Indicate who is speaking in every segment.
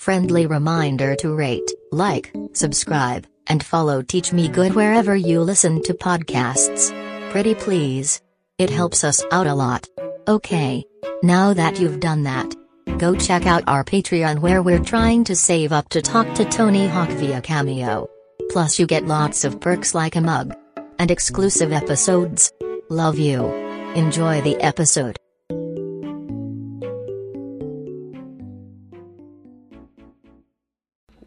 Speaker 1: Friendly reminder to rate, like, subscribe, and follow Teach Me Good wherever you listen to podcasts. Pretty please. It helps us out a lot. Okay. Now that you've done that, go check out our Patreon where we're trying to save up to talk to Tony Hawk via Cameo. Plus, you get lots of perks like a mug and exclusive episodes. Love you. Enjoy the episode.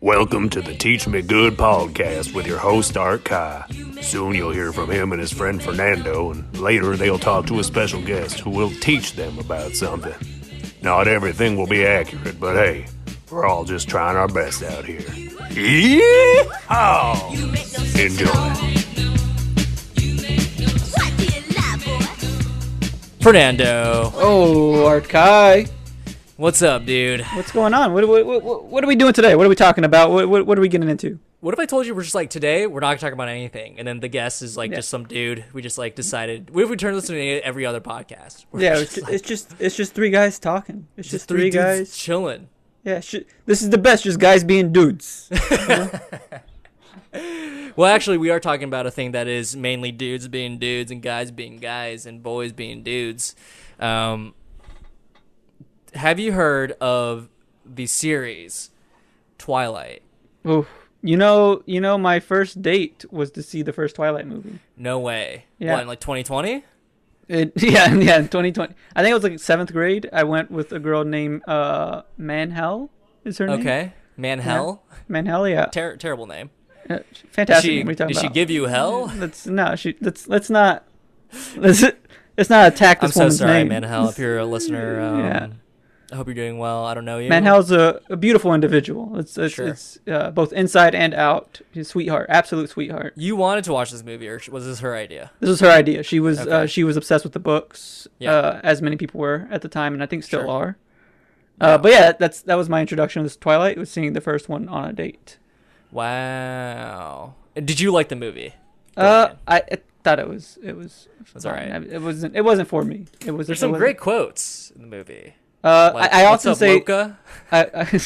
Speaker 2: Welcome to the Teach Me Good podcast with your host, Art Kai. Soon you'll hear from him and his friend Fernando, and later they'll talk to a special guest who will teach them about something. Not everything will be accurate, but hey, we're all just trying our best out here. Yeehaw! Enjoy.
Speaker 3: Fernando,
Speaker 4: Oh, Art Kai.
Speaker 3: what's up, dude?
Speaker 4: What's going on? What, what, what, what are we doing today? What are we talking about? What, what, what are we getting into?
Speaker 3: What if I told you we're just like today we're not gonna talk about anything, and then the guest is like just some dude we just like decided. What if we turned this into every other podcast? We're
Speaker 4: Yeah,
Speaker 3: just,
Speaker 4: it's, it's just it's just three guys talking. It's just three,
Speaker 3: dudes
Speaker 4: guys.
Speaker 3: chilling.
Speaker 4: Yeah, sh- this is the best. Just guys being dudes.
Speaker 3: Well, actually, we are talking about a thing that is mainly dudes being dudes and guys being guys and boys being dudes. Um, have you heard of the series Twilight?
Speaker 4: Oof. You know, you know, my first date was to see the first Twilight movie.
Speaker 3: No way.
Speaker 4: Yeah.
Speaker 3: What, in like 2020?
Speaker 4: It, yeah, yeah, in 2020. I think it was like seventh grade. I went with a girl named uh Manhell. Is her name?
Speaker 3: Okay. Man, hell.
Speaker 4: Manhell. Mm-hmm. Yeah.
Speaker 3: Ter- terrible name.
Speaker 4: Uh, Fantastic.
Speaker 3: She,
Speaker 4: name. What are you
Speaker 3: did
Speaker 4: talking
Speaker 3: she
Speaker 4: about?
Speaker 3: give you hell?
Speaker 4: Let's no. She. Let's let's not. Let's let's not attack
Speaker 3: I'm
Speaker 4: this
Speaker 3: so
Speaker 4: woman's
Speaker 3: sorry,
Speaker 4: name.
Speaker 3: Manhel. If you're a listener, um,
Speaker 4: Yeah.
Speaker 3: I hope you're doing well. I don't know you.
Speaker 4: Manhel's a, a beautiful individual. It's it's,
Speaker 3: Sure.
Speaker 4: it's uh, both inside and out. His sweetheart, absolute sweetheart.
Speaker 3: you wanted to watch this movie, or was this her idea?
Speaker 4: This was her idea. She was
Speaker 3: Okay.
Speaker 4: uh, she was obsessed with the books,
Speaker 3: Yeah.
Speaker 4: uh, as many people were at the time, and I think still
Speaker 3: Sure.
Speaker 4: are. Uh, But yeah, that's that was my introduction to this Twilight. Was seeing the first one on a date.
Speaker 3: Wow. And Did you like the movie?
Speaker 4: Uh, I, I thought it was it was
Speaker 3: It's all
Speaker 4: fine.
Speaker 3: right.
Speaker 4: I- It wasn't it wasn't for me. It was
Speaker 3: There's
Speaker 4: it
Speaker 3: some
Speaker 4: wasn't-
Speaker 3: great quotes in the movie.
Speaker 4: Uh,
Speaker 3: Like,
Speaker 4: I, I often
Speaker 3: what's up,
Speaker 4: say
Speaker 3: Mocha?
Speaker 4: I, I,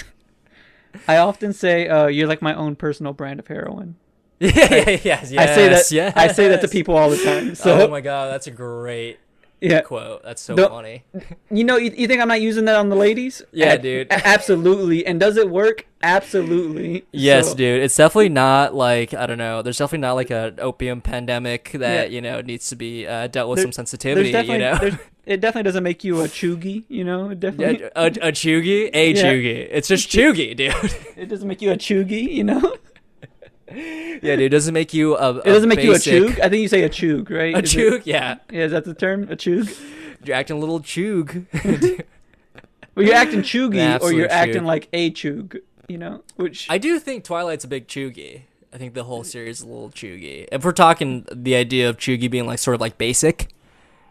Speaker 4: I often say uh, you're like my own personal brand of heroin.
Speaker 3: yeah, yeah, yes,
Speaker 4: I say that
Speaker 3: yes.
Speaker 4: I say that to people all the time. So
Speaker 3: oh my god, that's a great
Speaker 4: yeah,
Speaker 3: quote. That's so
Speaker 4: The-
Speaker 3: funny.
Speaker 4: you know, you, you think I'm not using that on the ladies?
Speaker 3: Yeah,
Speaker 4: Ab-
Speaker 3: dude.
Speaker 4: a- absolutely. And does it work? Absolutely.
Speaker 3: Yes,
Speaker 4: So-
Speaker 3: dude. It's definitely not like I don't know. There's definitely not like an opium pandemic that
Speaker 4: Yeah.
Speaker 3: you know needs to be uh, dealt with
Speaker 4: There-
Speaker 3: some sensitivity.
Speaker 4: There's
Speaker 3: you know,
Speaker 4: definitely- there's- it definitely doesn't make you a chuggy. You know, it definitely
Speaker 3: a, a, a chuggy, a
Speaker 4: Yeah.
Speaker 3: chuggy. It's just chuggy, dude.
Speaker 4: it doesn't make you a chuggy. You know,
Speaker 3: yeah, dude. Doesn't make you a.
Speaker 4: it doesn't make
Speaker 3: basic,
Speaker 4: you a chug. I think you say a chug, right?
Speaker 3: A
Speaker 4: Is it-
Speaker 3: chug, yeah.
Speaker 4: yeah, is that the term? A chug.
Speaker 3: You're acting a little chug.
Speaker 4: Well, you're acting chuggy, or
Speaker 3: absolute
Speaker 4: you're acting
Speaker 3: chug.
Speaker 4: like a chug. You know, which
Speaker 3: I do think Twilight's a big chuggy. I think the whole series is a little chuggy. If we're talking the idea of chuggy being like sort of like basic,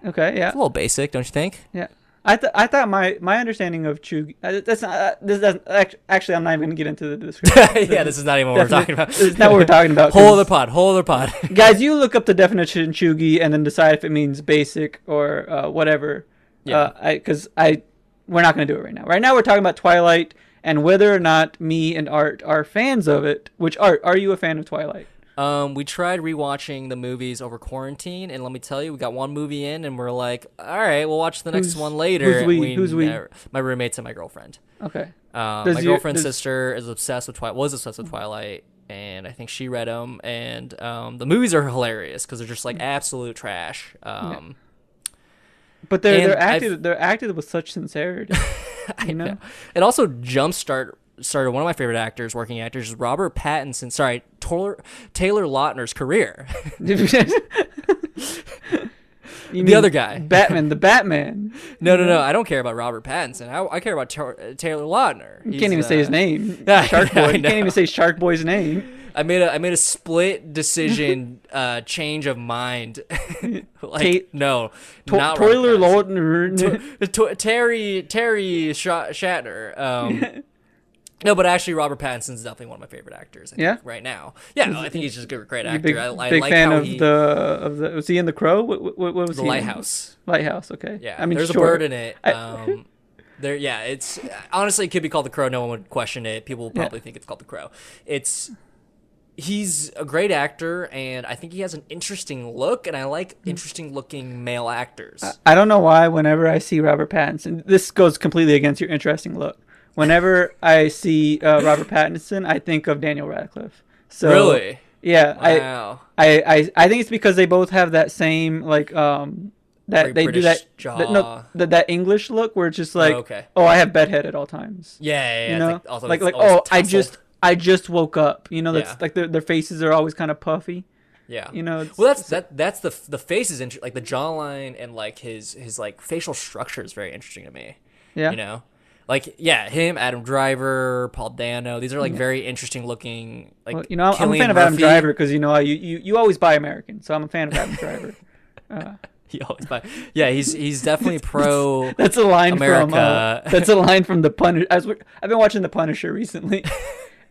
Speaker 4: okay, yeah.
Speaker 3: a little basic, don't you think?
Speaker 4: Yeah, I th- I thought my my understanding of Chug uh, that's not uh, this doesn't act- actually I'm not even gonna get into the description.
Speaker 3: yeah, this is not even what we're talking about.
Speaker 4: This is not what we're talking about. 'cause-
Speaker 3: Whole other pod, whole other pod.
Speaker 4: guys, you look up the definition Chugi and then decide if it means basic or uh, whatever.
Speaker 3: Yeah.
Speaker 4: Uh, I because I we're not gonna do it right now. Right now we're talking about Twilight and whether or not me and Art are fans of it. Which Art, are you a fan of Twilight?
Speaker 3: Um, we tried rewatching the movies over quarantine, and let me tell you, we got one movie in, and we're like, all right, we'll watch the next
Speaker 4: Who's-
Speaker 3: one later.
Speaker 4: who's
Speaker 3: and
Speaker 4: we? Who's we?
Speaker 3: never- My roommates and my girlfriend.
Speaker 4: Okay.
Speaker 3: Um,
Speaker 4: Does
Speaker 3: my
Speaker 4: your-
Speaker 3: girlfriend's
Speaker 4: does-
Speaker 3: sister is obsessed with Twilight. Was obsessed with Twilight, and I think she read them. And um, the movies are hilarious because they're just
Speaker 4: Mm.
Speaker 3: like absolute trash. Um,
Speaker 4: But they're
Speaker 3: And
Speaker 4: they're
Speaker 3: I've-
Speaker 4: acted they're acted with such sincerity. you know.
Speaker 3: It also jumpstart started one of my favorite actors, working actors, Robert Pattinson. Sorry, Tor- Taylor Lautner's career. The
Speaker 4: You mean
Speaker 3: other guy.
Speaker 4: Batman, the Batman.
Speaker 3: no, no,
Speaker 4: Mm-hmm.
Speaker 3: no. I don't care about Robert Pattinson. I, I care about Tor- Taylor Lautner. uh,
Speaker 4: You can't even say his name.
Speaker 3: Yeah,
Speaker 4: Shark
Speaker 3: I
Speaker 4: Boy. You
Speaker 3: know.
Speaker 4: can't even say Shark Boy's name.
Speaker 3: I made a I made a split decision uh change of mind. like
Speaker 4: Ta-
Speaker 3: no,
Speaker 4: To-
Speaker 3: not
Speaker 4: Toiler
Speaker 3: Robert
Speaker 4: Lord.
Speaker 3: Pattinson. To- Terry Terry Sha- Shatner. Um No, but actually, Robert Pattinson's definitely one of my favorite actors. I think,
Speaker 4: Yeah?
Speaker 3: right now, yeah, no, I think he's just a great actor.
Speaker 4: Big,
Speaker 3: I, I
Speaker 4: big
Speaker 3: like
Speaker 4: fan
Speaker 3: how
Speaker 4: of
Speaker 3: he,
Speaker 4: the of the. Was he in the Crow? What, what, what was
Speaker 3: The
Speaker 4: he? in?
Speaker 3: Lighthouse.
Speaker 4: Lighthouse. Okay.
Speaker 3: Yeah,
Speaker 4: I mean,
Speaker 3: there's
Speaker 4: sure.
Speaker 3: a bird in it.
Speaker 4: I-
Speaker 3: Um, There, yeah, it's honestly it could be called the Crow. No one would question it. People will probably think it's called the Crow. It's he's a great actor, and I think he has an interesting look, and I like interesting looking male actors.
Speaker 4: Hmm. I don't know why. Whenever I see Robert Pattinson, this goes completely against your interesting look. Whenever I see uh, Robert Pattinson, I think of Daniel Radcliffe. So
Speaker 3: Really?
Speaker 4: yeah,
Speaker 3: wow,
Speaker 4: I, I, I, I think it's because they both have that same like um that
Speaker 3: Very
Speaker 4: they
Speaker 3: British
Speaker 4: do that
Speaker 3: jaw.
Speaker 4: that, no, that that English look where it's just like oh,
Speaker 3: okay.
Speaker 4: I have bedhead at all times.
Speaker 3: yeah, yeah, yeah.
Speaker 4: you
Speaker 3: it's
Speaker 4: know,
Speaker 3: like, also
Speaker 4: like
Speaker 3: it's
Speaker 4: like
Speaker 3: always
Speaker 4: oh I
Speaker 3: tousled.
Speaker 4: just I just woke up. You know, that's
Speaker 3: Yeah.
Speaker 4: like their their faces are always kind of puffy.
Speaker 3: yeah,
Speaker 4: you know, it's-
Speaker 3: Well, that's that that's the the face is interesting, like the jawline and like his his like facial structure is very interesting to me.
Speaker 4: Yeah,
Speaker 3: You know, like yeah, him, Adam Driver, Paul Dano. These are like very interesting looking. Like
Speaker 4: Well, you know, I'm
Speaker 3: Cillian
Speaker 4: a fan of Adam
Speaker 3: Murphy.
Speaker 4: Driver because you know you, you you always buy American, so I'm a fan of Adam Driver.
Speaker 3: He always buy- yeah, he's he's definitely pro.
Speaker 4: That's a line from uh,
Speaker 3: America.
Speaker 4: that's a line from the Punisher. As we, I've been watching the Punisher recently,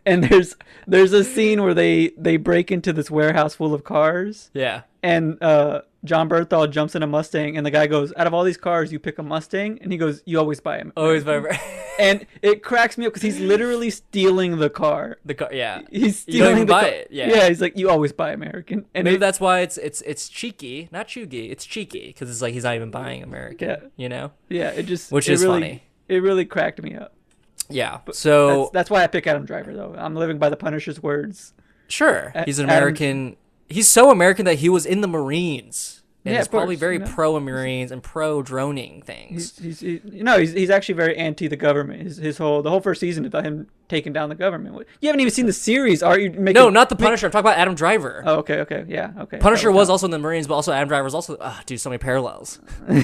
Speaker 4: and there's there's a scene where they they break into this warehouse full of cars,
Speaker 3: yeah,
Speaker 4: and uh, John Berthal jumps in a Mustang, and the guy goes, "Out of all these cars, you pick a Mustang," and he goes, "You always buy him."
Speaker 3: always by
Speaker 4: and it cracks me up because he's literally stealing the car.
Speaker 3: the car. Yeah,
Speaker 4: He's
Speaker 3: You don't
Speaker 4: stealing
Speaker 3: even
Speaker 4: the
Speaker 3: buy
Speaker 4: car.
Speaker 3: it, yeah.
Speaker 4: yeah, he's like, "You always buy American," and
Speaker 3: maybe
Speaker 4: it-
Speaker 3: that's why it's it's it's cheeky, not chuggy. It's cheeky because it's like he's not even buying American.
Speaker 4: Yeah.
Speaker 3: You know.
Speaker 4: Yeah, it just
Speaker 3: Which
Speaker 4: it
Speaker 3: is
Speaker 4: really,
Speaker 3: funny.
Speaker 4: It really cracked me up.
Speaker 3: Yeah. So
Speaker 4: That's, that's why I pick Adam Driver though. I'm living by the Punisher's words.
Speaker 3: Sure. He's an
Speaker 4: Adam-
Speaker 3: American. he's so American that he was in the Marines. And
Speaker 4: Yeah,
Speaker 3: he's
Speaker 4: of
Speaker 3: probably
Speaker 4: course,
Speaker 3: very
Speaker 4: you know.
Speaker 3: pro Marines and pro droning things.
Speaker 4: He's, he's, he, no, he's he's actually very anti the government. His, his whole the whole first season about him taking down the government. You haven't even seen the series, are you? Making,
Speaker 3: No, not the Punisher. I'm talking about Adam Driver.
Speaker 4: Oh, okay, okay, yeah, okay.
Speaker 3: Punisher
Speaker 4: That
Speaker 3: was also in the Marines, but also Adam Driver was also. Ah, dude, so many parallels.
Speaker 4: they're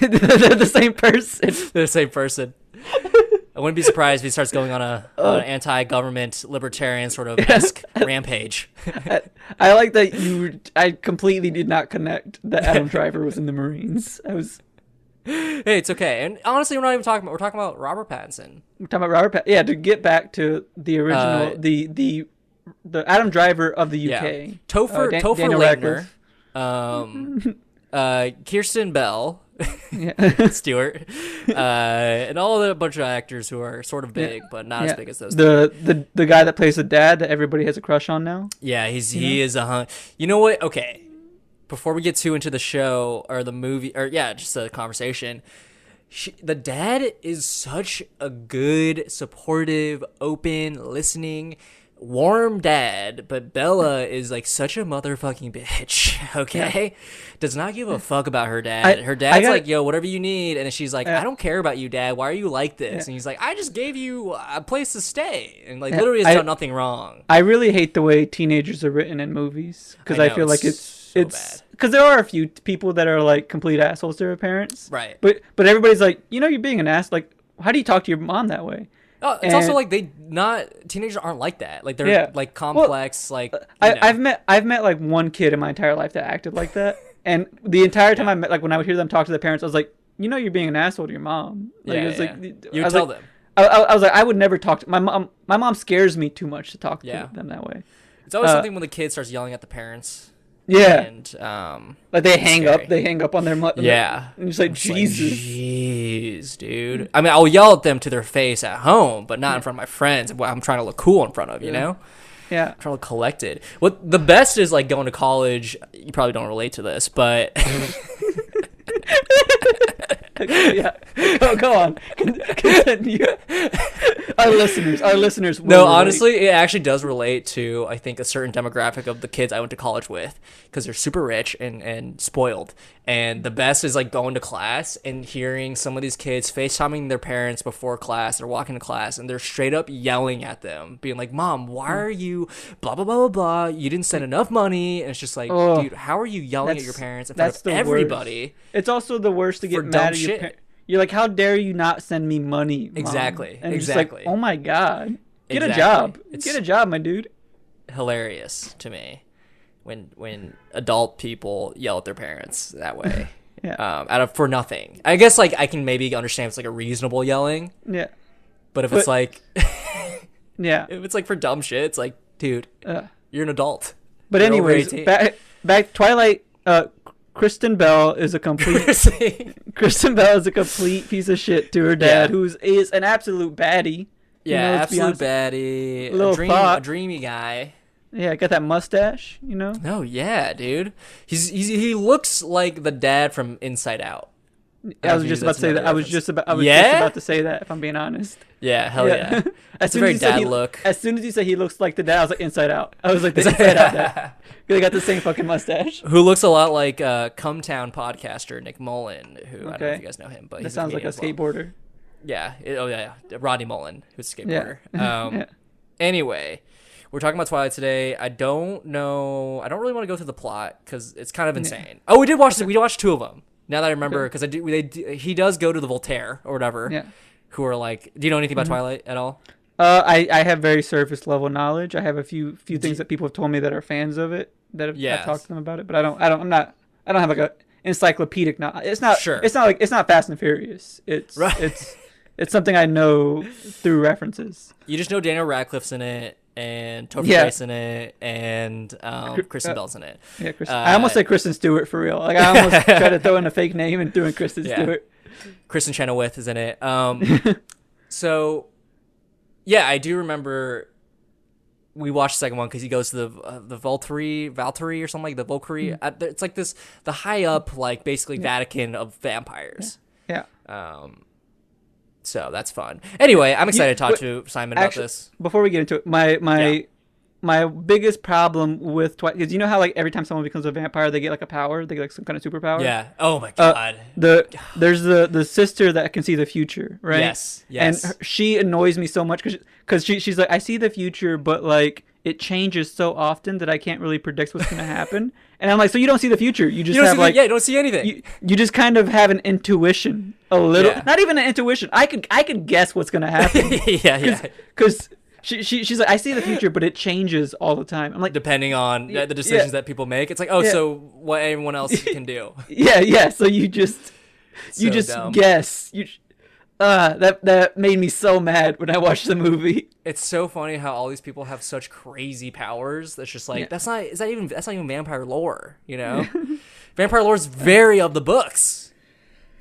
Speaker 4: the same person.
Speaker 3: They're the same person. I wouldn't be surprised if he starts going on a
Speaker 4: Oh.
Speaker 3: on an anti-government libertarian sort of esque rampage.
Speaker 4: I like that you. were- I completely did not connect that Adam Driver was in the Marines. I was
Speaker 3: hey, it's okay. And honestly, we're not even talking about. We're talking about Robert Pattinson.
Speaker 4: We're talking about Robert Pat- yeah to get back to the
Speaker 3: Uh,
Speaker 4: original the the the Adam Driver of the UK
Speaker 3: Yeah. Topher
Speaker 4: Uh, Dan-
Speaker 3: Topher
Speaker 4: Daniel
Speaker 3: Laettner,
Speaker 4: Radcliffe.
Speaker 3: um, uh, Kirsten Bell,
Speaker 4: yeah.
Speaker 3: Stewart, uh, and all the bunch of actors who are sort of big, but not as
Speaker 4: Yeah.
Speaker 3: big as those.
Speaker 4: the the the guy that plays the dad that everybody has a crush on now
Speaker 3: yeah, he's he is a hun- You know what? Okay, before we get too into the show or the movie or yeah, just the conversation. She, the dad is such a good, supportive, open, listening, warm dad, but Bella is like such a motherfucking bitch. Okay, does not give a fuck about her dad.
Speaker 4: I-
Speaker 3: her
Speaker 4: I
Speaker 3: dad's
Speaker 4: gotta-
Speaker 3: like, "Yo, whatever you need," and she's like, "I don't care about you, dad. Why are you like this?" And he's like, "I just gave you a place to stay," and like literally has
Speaker 4: I-
Speaker 3: done nothing wrong.
Speaker 4: I really hate the way teenagers are written in movies because
Speaker 3: I
Speaker 4: I,
Speaker 3: know,
Speaker 4: feel like
Speaker 3: it's
Speaker 4: it's
Speaker 3: so
Speaker 4: it's because there are a few t- people that are like complete assholes to their parents
Speaker 3: Right.
Speaker 4: but but everybody's like you know you're being an ass like how do you talk to your mom that way
Speaker 3: Oh, it's also
Speaker 4: And-
Speaker 3: like they not teenagers aren't like that. Like they're
Speaker 4: Yeah.
Speaker 3: like
Speaker 4: Well,
Speaker 3: complex. like you know.
Speaker 4: I, I've met I've met like one kid in my entire life that acted like that, and the entire time I met like when I would hear them talk to their parents, I was like, you know, you're being an asshole to your mom. Like,
Speaker 3: Yeah,
Speaker 4: it's
Speaker 3: yeah.
Speaker 4: like
Speaker 3: You
Speaker 4: I was
Speaker 3: tell
Speaker 4: like-
Speaker 3: them.
Speaker 4: I, I, I was like, I would never talk to my mom. My mom scares me too much to talk
Speaker 3: Yeah.
Speaker 4: to them that way.
Speaker 3: it's always
Speaker 4: uh,
Speaker 3: something when the kid starts yelling at the parents.
Speaker 4: Yeah,
Speaker 3: And um,
Speaker 4: like they hang
Speaker 3: scary.
Speaker 4: up. They hang up on their mother.
Speaker 3: Yeah.
Speaker 4: and it's like
Speaker 3: It's
Speaker 4: Jesus.
Speaker 3: Like, Jeez, dude. I mean, I'll yell at them to their face at home, but not in front of my friends. Well, I'm trying to look cool in front of, you know?
Speaker 4: yeah,
Speaker 3: trying to look collected. What the best is like going to college, you probably don't relate to this, but
Speaker 4: yeah.
Speaker 3: Oh,
Speaker 4: Go, go on. Continue. our listeners, our listeners. will
Speaker 3: no,
Speaker 4: relate.
Speaker 3: honestly, it actually does relate to I think a certain demographic of the kids I went to college with because they're super rich and and spoiled. And the best is like going to class and hearing some of these kids FaceTiming their parents before class. They're walking to class and they're straight up yelling at them, being like, "Mom,
Speaker 4: Hmm.
Speaker 3: why are you blah blah blah blah blah? You didn't send enough money." And it's just like,
Speaker 4: Oh,
Speaker 3: dude, how are you yelling at your
Speaker 4: That's-
Speaker 3: parents in front
Speaker 4: that's
Speaker 3: of
Speaker 4: the worst.
Speaker 3: everybody?
Speaker 4: It's also the worst to
Speaker 3: For
Speaker 4: get
Speaker 3: dumb
Speaker 4: mad at your
Speaker 3: shit.
Speaker 4: par- You're like, how dare you not send me money? Mom?"
Speaker 3: Exactly,
Speaker 4: And it's
Speaker 3: exactly.
Speaker 4: Just like, oh my god, get
Speaker 3: Exactly.
Speaker 4: a job,
Speaker 3: It's-
Speaker 4: get a job, my dude.
Speaker 3: hilarious to me when when adult people yell at their parents that way.
Speaker 4: Yeah.
Speaker 3: Um, out of for nothing. I guess like I can maybe understand if it's like a reasonable yelling,
Speaker 4: Yeah,
Speaker 3: but if it's
Speaker 4: But-
Speaker 3: like
Speaker 4: yeah.
Speaker 3: if it's like for dumb shit, it's like, dude,
Speaker 4: Uh,
Speaker 3: you're an adult.
Speaker 4: but
Speaker 3: you're over
Speaker 4: anyways,
Speaker 3: 18.
Speaker 4: back back Twilight. Uh, Kristen Bell is a complete Kristen Bell is a complete piece of shit to her dad,
Speaker 3: Yeah.
Speaker 4: who's is an absolute baddie. You
Speaker 3: yeah,
Speaker 4: know, let's be
Speaker 3: absolute
Speaker 4: honest.
Speaker 3: baddie,
Speaker 4: Lil
Speaker 3: a, dream, a
Speaker 4: Pop.
Speaker 3: dreamy guy.
Speaker 4: Yeah, got that mustache, you know.
Speaker 3: No, yeah, dude. He's, he's he looks like the dad from Inside Out.
Speaker 4: I was
Speaker 3: Dude,
Speaker 4: just about
Speaker 3: that's
Speaker 4: to say that.
Speaker 3: another
Speaker 4: I was
Speaker 3: reference.
Speaker 4: just about. I was just
Speaker 3: Yeah?
Speaker 4: about to say that. If I'm being honest.
Speaker 3: Yeah, hell yeah.
Speaker 4: as
Speaker 3: a
Speaker 4: soon as
Speaker 3: very
Speaker 4: you said
Speaker 3: dad
Speaker 4: he,
Speaker 3: look.
Speaker 4: As soon as you said he looks like the dad, I was like Inside Out. I was like the Inside Out dad. They got the same fucking mustache.
Speaker 3: Who looks a lot like uh, Cumtown podcaster Nick Mullen, who I don't know
Speaker 4: Okay.
Speaker 3: if you guys know him, but
Speaker 4: That
Speaker 3: he's
Speaker 4: sounds like a
Speaker 3: comedian as well.
Speaker 4: skateboarder.
Speaker 3: Yeah. It- oh yeah, yeah. Rodney Mullen, who's a
Speaker 4: Yeah.
Speaker 3: skateboarder. Um,
Speaker 4: Yeah.
Speaker 3: Anyway, we're talking about Twilight today. I don't know. I don't really want to go through the plot because it's kind of insane. Oh, we did watch. We watched two of them. Now that I remember, because I do. They do- he does go to the Voltaire or whatever.
Speaker 4: Yeah. Mm-hmm.
Speaker 3: Who are like? Do you know anything about Twilight at all?
Speaker 4: Uh, I I have very surface level knowledge. I have a few few things that people have told me that are fans of it that have I've
Speaker 3: Yes.
Speaker 4: talked to them about it. But I don't. I don't. I'm not. I don't have like a encyclopedic. No, it's not.
Speaker 3: Sure.
Speaker 4: It's not like it's not Fast and Furious. It's
Speaker 3: Right.
Speaker 4: it's it's something I know through references.
Speaker 3: You just know Daniel Radcliffe's in it, and Topher
Speaker 4: Yeah.
Speaker 3: Grace in it, and um, Kristen
Speaker 4: uh,
Speaker 3: Bell's in it.
Speaker 4: Yeah, Kristen.
Speaker 3: Uh,
Speaker 4: I almost said Kristen Stewart for real. Like I almost tried to throw in a fake name and threw in Kristen
Speaker 3: Yeah.
Speaker 4: Stewart.
Speaker 3: Kristen Chenoweth is in it. Um, so, yeah, I do remember we watched the second one because he goes to the uh, the Valtteri, Valtteri or something like the Valkyrie.
Speaker 4: Mm-hmm.
Speaker 3: Uh, th- it's like this the high up, like basically Vatican of vampires.
Speaker 4: Yeah.
Speaker 3: Um, so that's fun. Anyway, I'm excited to talk
Speaker 4: wait,
Speaker 3: to Simon
Speaker 4: Actually,
Speaker 3: about this.
Speaker 4: before we get into it, my my
Speaker 3: Yeah.
Speaker 4: my biggest problem with Twilight because you know how like every time someone becomes a vampire, they get like a power, they get like some kind of superpower.
Speaker 3: Yeah. Oh my
Speaker 4: Uh,
Speaker 3: god.
Speaker 4: the there's the the sister that can see the future, right?
Speaker 3: Yes, yes.
Speaker 4: And her, she annoys me so much because she, she's like, I see the future, but like it changes so often that I can't really predict what's gonna happen. and I'm like, so you don't see the future? You just
Speaker 3: you don't see
Speaker 4: have
Speaker 3: the-
Speaker 4: like
Speaker 3: yeah, you don't see anything.
Speaker 4: you, you just kind of have an intuition a little
Speaker 3: Yeah.
Speaker 4: not even an intuition i could i could guess what's gonna happen
Speaker 3: yeah, yeah.
Speaker 4: because she, she she's like i see the future but it changes all the time i'm like
Speaker 3: Depending on uh, the decisions that people make, it's like, oh,
Speaker 4: Yeah.
Speaker 3: so what anyone else can do.
Speaker 4: yeah yeah so you just you
Speaker 3: So
Speaker 4: just
Speaker 3: dumb.
Speaker 4: guess you sh- uh that that made me so mad when i watched the movie
Speaker 3: it's so funny how all these people have such crazy powers that's just like that's not is that even that's not even vampire lore you know vampire lore is very of the books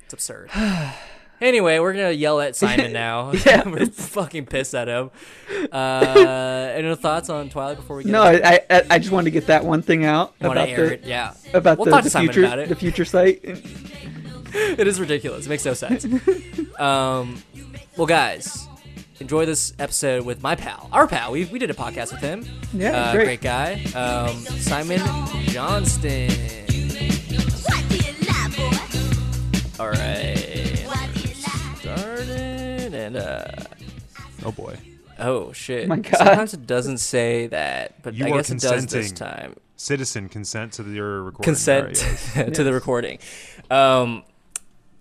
Speaker 3: it's absurd anyway we're gonna yell at simon now
Speaker 4: Yeah.
Speaker 3: we're fucking pissed at him uh any thoughts on twilight before we get
Speaker 4: no
Speaker 3: into-
Speaker 4: I, I i just wanted to get that one thing out
Speaker 3: You wanna
Speaker 4: about
Speaker 3: air
Speaker 4: the
Speaker 3: it yeah
Speaker 4: about
Speaker 3: we'll
Speaker 4: the,
Speaker 3: talk to
Speaker 4: the
Speaker 3: simon
Speaker 4: future
Speaker 3: about it
Speaker 4: the future site
Speaker 3: it is ridiculous. It makes no sense. um, well, guys, enjoy this episode with my pal, our pal. We, we did a podcast with him.
Speaker 4: Yeah,
Speaker 3: uh,
Speaker 4: great.
Speaker 3: great. guy, um, Simon Johnston.
Speaker 5: Why do you lie, boy?
Speaker 3: All right,
Speaker 5: Why do you lie?
Speaker 3: started and uh,
Speaker 6: Oh boy.
Speaker 3: oh shit.
Speaker 4: My God.
Speaker 3: Sometimes it doesn't say that, but
Speaker 6: You
Speaker 3: I
Speaker 6: are
Speaker 3: guess it does this
Speaker 6: consenting.
Speaker 3: time.
Speaker 6: Citizen consent to your recording.
Speaker 3: consent
Speaker 6: Sorry, yes.
Speaker 3: to the recording. Um,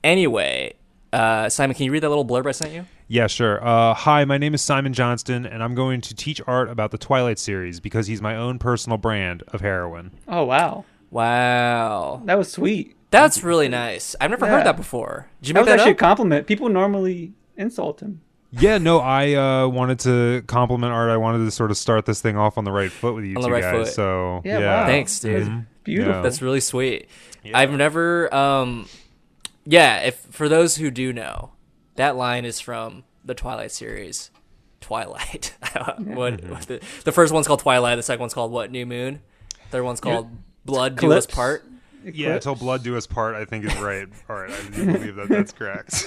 Speaker 3: anyway, uh, Simon, can you read that little blurb I sent you?
Speaker 6: Yeah, sure. Uh, hi, my name is Simon Johnston, and I'm going to teach Art about the Twilight series because he's my own personal brand of heroin.
Speaker 4: oh wow
Speaker 3: Wow,
Speaker 4: that was sweet
Speaker 3: That's really nice. I've never
Speaker 4: Yeah.
Speaker 3: heard that before. Did you
Speaker 4: that
Speaker 3: make
Speaker 4: was
Speaker 3: that,
Speaker 4: actually a
Speaker 3: up?
Speaker 4: compliment people normally insult him
Speaker 6: Yeah, no, I uh, wanted to compliment Art. I wanted to sort of start this thing off on the right foot with you
Speaker 3: On
Speaker 6: two
Speaker 3: the right
Speaker 6: guys.
Speaker 3: foot.
Speaker 6: So
Speaker 4: Yeah,
Speaker 6: yeah, Mm-hmm.
Speaker 4: wow.
Speaker 3: Thanks, dude.
Speaker 4: beautiful
Speaker 6: Yeah.
Speaker 3: That's really sweet. I've never um yeah, if for those who do know, that line is from the Twilight series. Twilight. what, what the, the first one's called Twilight, the second one's called what? New Moon. Third one's called Blood Do Us
Speaker 4: Eclipse.
Speaker 3: Part.
Speaker 6: Yeah, until blood do us part, I think is right. All right, I do believe that that's correct.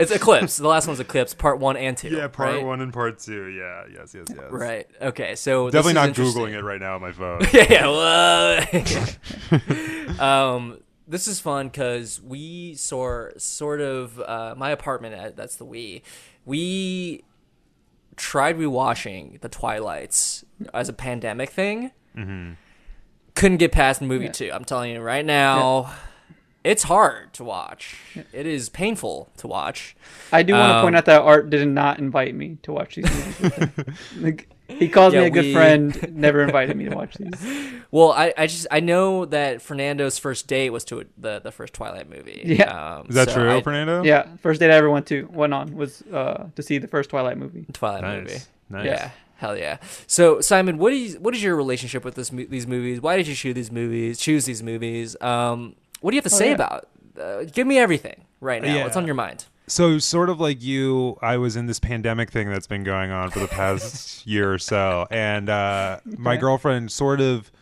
Speaker 3: It's Eclipse. the last one's Eclipse, part 1 and 2.
Speaker 6: yeah, part
Speaker 3: right?
Speaker 6: one and part two. Yeah, yes, yes, yes.
Speaker 3: Right. Okay. So this
Speaker 6: Definitely
Speaker 3: is
Speaker 6: not
Speaker 3: interesting.
Speaker 6: googling it right now on my phone.
Speaker 3: yeah, yeah. well, um, this is fun because we sort sort of uh, my apartment. uh, That's the we. We tried rewatching the Twilights as a pandemic thing.
Speaker 6: Mm-hmm.
Speaker 3: Couldn't get past movie two. I'm telling you right now. It's hard to watch. It is painful to watch.
Speaker 4: I do want to
Speaker 3: Um,
Speaker 4: point out that Art did not invite me to watch these movies. With him. like, he calls
Speaker 3: Yeah,
Speaker 4: me a good
Speaker 3: we-
Speaker 4: friend, never invited me to watch these.
Speaker 3: Well, I, I just I know that Fernando's first date was to the the first Twilight movie.
Speaker 4: Yeah.
Speaker 3: um,
Speaker 6: Is that
Speaker 3: so
Speaker 6: true,
Speaker 3: I-
Speaker 6: Fernando?
Speaker 4: Yeah, first date I ever went to went on was uh, to see the first Twilight movie.
Speaker 3: Twilight
Speaker 6: Nice.
Speaker 3: movie.
Speaker 6: Nice.
Speaker 3: Yeah. Hell yeah! So Simon, what is what is your relationship with this mo- these movies? Why did you shoot these movies? Choose these movies? Um, what do you have to say
Speaker 4: Oh, yeah.
Speaker 3: about? Uh, give me everything right now.
Speaker 6: Yeah.
Speaker 3: What's on your mind?
Speaker 6: So sort of like you, I was in this pandemic thing that's been going on for the past year or so, and uh, my girlfriend sort of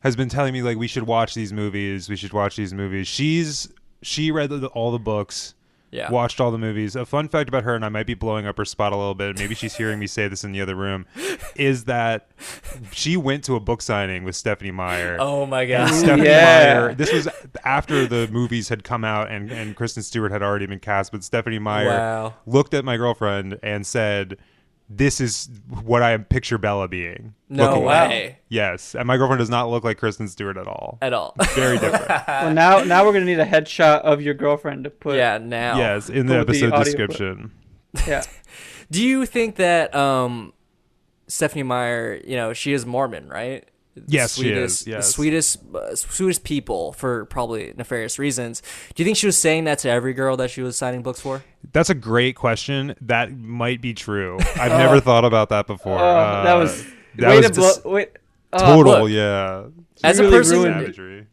Speaker 6: has been telling me like we should watch these movies, we should watch these movies. She's she read the, all the books,
Speaker 3: Yeah.
Speaker 6: watched all the movies. A fun fact about her, and I might be blowing up her spot a little bit. Maybe she's hearing me say this in the other room, is that she went to a book signing with Stephanie Meyer.
Speaker 3: Oh my
Speaker 6: And
Speaker 3: god!
Speaker 6: Stephanie
Speaker 4: yeah.
Speaker 6: Meyer. This was after the movies had come out and, and Kristen Stewart had already been cast, but Stephanie Meyer
Speaker 3: Wow.
Speaker 6: looked at my girlfriend and said, This is what I picture Bella being.
Speaker 3: No
Speaker 6: looking like."
Speaker 3: way
Speaker 6: Yes. And my girlfriend does not look like Kristen Stewart at all.
Speaker 3: at all.
Speaker 6: Very different.
Speaker 4: Well, now now we're gonna need a headshot of your girlfriend to put.
Speaker 3: yeah. Now.
Speaker 6: yes, in the
Speaker 4: Put the
Speaker 6: episode
Speaker 4: audio clip.
Speaker 6: description.
Speaker 4: yeah.
Speaker 3: Do you think that um, Stephanie Meyer? You know, she is Mormon, right? The
Speaker 6: Yes, she is,
Speaker 3: sweetest,
Speaker 6: yes.
Speaker 3: The sweetest, uh, sweetest people for probably nefarious reasons. Do you think she was saying that to every girl that she was signing books for?
Speaker 6: That's a great question. That might be true. I've never thought about that
Speaker 4: Oh,
Speaker 6: before.
Speaker 4: that
Speaker 6: Uh,
Speaker 4: was.
Speaker 6: that
Speaker 4: way
Speaker 6: was
Speaker 4: to blow.
Speaker 6: just
Speaker 4: Wait. Oh,
Speaker 6: total,
Speaker 3: look.
Speaker 6: yeah.
Speaker 3: As
Speaker 4: really
Speaker 3: a person,
Speaker 4: ruined
Speaker 6: Savagery.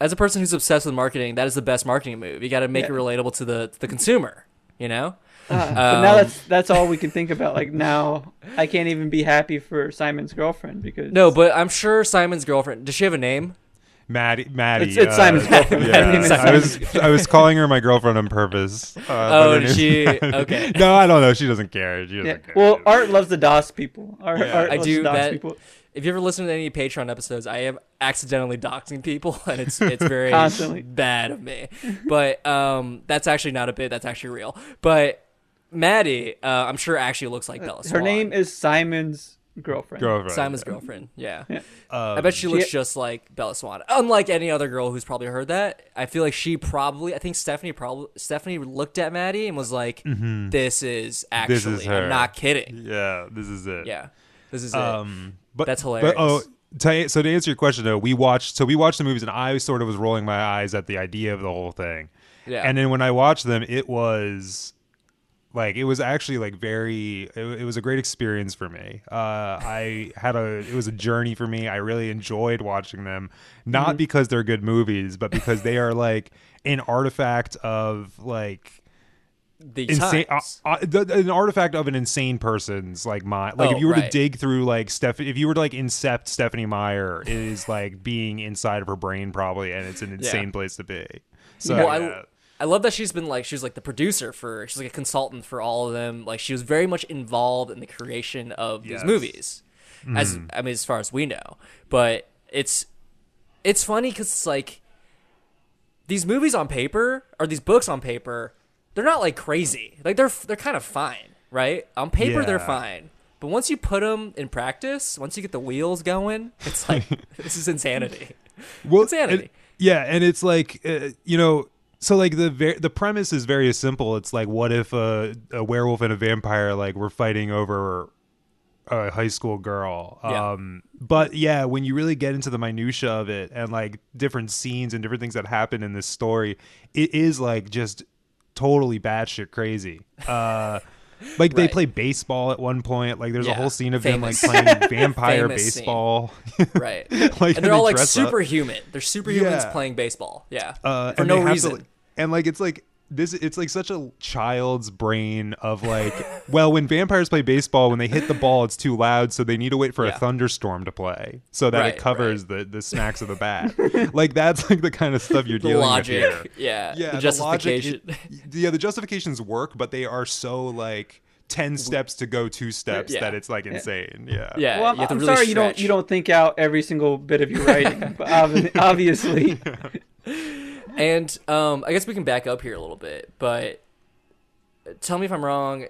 Speaker 3: as a person who's obsessed with marketing, that is the best marketing move. You got to make it relatable to the to the consumer. You know,
Speaker 4: Uh-huh.
Speaker 3: Uh,
Speaker 4: But
Speaker 3: Um,
Speaker 4: now that's that's all we can think about. Like now, I can't even be happy for Simon's girlfriend because
Speaker 3: no, but I'm sure Simon's girlfend. Does she have a name?
Speaker 6: Maddie, Maddie. uh,
Speaker 4: It's- it's Simon's girlfriend.
Speaker 6: yeah.
Speaker 4: Maddie is
Speaker 6: I was I was calling her my girlfriend on purpose. Uh,
Speaker 3: Oh,
Speaker 6: but her
Speaker 3: she-
Speaker 6: name-
Speaker 3: okay.
Speaker 6: no, I don't know. She doesn't care. She doesn't
Speaker 4: Yeah.
Speaker 6: care.
Speaker 4: Well, Art loves the DOS people. Art, Art
Speaker 3: I
Speaker 4: loves
Speaker 3: do
Speaker 4: the DOS
Speaker 3: that-
Speaker 4: people
Speaker 3: If you ever listen to any Patreon episodes, I am accidentally doxing people, and it's it's very
Speaker 4: Constantly.
Speaker 3: bad of me. But um, that's actually not a bit. That's actually real. But Maddie, uh, I'm sure actually looks like Bella.
Speaker 4: Uh, Her
Speaker 3: Swan,
Speaker 4: name is Simon's girlfriend.
Speaker 6: girlfriend.
Speaker 3: Simon's girlfriend. Yeah.
Speaker 6: Um,
Speaker 3: I bet she looks just like Bella Swan. Unlike any other girl who's probably heard that, I feel like she probably, I think Stephanie probably, Stephanie looked at Maddie and was like, "This is actually,
Speaker 6: Mm-hmm. This is her.
Speaker 3: I'm not kidding."
Speaker 6: Yeah, this is it.
Speaker 3: Yeah, this is it.
Speaker 6: Um, but
Speaker 3: That's
Speaker 6: But, oh,
Speaker 3: hilarious.
Speaker 6: to, so to answer your question though, we watched. So we watched the movies, and I sort of was rolling my eyes at the idea of the whole thing.
Speaker 3: Yeah.
Speaker 6: And then when I watched them, it was like it was actually like very it, it was a great experience for me uh i had a it was a journey for me i really enjoyed watching them not
Speaker 3: Mm-hmm.
Speaker 6: because they're good movies but because they are like an artifact of like
Speaker 3: The
Speaker 6: insane uh,
Speaker 3: times.
Speaker 6: uh, th- an artifact of an insane person's like mind like
Speaker 3: Oh,
Speaker 6: if you were to
Speaker 3: right.
Speaker 6: dig through like Steph if you were to like incept Stephanie Meyer it is like being inside of her brain probably and it's an insane place to be so
Speaker 3: Well,
Speaker 6: yeah.
Speaker 3: I, I love that she's been like she was like the producer for she's like a consultant for all of them. Like she was very much involved in the creation of
Speaker 6: Yes. Hmm.
Speaker 3: these movies. As I mean, as far as we know, but it's it's funny because it's like these movies on paper or these books on paper, they're not like crazy. Like they're they're kind of fine, right? On paper, they're
Speaker 6: Yeah.
Speaker 3: fine. But once you put them in practice, once you get the wheels going, it's like this is insanity.
Speaker 6: well,
Speaker 3: Insanity.
Speaker 6: and- yeah, and it's like uh, you know, so like the ver- the premise is very simple. It's like what if a, a werewolf and a vampire like were fighting over a high school girl.
Speaker 3: Yeah.
Speaker 6: Um but yeah, when you really get into the minutia of it and like different scenes and different things that happen in this story, it is like just totally batshit crazy. Uh Like they
Speaker 3: Right.
Speaker 6: play baseball at one point. Like there's a
Speaker 3: Yeah.
Speaker 6: whole scene of
Speaker 3: Famous.
Speaker 6: them like playing vampire
Speaker 3: Famous scene.
Speaker 6: baseball.
Speaker 3: Right.
Speaker 6: Like,
Speaker 3: and they're
Speaker 6: they
Speaker 3: all like
Speaker 6: dress up.
Speaker 3: superhuman. They're superhumans
Speaker 6: Yeah.
Speaker 3: playing baseball. Yeah.
Speaker 6: uh,
Speaker 3: For
Speaker 6: and
Speaker 3: no
Speaker 6: they have to,
Speaker 3: reason.
Speaker 6: like- and like it's like this, it's like such a child's brain of like, well, when vampires play baseball, when they hit the ball, it's too loud, so they need to wait for
Speaker 3: Yeah.
Speaker 6: a thunderstorm to play so that
Speaker 3: Right,
Speaker 6: it covers the the smacks of the bat. like that's like the kind of stuff you're
Speaker 3: the
Speaker 6: dealing
Speaker 3: logic.
Speaker 6: with here.
Speaker 3: Yeah.
Speaker 6: Yeah,
Speaker 3: The
Speaker 6: the logic
Speaker 3: justification.
Speaker 6: is- yeah, the justifications work, but they are so like ten steps to go two steps
Speaker 3: Yeah.
Speaker 6: that it's like insane. Yeah,
Speaker 3: yeah.
Speaker 4: Well,
Speaker 3: you have to
Speaker 4: I'm
Speaker 3: really
Speaker 4: sorry you don't
Speaker 3: stretch.
Speaker 4: you don't think out every single bit of your writing, but obvi- obviously,
Speaker 3: And um, I guess we can back up here a little bit, but tell me if I'm wrong.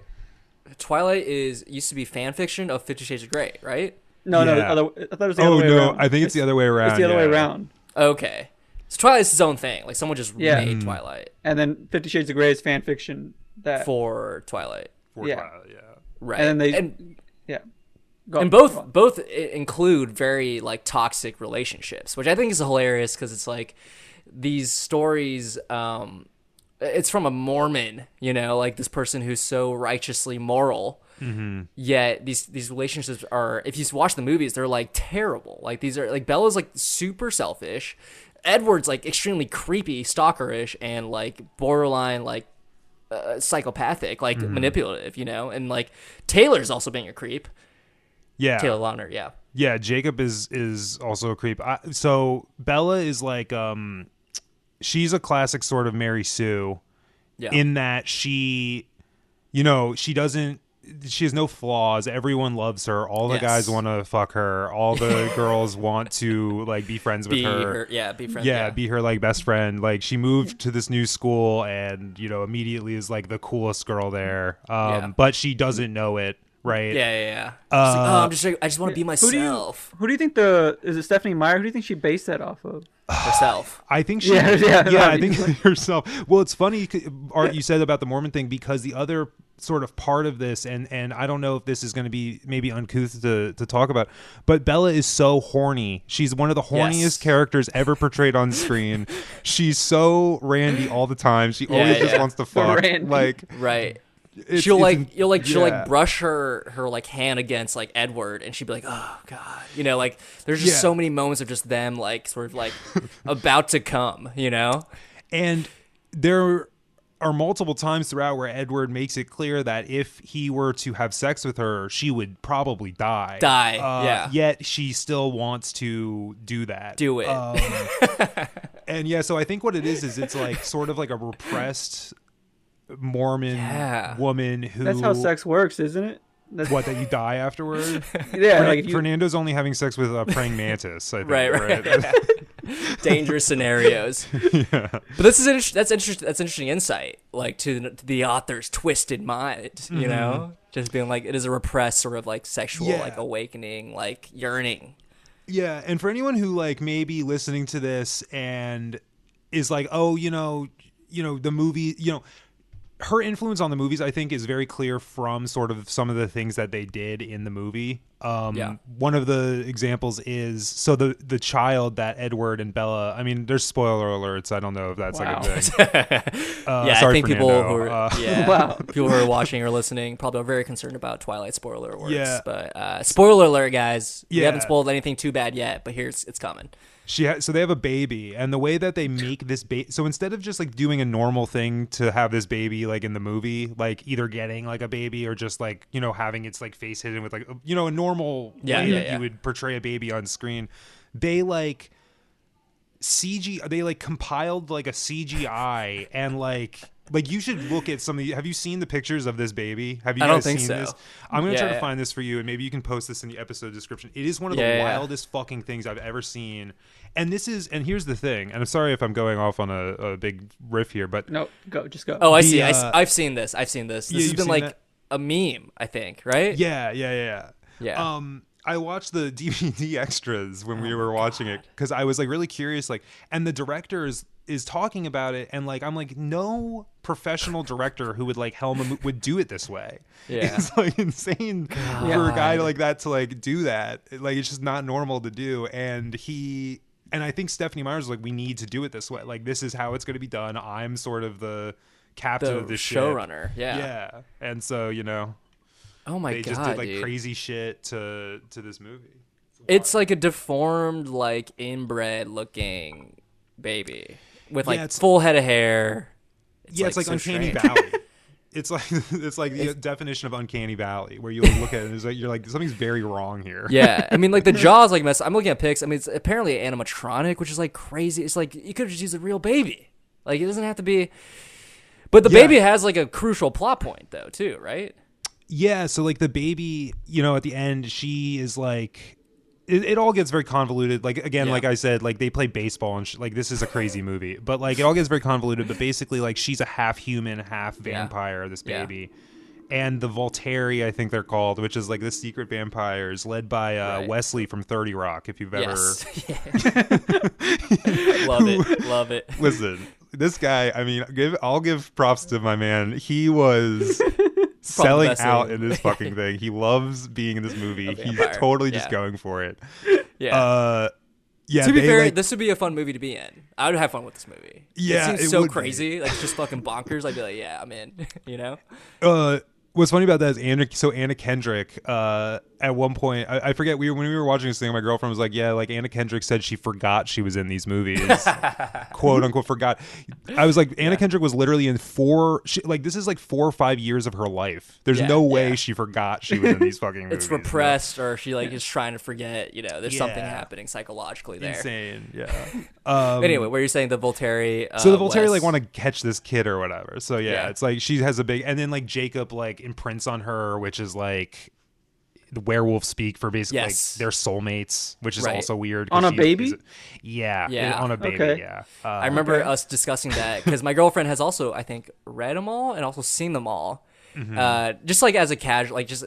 Speaker 3: Twilight is used to be fan fiction of Fifty Shades of Grey, right?
Speaker 4: no, no.
Speaker 6: Yeah.
Speaker 4: Other, I thought it was the
Speaker 6: Oh
Speaker 4: other way
Speaker 6: no,
Speaker 4: around.
Speaker 6: I think it's the other way around.
Speaker 4: it's the other way
Speaker 6: yeah.
Speaker 4: around.
Speaker 3: Okay. So Twilight's its own thing. Like someone just
Speaker 4: Yeah.
Speaker 6: Mm.
Speaker 3: made Twilight
Speaker 4: And then Fifty Shades of Grey is fan fiction. That
Speaker 3: for Twilight.
Speaker 6: For
Speaker 4: Yeah.
Speaker 6: Twilight, yeah.
Speaker 3: Right.
Speaker 4: and then they
Speaker 3: and
Speaker 4: yeah. Go on,
Speaker 3: and
Speaker 4: go
Speaker 3: both
Speaker 4: on.
Speaker 3: both i- include very like toxic relationships which i think is hilarious because it's like these stories um it's from a mormon you know like this person who's so righteously moral
Speaker 4: Mm-hmm.
Speaker 3: Yet these these relationships are, if you just watch the movies, they're like terrible. Like these are like Bella's like super selfish, Edward's like extremely creepy, stalkerish, and like borderline like uh, psychopathic, like
Speaker 4: Mm-hmm.
Speaker 3: manipulative. You know, and like Taylor's also being a creep.
Speaker 6: Yeah.
Speaker 3: Taylor Lautner, yeah.
Speaker 6: Yeah, Jacob is is also a creep. I, so Bella is like um she's a classic sort of Mary Sue
Speaker 3: Yeah.
Speaker 6: in that she you know, she doesn't she has no flaws. Everyone loves her. All the
Speaker 3: Yes.
Speaker 6: guys want to fuck her. All the girls want to like be friends with
Speaker 3: be
Speaker 6: her.
Speaker 3: her, uh, yeah, be friends.
Speaker 6: yeah, be her like best friend. Like she moved to this new school and, you know, immediately is like the coolest girl there. Um
Speaker 3: Yeah.
Speaker 6: but she doesn't know it, Uh,
Speaker 3: yeah,
Speaker 6: right?
Speaker 3: yeah. yeah. She's like, oh, I'm just, I just want to be
Speaker 4: Who do you
Speaker 3: myself.
Speaker 4: who do you think the is it Stephanie Meyer? Who do you think she based that off of?
Speaker 3: Herself.
Speaker 6: I think she,
Speaker 4: Yeah,
Speaker 6: yeah,
Speaker 4: yeah,
Speaker 6: I think
Speaker 4: obviously.
Speaker 6: herself. Well, it's funny, c- Art, you said about the Mormon thing because the other sort of part of this, and and I don't know if this is going to be maybe uncouth to to talk about, but Bella is so horny. She's one of the horniest
Speaker 3: Yes.
Speaker 6: characters ever portrayed on screen. She's so randy all the time. She always just
Speaker 3: yeah.
Speaker 6: wants to fuck.
Speaker 4: Randy.
Speaker 6: Like
Speaker 3: Right.
Speaker 6: it's-
Speaker 3: she'll
Speaker 6: it's-
Speaker 3: like you'll like she'll
Speaker 6: yeah.
Speaker 3: like brush her her like hand against like Edward and she'd be like oh god you know like there's just
Speaker 6: Yeah.
Speaker 3: so many moments of just them like sort of like about to come you know
Speaker 6: And there are multiple times throughout where Edward makes it clear that if he were to have sex with her, she would probably die.
Speaker 3: Die,
Speaker 6: Uh,
Speaker 3: yeah.
Speaker 6: Yet she still wants to do that.
Speaker 3: do it
Speaker 6: Um, and yeah, so I think what it is is it's like sort of like a repressed Mormon
Speaker 3: Yeah.
Speaker 6: woman who.
Speaker 4: That's how sex works, isn't it? That's
Speaker 6: What that you die afterward?
Speaker 4: yeah, like if you,
Speaker 6: Fernando's only having sex with a praying mantis. I think,
Speaker 3: Right,
Speaker 6: right,
Speaker 3: right. dangerous scenarios but this is an, inter- that's interesting that's interesting insight like to the, to the author's twisted mind you know just being like it is a repressed sort of like sexual
Speaker 6: Mm-hmm. Yeah.
Speaker 3: like awakening like yearning
Speaker 6: Yeah, and for anyone who like maybe listening to this and is like, oh, you know, you know, the movie, you know, her influence on the movies, I think, is very clear from sort of some of the things that they did in the movie. Um,
Speaker 3: Yeah.
Speaker 6: One of the examples is so the the child that Edward and Bella. I mean, there's spoiler alerts. I don't know if that's
Speaker 4: Wow.
Speaker 6: like a thing. Uh,
Speaker 3: yeah,
Speaker 6: sorry,
Speaker 3: I think people
Speaker 6: Fernando.
Speaker 3: who are
Speaker 6: Uh,
Speaker 3: yeah,
Speaker 4: Wow.
Speaker 3: people who are watching or listening probably are very concerned about Twilight spoiler alerts.
Speaker 6: Yeah.
Speaker 3: But uh, spoiler alert, guys, we haven't
Speaker 6: Yeah.
Speaker 3: spoiled anything too bad yet, but here's it's coming.
Speaker 6: she ha- so they have a baby and the way that they make this baby so instead of just like doing a normal thing to have this baby like in the movie like either getting like a baby or just like you know having its like face hidden with like you know a normal
Speaker 3: Yeah,
Speaker 6: way
Speaker 3: yeah,
Speaker 6: that
Speaker 3: yeah.
Speaker 6: you would portray a baby on screen they like CG they like compiled like a CGI and like like you should look at some of the have you seen the pictures of this baby have you
Speaker 3: I don't
Speaker 6: guys
Speaker 3: think
Speaker 6: seen
Speaker 3: so.
Speaker 6: this i'm gonna
Speaker 3: Yeah,
Speaker 6: try to
Speaker 3: yeah.
Speaker 6: find this for you and maybe you can post this in the episode description it is one of the
Speaker 3: Yeah, yeah, yeah.
Speaker 6: wildest wildest fucking things I've ever seen. And this is, and here's the thing, and I'm sorry if I'm going off on a, a big riff here, but
Speaker 4: no go just go.
Speaker 3: Oh, I
Speaker 6: The,
Speaker 3: see. I
Speaker 6: uh,
Speaker 3: have seen this. I've seen this. This
Speaker 6: yeah,
Speaker 3: has
Speaker 6: you've
Speaker 3: been
Speaker 6: seen
Speaker 3: like
Speaker 6: that?
Speaker 3: a meme, I think. Right?
Speaker 6: yeah, yeah, yeah,
Speaker 3: Yeah. Oh
Speaker 6: Um, I watched the DVD extras when we were watching it because I was like really curious, like, and the director is is talking about it, and like I'm like, no professional director who would like helm a mo- would do it this way.
Speaker 3: Yeah.
Speaker 6: It's like insane for a guy like that to like do that. Like it's just not normal to do. And he and I think Stephanie Myers was like, we need to do it this way. Like this is how it's going to be done. I'm sort of the captain
Speaker 3: The
Speaker 6: of this ship.
Speaker 3: showrunner. Yeah.
Speaker 6: Yeah. And so you know
Speaker 3: Oh my
Speaker 6: they
Speaker 3: god,
Speaker 6: just did like
Speaker 3: dude.
Speaker 6: crazy shit to to this movie.
Speaker 3: It's like a deformed, like inbred looking baby with like
Speaker 6: it's-
Speaker 3: full head of hair.
Speaker 6: yeah, it's like
Speaker 3: so
Speaker 6: uncanny
Speaker 3: strange.
Speaker 6: valley. It's like it's like the definition of uncanny valley, where you look at it and it's like you're like something's very wrong here.
Speaker 3: Yeah, I mean, like the jaws, like mess. I'm looking at pics. I mean, it's apparently animatronic, which is like crazy. It's like you could just use a real baby. Like it doesn't have to be. But the
Speaker 6: Yeah.
Speaker 3: baby has like a crucial plot point though, too, right?
Speaker 6: Yeah, so like the baby, you know, at the end, she is like, it, it all gets very convoluted. Like again,
Speaker 3: Yeah.
Speaker 6: like I said, like they play baseball and sh- like this is a crazy movie, but like it all gets very convoluted. But basically, like she's a half human, half vampire. This
Speaker 3: Yeah.
Speaker 6: baby. And the Volteri, I think they're called, which is like the secret vampires, led by uh,
Speaker 3: Right.
Speaker 6: Wesley from Thirty Rock. If you've ever
Speaker 3: Yes. Yeah. love it. Love it.
Speaker 6: Listen, this guy, I mean, give I'll give props to my man. He was selling
Speaker 3: best
Speaker 6: out
Speaker 3: thing.
Speaker 6: in this fucking thing. He loves being in this movie. He's
Speaker 3: vampire,
Speaker 6: totally just
Speaker 3: yeah.
Speaker 6: going for it.
Speaker 3: Yeah.
Speaker 6: Uh yeah,
Speaker 3: to be
Speaker 6: they,
Speaker 3: fair,
Speaker 6: like-
Speaker 3: this would be a fun movie to be in. I would have fun with this movie.
Speaker 6: Yeah,
Speaker 3: it seems
Speaker 6: it
Speaker 3: so
Speaker 6: would be.
Speaker 3: crazy, like just fucking bonkers. I'd be like, yeah, I'm in. you know?
Speaker 6: uh what's funny about that is Anna. So Anna Kendrick, uh, at one point, I, I forget we were, when we were watching this thing. My girlfriend was like, "Yeah, like Anna Kendrick said she forgot she was in these movies, quote unquote forgot." I was like, Anna Kendrick was literally in four. She, like this is like four or five years of her life. There's
Speaker 3: Yeah,
Speaker 6: no way
Speaker 3: yeah.
Speaker 6: she forgot she was in these fucking. movies.
Speaker 3: It's repressed, or she like is trying to forget. You know, there's something
Speaker 6: Yeah.
Speaker 3: happening psychologically there.
Speaker 6: Insane. Yeah. Um,
Speaker 3: Anyway, where you're saying the Volteri? Uh,
Speaker 6: so the Volteri like
Speaker 3: West-
Speaker 6: want to catch this kid or whatever. So yeah,
Speaker 3: Yeah.
Speaker 6: it's like she has a big, and then like Jacob like imprints on her, which is like the werewolf speak for basically
Speaker 3: Yes.
Speaker 6: like their soulmates, which is
Speaker 3: Right.
Speaker 6: also weird.
Speaker 4: On
Speaker 6: 'cause
Speaker 4: a
Speaker 6: she is-
Speaker 4: baby?
Speaker 6: yeah,
Speaker 3: Yeah.
Speaker 6: on a baby.
Speaker 4: Okay.
Speaker 6: Yeah,
Speaker 3: I
Speaker 6: uh,
Speaker 3: remember us discussing that because my girlfriend has also, I think, read them all and also seen them all.
Speaker 4: Mm-hmm.
Speaker 3: Uh, just like as a casual, like just, uh,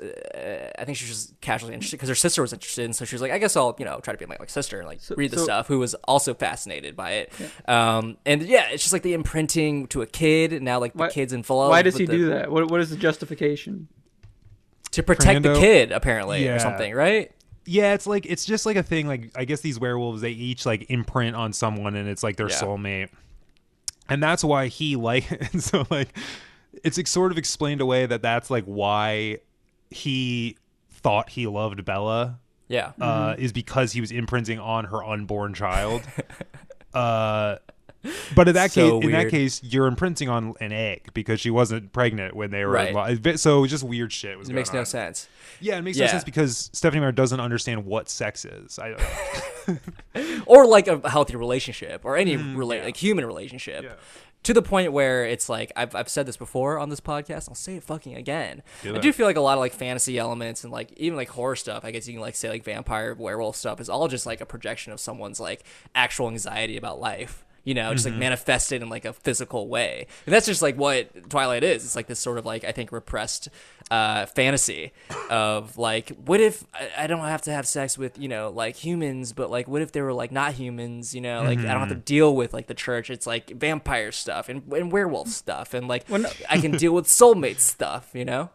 Speaker 3: I think she was just casually interested because her sister was interested, and so she was like, I guess I'll, you know, try to be like my sister and like read the
Speaker 4: so-
Speaker 3: stuff. Who was also fascinated by it, um, and yeah, it's just like the imprinting to a kid. and Now, like the
Speaker 4: Why-
Speaker 3: kids in full.
Speaker 4: Why does he do that? What What is the justification?
Speaker 3: to protect the
Speaker 6: Fernando?
Speaker 3: kid apparently
Speaker 6: Yeah.
Speaker 3: or something, right?
Speaker 6: yeah. It's like it's just like a thing. Like I guess these werewolves they each like imprint on someone, and it's like their
Speaker 3: Yeah.
Speaker 6: soulmate, and that's why he like. And so like, it's like, sort of explained away that that's like why he thought he loved Bella
Speaker 3: Yeah,
Speaker 6: uh, is because he was imprinting on her unborn child. uh, but in that
Speaker 3: So
Speaker 6: case, in that
Speaker 3: weird.
Speaker 6: case, you're imprinting on an egg because she wasn't pregnant when they were
Speaker 3: Right.
Speaker 6: in life. So it was just weird shit. Was
Speaker 3: it makes
Speaker 6: going
Speaker 3: no
Speaker 6: on.
Speaker 3: sense.
Speaker 6: Yeah, it makes
Speaker 3: Yeah.
Speaker 6: no sense because Stephanie Meyer doesn't understand what sex is. I don't know.
Speaker 3: or like a healthy relationship or any
Speaker 6: Mm,
Speaker 3: rela- like human relationship to the point where it's like I've, I've said this before on this podcast i'll say it fucking again i
Speaker 6: it.
Speaker 3: do feel like a lot of like fantasy elements and like even like horror stuff i guess you can like say like vampire werewolf stuff is all just like a projection of someone's like actual anxiety about life you know just
Speaker 6: Mm-hmm.
Speaker 3: like manifested in like a physical way and that's just like what twilight is it's like this sort of like i think repressed uh fantasy of like what if I, I don't have to have sex with you know like humans but like what if they were like not humans you know like i don't have
Speaker 6: Mm-hmm.
Speaker 3: to deal with like the church it's like vampire stuff and, and werewolf stuff and like i can deal with soulmate stuff you know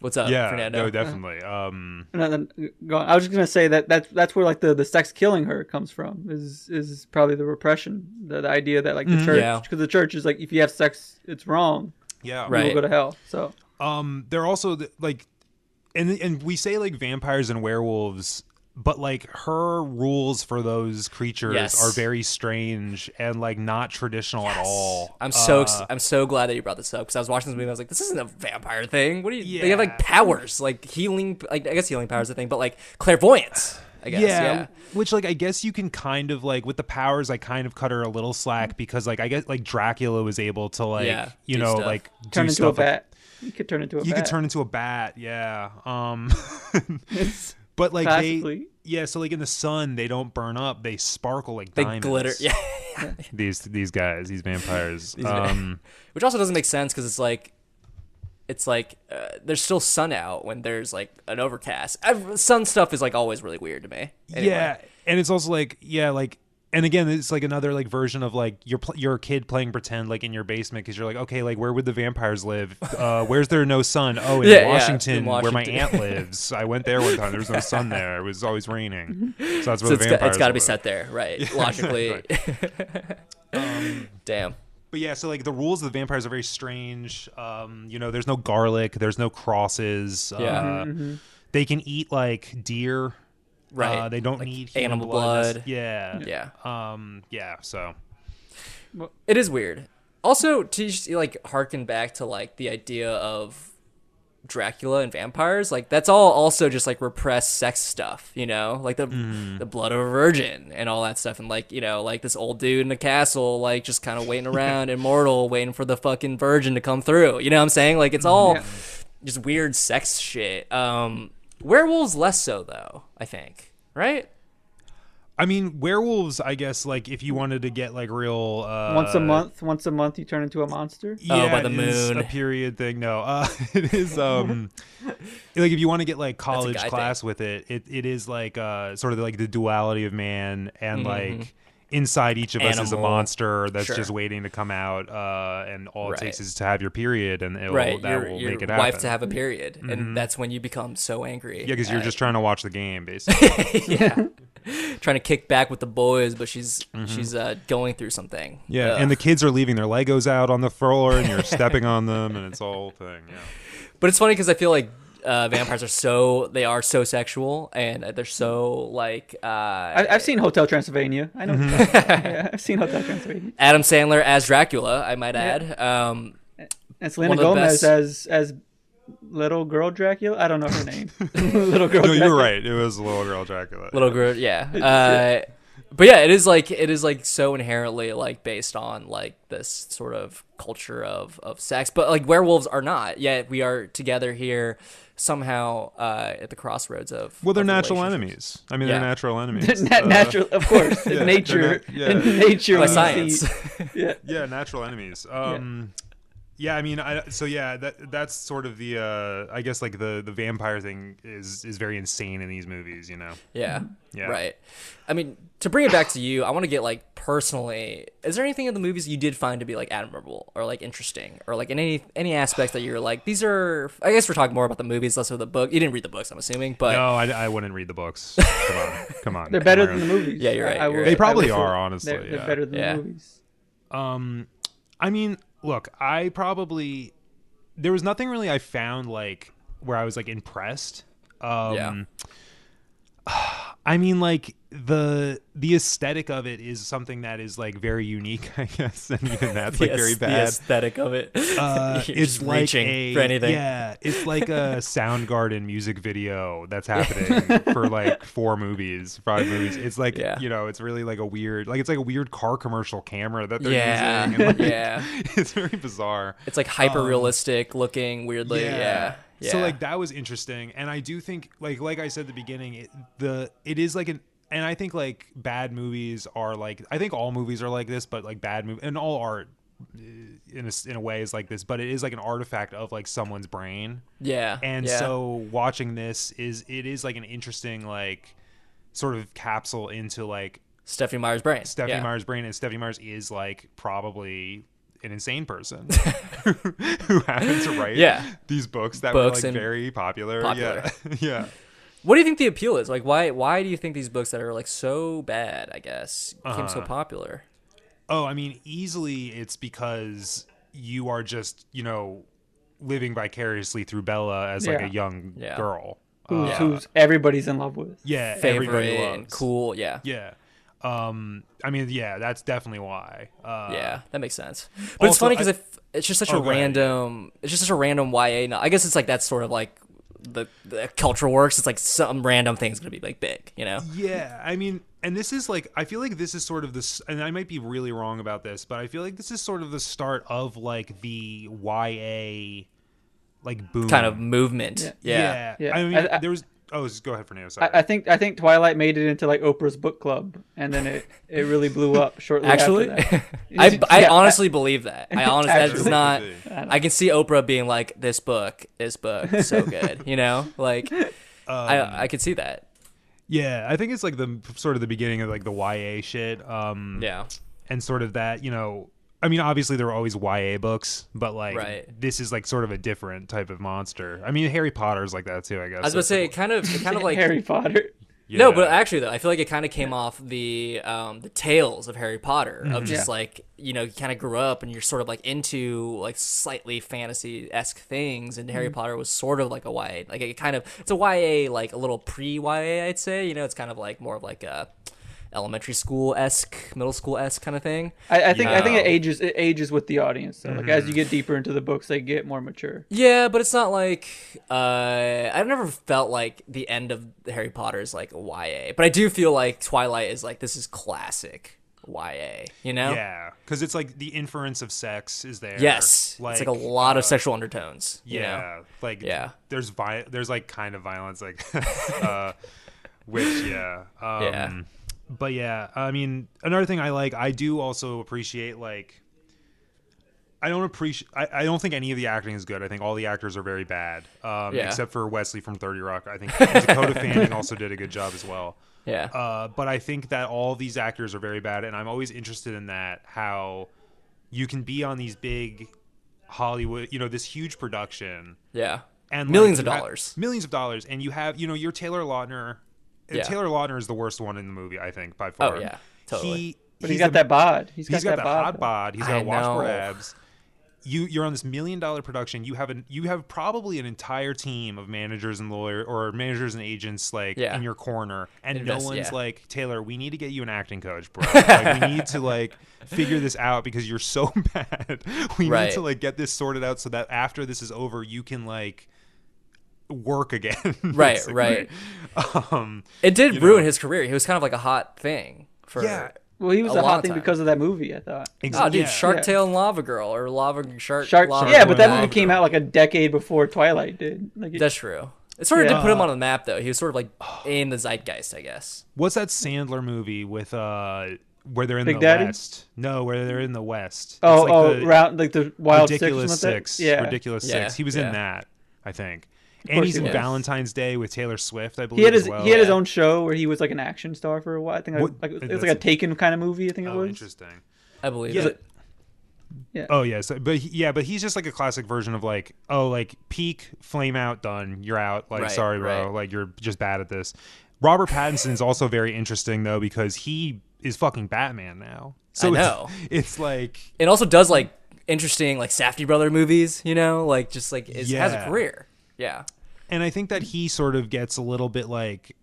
Speaker 3: what's up
Speaker 6: yeah,
Speaker 3: fernando
Speaker 6: no, definitely. Um,
Speaker 4: And then go on. I was just gonna say that that's that's where like the, the sex killing her comes from is is probably the repression, the, the idea that like the church
Speaker 3: Mm-hmm. Yeah.
Speaker 4: because the church is like if you have sex it's wrong,
Speaker 6: yeah,
Speaker 4: you
Speaker 3: Right.
Speaker 4: will go to hell. So
Speaker 6: um they're also th- like and and we say like vampires and werewolves but like her rules for those creatures
Speaker 3: Yes.
Speaker 6: are very strange and like not traditional at all
Speaker 3: I'm so
Speaker 6: Uh.
Speaker 3: ex- I'm so glad that you brought this up because I was watching this movie. and I was like, this isn't a vampire thing. What do you? They have like
Speaker 6: Yeah.
Speaker 3: powers, like healing. Like I guess healing powers is a thing, but like clairvoyance. I guess. Yeah.
Speaker 6: which like i guess you can kind of like with the powers i kind of cut her a little slack because like i guess like dracula was able to like
Speaker 3: Yeah,
Speaker 6: you
Speaker 3: do
Speaker 6: know
Speaker 3: stuff.
Speaker 6: like
Speaker 4: turn
Speaker 6: do
Speaker 4: into a
Speaker 6: stuff like-
Speaker 4: bat. you could turn into a
Speaker 6: you
Speaker 4: bat.
Speaker 6: could turn into a bat yeah um
Speaker 4: It's-
Speaker 6: but like
Speaker 4: Classically.
Speaker 6: they yeah so like in the sun they don't burn up they sparkle like
Speaker 3: They
Speaker 6: diamonds
Speaker 3: glitter. Yeah.
Speaker 6: these these guys these vampires um
Speaker 3: Which also doesn't make sense because it's like. It's like uh, there's still sun out when there's like an overcast. I've, sun stuff is like always really weird to me. Anyway.
Speaker 6: yeah and it's also like yeah like and again it's like another like version of like your pl- your kid playing pretend like in your basement because you're like okay like where would the vampires live uh where's there no sun oh in,
Speaker 3: Yeah, yeah, in
Speaker 6: washington, where my
Speaker 3: Washington.
Speaker 6: aunt lives i went there one time there was no sun there it was always raining so that's
Speaker 3: So
Speaker 6: where the
Speaker 3: it's got,
Speaker 6: vampires
Speaker 3: it's got to be
Speaker 6: live.
Speaker 3: set there, right? Logically.
Speaker 6: Um,
Speaker 3: Damn.
Speaker 6: But yeah, so like the rules of the vampires are very strange. Um, you know, there's no garlic, there's no crosses.
Speaker 3: Yeah.
Speaker 6: Uh, They can eat like deer.
Speaker 3: Right.
Speaker 6: Uh, they don't
Speaker 3: Like,
Speaker 6: need human
Speaker 3: animal
Speaker 6: blood.
Speaker 3: blood.
Speaker 6: Yeah.
Speaker 3: Yeah.
Speaker 6: Um. Yeah. So.
Speaker 3: It is weird. Also, to just, like harken back to like the idea of Dracula and vampires, like that's all also just like repressed sex stuff, you know, like the
Speaker 6: Mm-hmm.
Speaker 3: the blood of a virgin and all that stuff, and like you know, like this old dude in a castle, like just kind of waiting around, immortal, waiting for the fucking virgin to come through. You know what I'm saying? Like
Speaker 6: Mm-hmm.
Speaker 3: it's all just weird sex shit. Um, werewolves less so though, I think. Right?
Speaker 6: I mean, werewolves. I guess like if you wanted to get like real. Uh,
Speaker 4: once a month, once a month you turn into a monster.
Speaker 3: Oh,
Speaker 6: yeah,
Speaker 3: by the
Speaker 6: it is
Speaker 3: moon.
Speaker 6: a period thing. No, uh, it is um, like if you want to get like college
Speaker 3: guy
Speaker 6: class with it, it it is like uh, sort of like the duality of man and like inside each of us is a
Speaker 3: Mm-hmm, Animal.
Speaker 6: monster that's
Speaker 3: Sure.
Speaker 6: just waiting to come out, uh, and all
Speaker 3: Right.
Speaker 6: it takes is to have your period, and it will,
Speaker 3: right.
Speaker 6: that
Speaker 3: your
Speaker 6: will
Speaker 3: your
Speaker 6: make it happen. Mm-hmm.
Speaker 3: wife to have a period, and that's when you become so angry.
Speaker 6: yeah, because
Speaker 3: at
Speaker 6: you're
Speaker 3: it.
Speaker 6: just trying to watch the game, basically.
Speaker 3: yeah trying to kick back with the boys but she's
Speaker 6: Mm-hmm.
Speaker 3: she's uh going through something Uh,
Speaker 6: yeah, and the kids are leaving their Legos out on the floor, and you're stepping on them, and it's all thing. Yeah.
Speaker 3: But it's funny because I feel like uh, vampires are so they are so sexual and they're so like uh,
Speaker 4: I, I've seen Hotel Transylvania. I know. yeah, I've seen Hotel Transylvania.
Speaker 3: Adam Sandler as Dracula. I might add. Um,
Speaker 4: And
Speaker 3: One
Speaker 4: Selena
Speaker 3: of the
Speaker 4: Gomez
Speaker 3: best-
Speaker 4: as as little girl Dracula. I don't know her name. little girl.
Speaker 6: No,
Speaker 4: Dracula.
Speaker 6: you're right. It was Little Girl Dracula.
Speaker 3: Little Groot, yeah. Uh, but yeah, it is like it is like so inherently like based on like this sort of culture of of sex, but like werewolves are not. Yet we are together here somehow uh, at the crossroads of
Speaker 6: Well, they're
Speaker 3: of
Speaker 6: natural
Speaker 3: relationships.
Speaker 6: enemies. I mean,
Speaker 3: Yeah.
Speaker 6: they're natural enemies.
Speaker 4: Nat-
Speaker 6: Uh,
Speaker 4: natural, of course. In
Speaker 6: they're
Speaker 4: nature,
Speaker 6: na- yeah.
Speaker 4: in nature,
Speaker 3: by
Speaker 4: we
Speaker 3: science.
Speaker 4: see- yeah.
Speaker 6: yeah, natural enemies. Um, yeah. I mean, I, so yeah, that that's sort of the uh, I guess like the the vampire thing is is very insane in these movies. You know,
Speaker 3: yeah.
Speaker 6: Yeah.
Speaker 3: Right. I mean, to bring it back to you, I want to get like personally. Is there anything in the movies you did find to be like admirable or like interesting or like in any any aspects that you were like these are? I guess we're talking more about the movies, less of the book. You didn't read the books, I'm assuming, but
Speaker 6: no, I, I wouldn't read the books. Come on, come on.
Speaker 4: They're better than the movies.
Speaker 3: Yeah, you're right,
Speaker 4: I
Speaker 3: you're
Speaker 4: will-
Speaker 3: right. They
Speaker 6: They probably
Speaker 4: I will-
Speaker 6: are, honestly.
Speaker 4: They're,
Speaker 6: yeah.
Speaker 4: they're better than
Speaker 3: Yeah.
Speaker 4: the movies.
Speaker 6: Um, I mean, look, I probably there was nothing really I found like where I was like impressed. Um,
Speaker 3: Yeah.
Speaker 6: I mean, like the the aesthetic of it is something that is like very unique, I guess, and even that's like
Speaker 3: the
Speaker 6: very
Speaker 3: aes- the
Speaker 6: bad.
Speaker 3: aesthetic of it.
Speaker 6: Uh,
Speaker 3: You're
Speaker 6: it's
Speaker 3: just
Speaker 6: like
Speaker 3: reaching
Speaker 6: a,
Speaker 3: for anything.
Speaker 6: Yeah, it's like a Soundgarden music video that's happening for like four movies, five movies. It's like
Speaker 3: Yeah.
Speaker 6: you know, it's really like a weird, like it's like a weird car commercial camera that they're
Speaker 3: Yeah,
Speaker 6: using. and, like,
Speaker 3: yeah.
Speaker 6: it's very bizarre.
Speaker 3: It's like hyper realistic looking weirdly. Yeah. yeah.
Speaker 6: Um, So like that was interesting, and I do think like like I said at the beginning, it, the it is like an and I think like bad movies are like I think all movies are like this, but like bad movie and all art uh, in a, s- in a way is like this, but it is like an artifact of like someone's brain,
Speaker 3: yeah,
Speaker 6: and
Speaker 3: yeah.
Speaker 6: so watching this is it is like an interesting like sort of capsule into like
Speaker 3: Stephanie Meyer's brain.
Speaker 6: Stephanie
Speaker 3: yeah.
Speaker 6: Meyer's brain, and Stephanie Meyer's is like probably an insane person who happened to write
Speaker 3: Yeah.
Speaker 6: these books that
Speaker 3: Books
Speaker 6: were
Speaker 3: and
Speaker 6: like very popular.
Speaker 3: popular.
Speaker 6: Yeah, yeah.
Speaker 3: What do you think the appeal is? Like, why why do you think these books that are like so bad, I guess, became
Speaker 6: Uh-huh.
Speaker 3: so popular?
Speaker 6: Oh, I mean, easily it's because you are just you know living vicariously through Bella as like
Speaker 4: Yeah.
Speaker 6: a young
Speaker 3: Yeah.
Speaker 6: girl.
Speaker 4: Who's,
Speaker 6: Uh,
Speaker 4: who's everybody's in love with?
Speaker 6: yeah, everybody
Speaker 3: Favorite, and
Speaker 6: loves.
Speaker 3: cool, yeah. yeah.
Speaker 6: Yeah. Um, I mean, yeah, that's definitely why. Uh,
Speaker 3: that makes sense. But it's
Speaker 6: also,
Speaker 3: funny because
Speaker 6: I-
Speaker 3: it's just such
Speaker 6: Oh,
Speaker 3: a
Speaker 6: go ahead, yeah.
Speaker 3: random, it's just such a random YA. No- I guess it's like that's sort of like the, the cultural works. It's like some random thing's gonna be like big, you know?
Speaker 6: Yeah, I mean, and this is like I feel like this is sort of this, and I might be really wrong about this, but I feel like this is sort of the start of like the YA like boom
Speaker 3: Kind of movement. yeah.
Speaker 6: yeah.
Speaker 4: Yeah.
Speaker 6: I mean,
Speaker 4: I- I-
Speaker 6: there was. Oh, just go ahead, Fernando. Sorry.
Speaker 4: I, I think I think Twilight made it into like Oprah's book club, and then it, it really blew up shortly.
Speaker 3: Actually,
Speaker 4: after that.
Speaker 3: I, I
Speaker 4: Yeah,
Speaker 3: honestly believe that. I honestly that is
Speaker 4: Actually.
Speaker 3: not.
Speaker 6: Could be.
Speaker 3: I can see Oprah being like, "This book, this book, is so good," you know. Like,
Speaker 6: Um,
Speaker 3: I I could see that.
Speaker 6: yeah, I think it's like the sort of the beginning of like the YA shit. Um,
Speaker 3: Yeah,
Speaker 6: and sort of that you know i mean obviously there are always ya books but like
Speaker 3: Right.
Speaker 6: this is like sort of a different type of monster i mean harry potter's like that too i guess
Speaker 3: I was about to say, it kind of, it kind of like.
Speaker 4: Harry Potter.
Speaker 3: No, but actually though, I feel like it kind of came off the um, the tales of Harry Potter of just
Speaker 4: Yeah.
Speaker 3: like you know you kind of grew up and you're sort of like into like slightly fantasy esque things, and Harry Potter was sort of like a YA, like it kind of it's a YA like a little pre YA I'd say. You know, it's kind of like more of like a elementary school esque, middle school esque kind of thing.
Speaker 4: I, I think I think it
Speaker 3: Yeah.
Speaker 4: ages it ages with the audience. though. like as you
Speaker 6: Mm.
Speaker 4: get deeper into the books, they get more mature.
Speaker 3: Yeah, but it's not like uh, I've never felt like the end of Harry Potter is like YA, but I do feel like Twilight is like this is classic YA. You know?
Speaker 6: yeah because it's like the inference of sex is there
Speaker 3: Yes, it's like a lot of sexual undertones. you know?
Speaker 6: uh, yeah like
Speaker 3: Yeah.
Speaker 6: there's vi- there's like kind of violence like uh which yeah um
Speaker 3: Yeah.
Speaker 6: but yeah i mean another thing i like i do also appreciate like i don't appreciate I, I don't think any of the acting is good i think all the actors are very bad um
Speaker 3: Yeah.
Speaker 6: except for wesley from 30 rock i think dakota fanning also did a good job as well
Speaker 3: yeah,
Speaker 6: uh, but I think that all these actors are very bad, and I'm always interested in that how you can be on these big Hollywood, you know, this huge production
Speaker 3: yeah.
Speaker 6: and like,
Speaker 3: millions of
Speaker 6: you have-
Speaker 3: dollars.
Speaker 6: millions of dollars, and you have, you know, you're Taylor Lautner. and
Speaker 3: Yeah. Oh,
Speaker 6: Taylor Lautner is the worst one in the movie, I think, by far.
Speaker 3: yeah, totally.
Speaker 6: He,
Speaker 4: But he's got that bod.
Speaker 6: He's got, that, hot
Speaker 4: bod.
Speaker 6: bod. He's
Speaker 3: I
Speaker 6: got washboard
Speaker 3: know.
Speaker 6: abs. you you're on this million dollar production. You have an you have probably an entire team of managers and lawyer or managers and agents like
Speaker 3: Yeah.
Speaker 6: in your corner, and
Speaker 3: Invest-
Speaker 6: no one's
Speaker 3: yeah.
Speaker 6: like Taylor. We need to get you an acting coach, bro. like, we need to like figure this out because you're so bad. We
Speaker 3: Right.
Speaker 6: need to like get this sorted out so that after this is over, you can like work again.
Speaker 3: Right,
Speaker 6: basically.
Speaker 3: right.
Speaker 6: Um,
Speaker 3: It did
Speaker 6: you
Speaker 3: ruin
Speaker 6: know.
Speaker 3: his career. He was kind of like a hot thing for
Speaker 6: Yeah.
Speaker 4: Well, he was
Speaker 3: A
Speaker 4: a,
Speaker 3: lot of
Speaker 4: hot thing
Speaker 3: time.
Speaker 4: because of that movie. I thought
Speaker 6: exa-
Speaker 3: Oh, dude,
Speaker 6: yeah.
Speaker 3: Shark
Speaker 4: Yeah.
Speaker 3: Tale and Lava Girl or Lava Shark.
Speaker 4: Shark.
Speaker 3: Lava
Speaker 4: yeah,
Speaker 3: Girl
Speaker 4: but
Speaker 3: and
Speaker 4: that
Speaker 3: Lava
Speaker 4: movie came
Speaker 3: Girl.
Speaker 4: out like a decade before Twilight did. Like,
Speaker 3: That's true. It sort of
Speaker 4: Yeah.
Speaker 3: did put him on the map, though. He was sort of like in the zeitgeist, I guess.
Speaker 6: What's that Sandler movie with uh where they're in
Speaker 4: Big
Speaker 6: the
Speaker 4: Daddy?
Speaker 6: West? No, where they're in the West. It's
Speaker 4: oh,
Speaker 6: like
Speaker 4: oh,
Speaker 6: the
Speaker 4: round like the Wild Six. or
Speaker 6: ridiculous
Speaker 4: something like
Speaker 6: six,
Speaker 4: that? Yeah,
Speaker 6: ridiculous
Speaker 3: Yeah,
Speaker 6: six. He was
Speaker 3: yeah.
Speaker 6: in that, I think. And
Speaker 4: course
Speaker 6: he's
Speaker 4: he
Speaker 6: in
Speaker 4: was.
Speaker 6: Valentine's Day with Taylor Swift, I believe.
Speaker 4: He had his
Speaker 6: as well.
Speaker 4: he had his own show where he was like an action star for a while. I think I-
Speaker 6: What-
Speaker 4: like, it was
Speaker 6: that's
Speaker 4: like a
Speaker 6: a-
Speaker 4: Taken kind of movie. I think it
Speaker 6: Oh,
Speaker 4: was.
Speaker 6: interesting.
Speaker 3: I believe
Speaker 6: Yeah.
Speaker 3: it.
Speaker 6: Oh yeah, so, but he, yeah, but he's just like a classic version of like, oh, like peak flame out, done, you're out. Like,
Speaker 3: Right,
Speaker 6: sorry, bro,
Speaker 3: right.
Speaker 6: like you're just bad at this. Robert Pattinson is also very interesting though because he is fucking Batman now. So
Speaker 3: I
Speaker 6: it's-
Speaker 3: know.
Speaker 6: it's like
Speaker 3: It also does like interesting, like Safety Brother movies, you know? Like, just like it has a
Speaker 6: Yeah.
Speaker 3: career. Yeah.
Speaker 6: and I think that he sort of gets a little bit like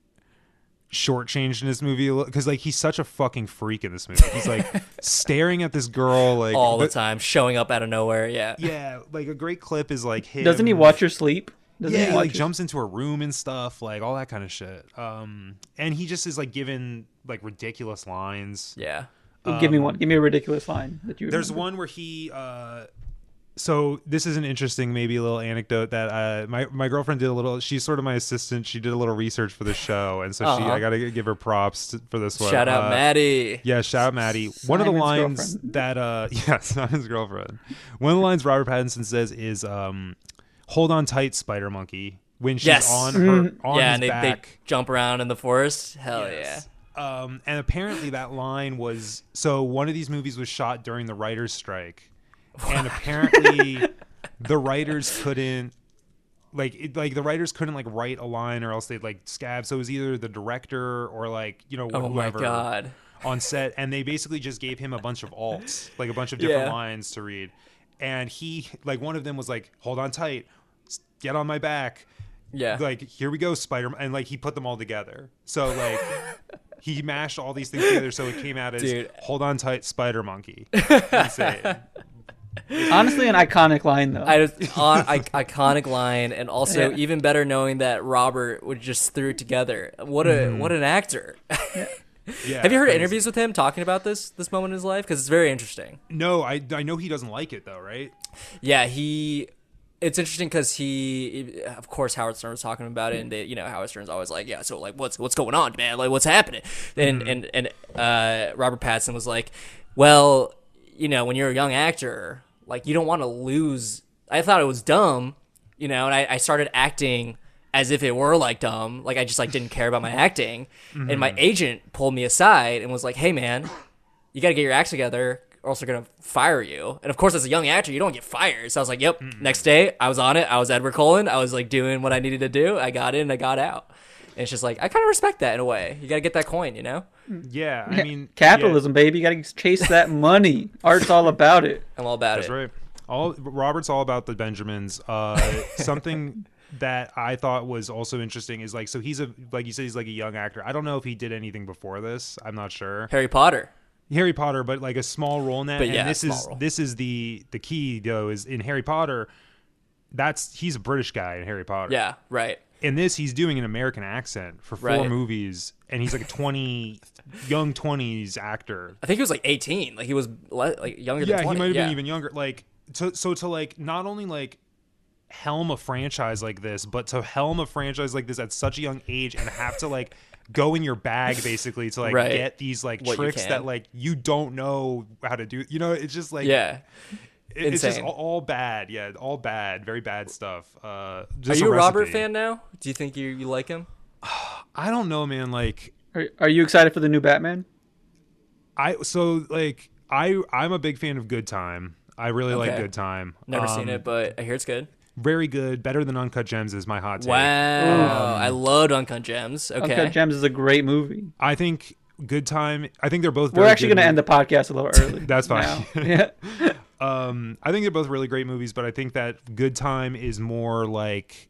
Speaker 6: shortchanged in this movie because like he's such a fucking freak in this movie. He's like staring at this girl like
Speaker 3: All the
Speaker 6: but-
Speaker 3: time, showing up out of nowhere. Yeah.
Speaker 6: Yeah, like a great clip is like him.
Speaker 4: Doesn't he watch her sleep? Doesn't
Speaker 6: Yeah,
Speaker 4: he
Speaker 6: he like
Speaker 4: watch her-
Speaker 6: jumps into her room and stuff, like all that kind of shit. Um, and he just is like given like ridiculous lines.
Speaker 3: Yeah.
Speaker 4: give me one. Give me a ridiculous line that you.
Speaker 6: um, There's
Speaker 4: remember.
Speaker 6: one where he. Uh, so this is an interesting, maybe a little anecdote that uh, my my girlfriend did a little. She's sort of my assistant. She did a little research for the show, and so she
Speaker 3: Uh-huh.
Speaker 6: I gotta give her props t- for this one.
Speaker 3: Shout out
Speaker 6: Uh,
Speaker 3: Maddie.
Speaker 6: Yeah, shout out Maddie. One of
Speaker 4: Simon's
Speaker 6: the lines
Speaker 4: girlfriend.
Speaker 6: that uh yeah, Simon's girlfriend. One of the lines Robert Pattinson says is um hold on tight, spider monkey. When she's
Speaker 3: Yes.
Speaker 4: Mm-hmm.
Speaker 6: on her on
Speaker 3: yeah,
Speaker 6: his
Speaker 3: and they, they
Speaker 6: back.
Speaker 3: jump around in the forest. Hell
Speaker 6: Um and apparently that line was so one of these movies was shot during the writer's strike. And apparently the writers couldn't like it, like the writers couldn't like write a line or else they'd like scab so it was either the director or like you know
Speaker 3: yeah. Oh
Speaker 6: whoever
Speaker 3: my god.
Speaker 6: on set, and they basically just gave him a bunch of alts, like a bunch of different
Speaker 3: Yeah.
Speaker 6: lines to read. And he, like, one of them was like, "Hold on tight, s- get on my back."
Speaker 3: Yeah.
Speaker 6: Like, here we go, Spider. And like, he put them all together. So like, he mashed all these things together, so it came out as
Speaker 3: Dude.
Speaker 6: "Hold on tight, Spider Monkey." Insane.
Speaker 4: Honestly, an iconic line though.
Speaker 3: I just on, I, iconic line, and also even better knowing that Robert would just threw it together. What a what an actor!
Speaker 6: Yeah,
Speaker 3: Have you heard
Speaker 6: Mm-hmm. crazy.
Speaker 3: interviews with him talking about this this moment in his life? Because it's very interesting.
Speaker 6: No, I I know he doesn't like it though, right?
Speaker 3: Yeah, he. It's interesting because he, of course, Howard Stern was talking about it, and they, you know, Howard Stern's always like, "Yeah, so like, what's what's going on, man? Like, what's happening?" And and and uh, Robert Pattinson was like, "Well, you know, when you're a young actor, like, you don't want to lose." I thought it was dumb, you know, and I, I started acting as if it were like dumb, like I just like didn't care about my acting, and my agent pulled me aside and was like, "Hey, man, you got to get your act together or else they're going to fire you. And of course, as a young actor, you don't get fired. So I was like, yep, next day I was on it. I was Edward Cullen. I was like doing what I needed to do. I got in, I got out. And it's just like, I kind of respect that in a way. You got to get that coin, you know?
Speaker 6: Yeah, I mean, yeah.
Speaker 4: capitalism, baby. You gotta chase that money. Art's all about it.
Speaker 3: I'm all about
Speaker 6: That's
Speaker 3: it.
Speaker 6: right. All Robert's all about the Benjamins. Uh, something that I thought was also interesting is like so he's a like you said he's like a young actor. I don't know if he did anything before this. I'm not sure.
Speaker 3: Harry Potter.
Speaker 6: Harry Potter, but like a small role in that.
Speaker 3: But
Speaker 6: and
Speaker 3: yeah,
Speaker 6: this
Speaker 3: small
Speaker 6: is
Speaker 3: role.
Speaker 6: this is the the key though is in Harry Potter. That's he's a British guy in Harry Potter.
Speaker 3: Yeah, right.
Speaker 6: In this, he's doing an American accent for four
Speaker 3: Right.
Speaker 6: movies, and he's like a twenty, young twenties actor.
Speaker 3: I think he was like 18. Like he was le- like younger
Speaker 6: yeah
Speaker 3: than 20.
Speaker 6: he might have
Speaker 3: Yeah.
Speaker 6: been even younger like to, so to like not only like helm a franchise like this but to helm a franchise like this at such a young age and have to like go in your bag basically to like
Speaker 3: Right.
Speaker 6: get these like
Speaker 3: What you
Speaker 6: tricks
Speaker 3: can.
Speaker 6: that like you don't know how to do you know it's just like
Speaker 3: Yeah.
Speaker 6: it- it's just
Speaker 3: insane.
Speaker 6: all, all bad yeah all bad very bad stuff uh
Speaker 3: Are
Speaker 6: just
Speaker 3: you a Robert
Speaker 6: recipe.
Speaker 3: fan now? Do you think you, you like him?
Speaker 6: i don't know man like
Speaker 4: Are, are you excited for the new Batman?
Speaker 6: i so like i i'm a big fan of good time i really like
Speaker 3: Okay.
Speaker 6: good time
Speaker 3: Never
Speaker 6: Um,
Speaker 3: seen it, but I hear it's good.
Speaker 6: very good better than uncut gems is my hot take Um,
Speaker 3: Wow. I loved Uncut Gems. Okay.
Speaker 4: Uncut Gems is a great movie.
Speaker 6: I think Good Time. I think they're both.
Speaker 4: We're
Speaker 6: very
Speaker 4: actually
Speaker 6: good
Speaker 4: gonna end the podcast a little early.
Speaker 6: That's fine.
Speaker 4: now. yeah.
Speaker 6: um, I think they're both really great movies, but I think that Good Time is more like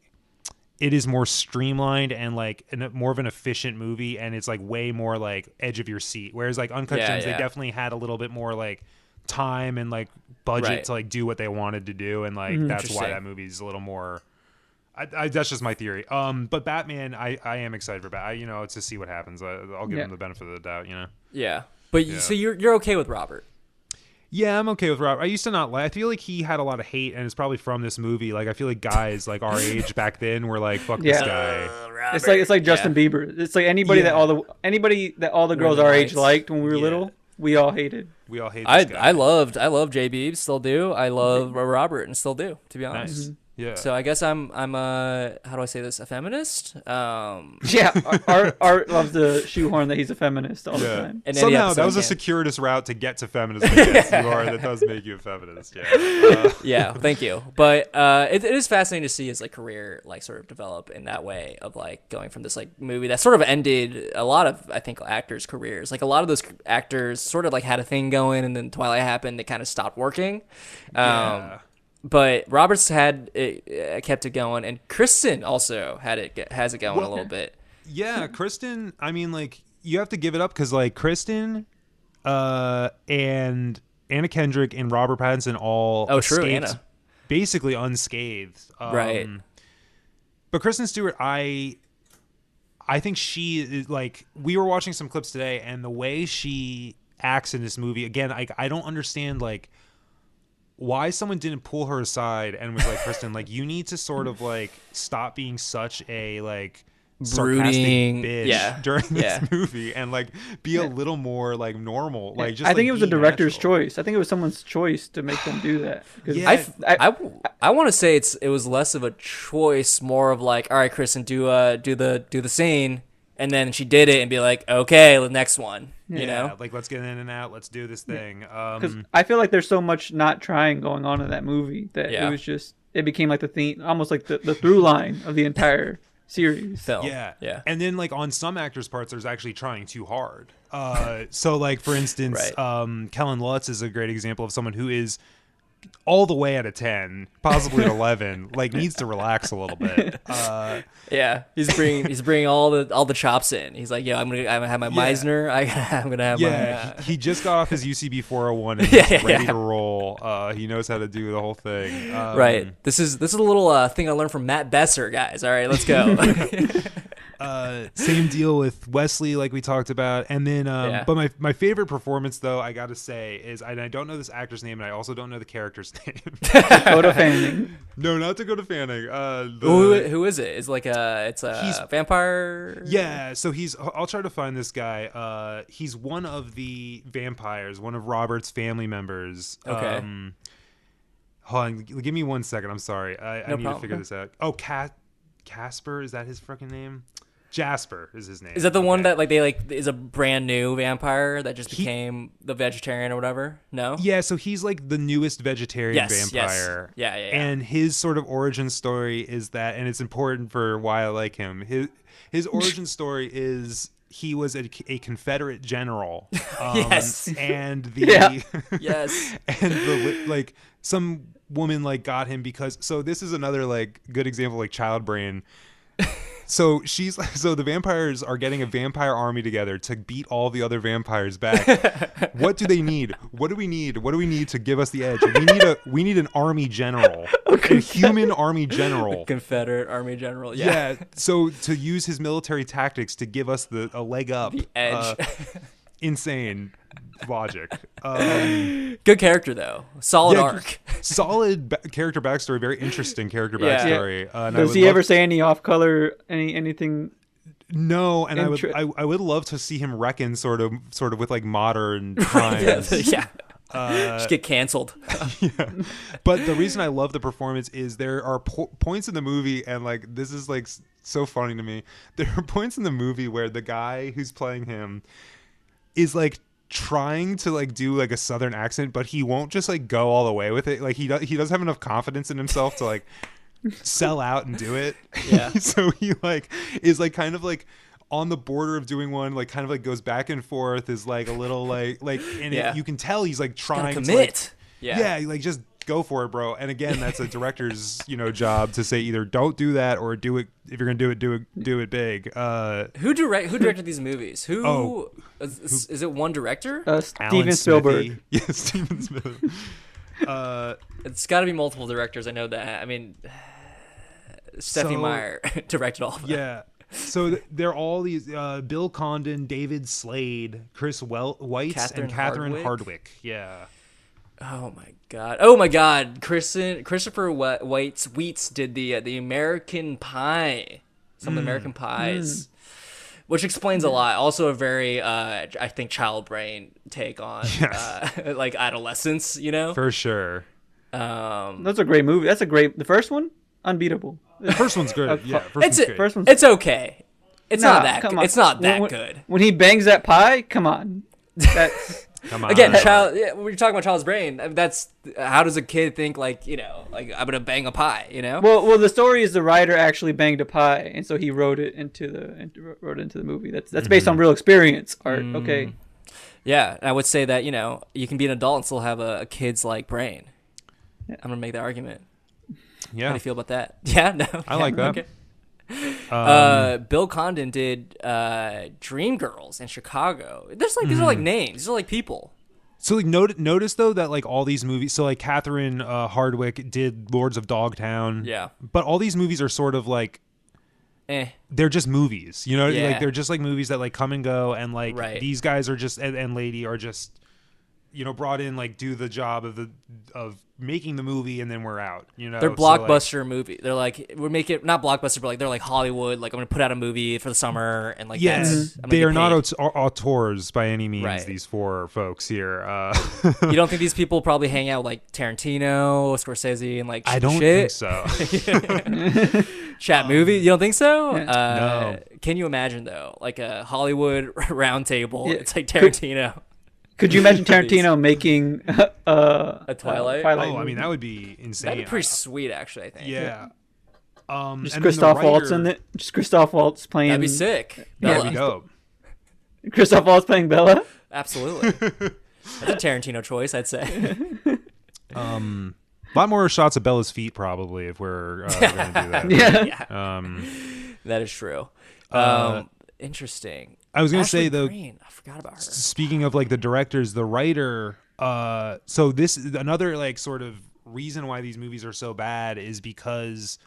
Speaker 6: it is more streamlined and like an, more of an efficient movie, and it's like way more like edge of your seat. Whereas like Uncut
Speaker 3: Yeah,
Speaker 6: Gems,
Speaker 3: yeah.
Speaker 6: they definitely had a little bit more like time and like budget
Speaker 3: Right. Mm-hmm.
Speaker 6: to like do what they wanted to do, and like that's why
Speaker 3: Interesting.
Speaker 6: that movie's a little more. I, I, that's just my theory. Um, but Batman, I, I am excited for Batman. You know, to see what happens. I, I'll give
Speaker 4: Yeah.
Speaker 6: him the benefit of the doubt. You know.
Speaker 3: Yeah. But you so you're you're okay with Robert.
Speaker 6: Yeah, I'm okay with Rob. I used to not like. I feel like he had a lot of hate, and it's probably from this movie. Like, I feel like guys like our age back then were like, "Fuck this
Speaker 4: Yeah.
Speaker 6: guy."
Speaker 4: It's like it's like Justin Bieber. It's like anybody that
Speaker 6: Yeah.
Speaker 4: all the anybody that all the girls
Speaker 3: the
Speaker 4: our
Speaker 3: lights.
Speaker 4: age liked when we were little, we all hated.
Speaker 6: We all hate.
Speaker 3: I
Speaker 6: This guy.
Speaker 3: I loved I love J Beebs, still do. I love Robert and still do, to be honest.
Speaker 6: Nice. Yeah.
Speaker 3: So I guess I'm I'm a how do I say this a feminist? Um,
Speaker 4: Yeah, Ar- Art, Art loves to shoehorn that he's a feminist all the
Speaker 6: yeah.
Speaker 4: time.
Speaker 3: And any
Speaker 6: Somehow
Speaker 3: episode
Speaker 6: that was a
Speaker 3: can.
Speaker 6: circuitous route to get to feminism. yes, you are. That does make you a feminist. Yeah. Uh,
Speaker 3: yeah, thank you. But uh, it, it is fascinating to see his like career like sort of develop in that way of like going from this like movie that sort of ended a lot of I think actors' careers. Like a lot of those actors sort of like had a thing going, and then Twilight happened, they kind of stopped working. Um,
Speaker 6: Yeah.
Speaker 3: But Roberts had it, uh, kept it going, and Kristen also had it ge- has it going a
Speaker 6: Well-
Speaker 3: little bit.
Speaker 6: yeah, Kristen. I mean, like, you have to give it up because like Kristen, uh, and Anna Kendrick and Robert Pattinson all
Speaker 3: Oh, true,
Speaker 6: escaped
Speaker 3: Anna.
Speaker 6: basically unscathed. Um,
Speaker 3: Right.
Speaker 6: But Kristen Stewart, I I think she is like we were watching some clips today and the way she acts in this movie again, like I don't understand like why someone didn't pull her aside and was like, Kristen, like you need to sort of like stop being such a like sarcastic
Speaker 3: Brooding-
Speaker 6: bitch
Speaker 3: yeah,
Speaker 6: during this
Speaker 3: yeah.
Speaker 6: movie and like be a little more like normal. Like just
Speaker 4: I think
Speaker 6: like,
Speaker 4: it was the
Speaker 6: be
Speaker 4: director's
Speaker 6: natural.
Speaker 4: choice. I think it was someone's choice to make them do that. 'Cause
Speaker 6: Yeah.
Speaker 3: I,
Speaker 6: I-
Speaker 3: f- I, want to say it's it was less of a choice, more of like, all right, Kristen, do uh do the do the scene, and then she did it, and be like, okay, the next one, you
Speaker 6: Yeah,
Speaker 3: know,
Speaker 6: like let's get in and out, let's do this thing.
Speaker 4: because
Speaker 3: Mm-hmm.
Speaker 6: Um
Speaker 4: I feel like there's so much not trying going on in that movie that
Speaker 3: Yeah.
Speaker 4: it was just it became like the theme, almost like the, the through line of the entire series.
Speaker 3: film,
Speaker 6: Yeah.
Speaker 3: yeah,
Speaker 6: And then like on some actors' parts, there's actually trying too hard. Uh, so like for instance,
Speaker 3: Right.
Speaker 6: um, Kellen Lutz is a great example of someone who is all the way at a ten, possibly an eleven, like needs to relax a little bit. Uh,
Speaker 3: yeah. He's bringing he's bringing all the all the chops in. He's like, yo, I'm gonna I'm gonna have my
Speaker 6: Yeah.
Speaker 3: Meisner, I, I'm gonna have
Speaker 6: yeah,
Speaker 3: my. uh,
Speaker 6: he, he just got off his UCB 401 and
Speaker 3: Yeah,
Speaker 6: he's ready
Speaker 3: yeah.
Speaker 6: to roll. Uh, he knows how to do the whole thing. Um,
Speaker 3: Right. This is this is a little uh, thing I learned from Matt Besser, guys. All right, let's go.
Speaker 6: uh, same deal with Wesley, like we talked about, and then. Um,
Speaker 3: Yeah.
Speaker 6: But my my favorite performance, though, I gotta say, is and I don't know this actor's name, and I also don't know the character's name.
Speaker 4: Dakota Fanning.
Speaker 6: no, not Dakota Fanning. Uh, the,
Speaker 3: who, who is it? It's like a it's a
Speaker 6: He's-
Speaker 3: vampire.
Speaker 6: yeah, so he's. I'll try to find this guy. Uh, he's one of the vampires, one of Robert's family members.
Speaker 3: Okay.
Speaker 6: Um, hold on, g- give me one second. I'm sorry. I, I
Speaker 3: No
Speaker 6: need to
Speaker 3: problem.
Speaker 6: figure this out. Oh, Cat, Casper is that his fucking name? Jasper is his name.
Speaker 3: Is that the one
Speaker 6: Okay.
Speaker 3: that like they like is a brand new vampire that just
Speaker 6: He-
Speaker 3: became the vegetarian or whatever? No.
Speaker 6: Yeah, so he's like the newest vegetarian
Speaker 3: Yes, yes.
Speaker 6: vampire.
Speaker 3: Yeah, yeah, yeah.
Speaker 6: And his sort of origin story is that, and it's important for why I like him. His his origin story is he was a, a Confederate general. Um,
Speaker 3: Yes.
Speaker 6: and the
Speaker 4: Yeah.
Speaker 3: Yes.
Speaker 6: and the li- like some woman like got him because so this is another like good example like child brain so she's so the vampires are getting a vampire army together to beat all the other vampires back what do they need what do we need what do we need to give us the edge we need a we need an army general a human army general
Speaker 3: Confederate Army General. Yeah.
Speaker 6: yeah so to use his military tactics to give us the a leg up
Speaker 3: Edge.
Speaker 6: uh, insane logic um
Speaker 3: Good character though. Solid
Speaker 6: yeah,
Speaker 3: arc.
Speaker 6: solid ba- character backstory, very interesting character
Speaker 3: Yeah.
Speaker 6: backstory. Uh, and I
Speaker 4: Does
Speaker 6: would
Speaker 4: he
Speaker 6: love-
Speaker 4: ever say any off color any anything?
Speaker 6: No, and
Speaker 4: Intre-
Speaker 6: I would I, I would love to see him reckon sort of sort of with like modern times.
Speaker 3: yeah.
Speaker 6: Uh,
Speaker 3: Just get canceled.
Speaker 6: But the reason I love the performance is there are po- points in the movie, and like this is like s- so funny to me. There are points in the movie where the guy who's playing him is like trying to like do like a southern accent but he won't just like go all the way with it like he does he doesn't have enough confidence in himself to like sell out and do it
Speaker 3: Yeah.
Speaker 6: so he like is like kind of like on the border of doing one like kind of like goes back and forth is like a little like like and it-
Speaker 3: Yeah.
Speaker 6: you can tell he's like
Speaker 3: Gotta
Speaker 6: trying to like,
Speaker 3: commit. Yeah.
Speaker 6: yeah, like just go for it, bro. And again, that's a director's you know job to say either don't do that or do it if you're gonna do it, do it, do it big. Uh,
Speaker 3: Who direct? Who directed these movies? Who is
Speaker 6: Oh.
Speaker 3: is, is it? One director?
Speaker 4: Uh,
Speaker 6: Alan
Speaker 4: Steven Spielberg.
Speaker 6: Smithy. yeah, Steven Spielberg. Uh,
Speaker 3: it's got to be multiple directors. I know that. I mean, Stephanie
Speaker 6: So-
Speaker 3: Meyer directed all of them.
Speaker 6: yeah. So th- they're all these uh, Bill Condon, David Slade, Chris Wel- White,
Speaker 3: Catherine
Speaker 6: and Catherine
Speaker 3: Hardwicke?
Speaker 6: Hardwick. Yeah.
Speaker 3: Oh my god. Oh my god. Kristen Christopher Wh- White's Wheats did the uh, the American Pie. Some of
Speaker 4: Hmm.
Speaker 3: the American Pies. Which explains a lot. Also, a very, uh, I think, child brain take on uh, like adolescence. You know,
Speaker 6: For sure.
Speaker 4: That's a great movie. That's a great. The first one, unbeatable.
Speaker 6: The first one's good. Yeah, first
Speaker 3: it's
Speaker 6: one's
Speaker 3: it.
Speaker 6: good.
Speaker 4: First one's-
Speaker 3: It's okay. It's
Speaker 4: Nah,
Speaker 3: not that.
Speaker 4: come
Speaker 3: good.
Speaker 4: on.
Speaker 3: It's not that
Speaker 4: When- when-
Speaker 3: good.
Speaker 4: When he bangs that pie, come on. That's
Speaker 6: Come on.
Speaker 3: Again, child. Yeah, when you're talking about child's brain, I mean, that's how does a kid think like you know, like I'm gonna bang a pie, you know?
Speaker 4: well, well. The story is the writer actually banged a pie, and so he wrote it into the into, wrote it into the movie. That's that's based on
Speaker 3: Mm-hmm.
Speaker 4: real experience art.
Speaker 3: Mm.
Speaker 4: Okay,
Speaker 3: Yeah, and I would say that you know you can be an adult and still have a, a kid's like brain. I'm gonna make that argument. How do
Speaker 6: Yeah.
Speaker 3: you feel about that? Yeah, no,
Speaker 6: I like that.
Speaker 3: Uh, Bill Condon did uh, Dreamgirls in Chicago. There's like these are
Speaker 6: Mm-hmm.
Speaker 3: like names. These are like people.
Speaker 6: So like note, notice though that like all these movies so like Catherine uh, Hardwick did Lords of Dogtown.
Speaker 3: Yeah.
Speaker 6: But all these movies are sort of like
Speaker 3: Eh.
Speaker 6: they're just movies. You know,
Speaker 3: Yeah.
Speaker 6: like they're just like movies that like come and go and like
Speaker 3: Right.
Speaker 6: these guys are just and, and lady are just you know brought in like do the job of the of making the movie and then we're out, you know.
Speaker 3: They're
Speaker 6: So, like,
Speaker 3: blockbuster movie. They're like we make it not blockbuster, but like they're like Hollywood. Like I'm gonna put out a movie for the summer, and like
Speaker 6: yeah,
Speaker 3: that's, I'm gonna
Speaker 6: they
Speaker 3: get
Speaker 6: are not
Speaker 3: paid.
Speaker 6: aut- au- auteurs by any means.
Speaker 3: Right.
Speaker 6: These four folks here. Uh,
Speaker 3: you don't think these people probably hang out with like Tarantino, Scorsese, and like
Speaker 6: I don't
Speaker 3: shit?
Speaker 6: think so.
Speaker 3: chat movie. You don't think so? Uh,
Speaker 6: No.
Speaker 3: Can you imagine though, like a Hollywood round table?
Speaker 4: Yeah.
Speaker 3: It's like Tarantino.
Speaker 4: could you imagine Tarantino making uh, a
Speaker 3: Twilight?
Speaker 4: Twilight
Speaker 6: Oh, I
Speaker 4: movie?
Speaker 6: mean, that would be insane.
Speaker 3: That'd be pretty sweet, actually. I think.
Speaker 6: yeah.
Speaker 4: just
Speaker 6: Um, and then the
Speaker 4: Christoph Waltz
Speaker 6: writer-
Speaker 4: in it. Just Christoph Waltz playing.
Speaker 3: That'd be sick.
Speaker 6: That'd
Speaker 3: Bella.
Speaker 6: be dope.
Speaker 4: Christoph Waltz playing Bella.
Speaker 3: Absolutely. That's a Tarantino choice, I'd say.
Speaker 6: A lot more shots of Bella's feet, probably, if we're uh, going to do that.
Speaker 4: Yeah.
Speaker 3: that is true. Um, interesting.
Speaker 6: Uh, I was gonna
Speaker 3: Ashley
Speaker 6: say, though-
Speaker 3: Greene, I forgot about her.
Speaker 6: Speaking of like the directors, the writer. Uh, so this is another like sort of reason why these movies are so bad is because,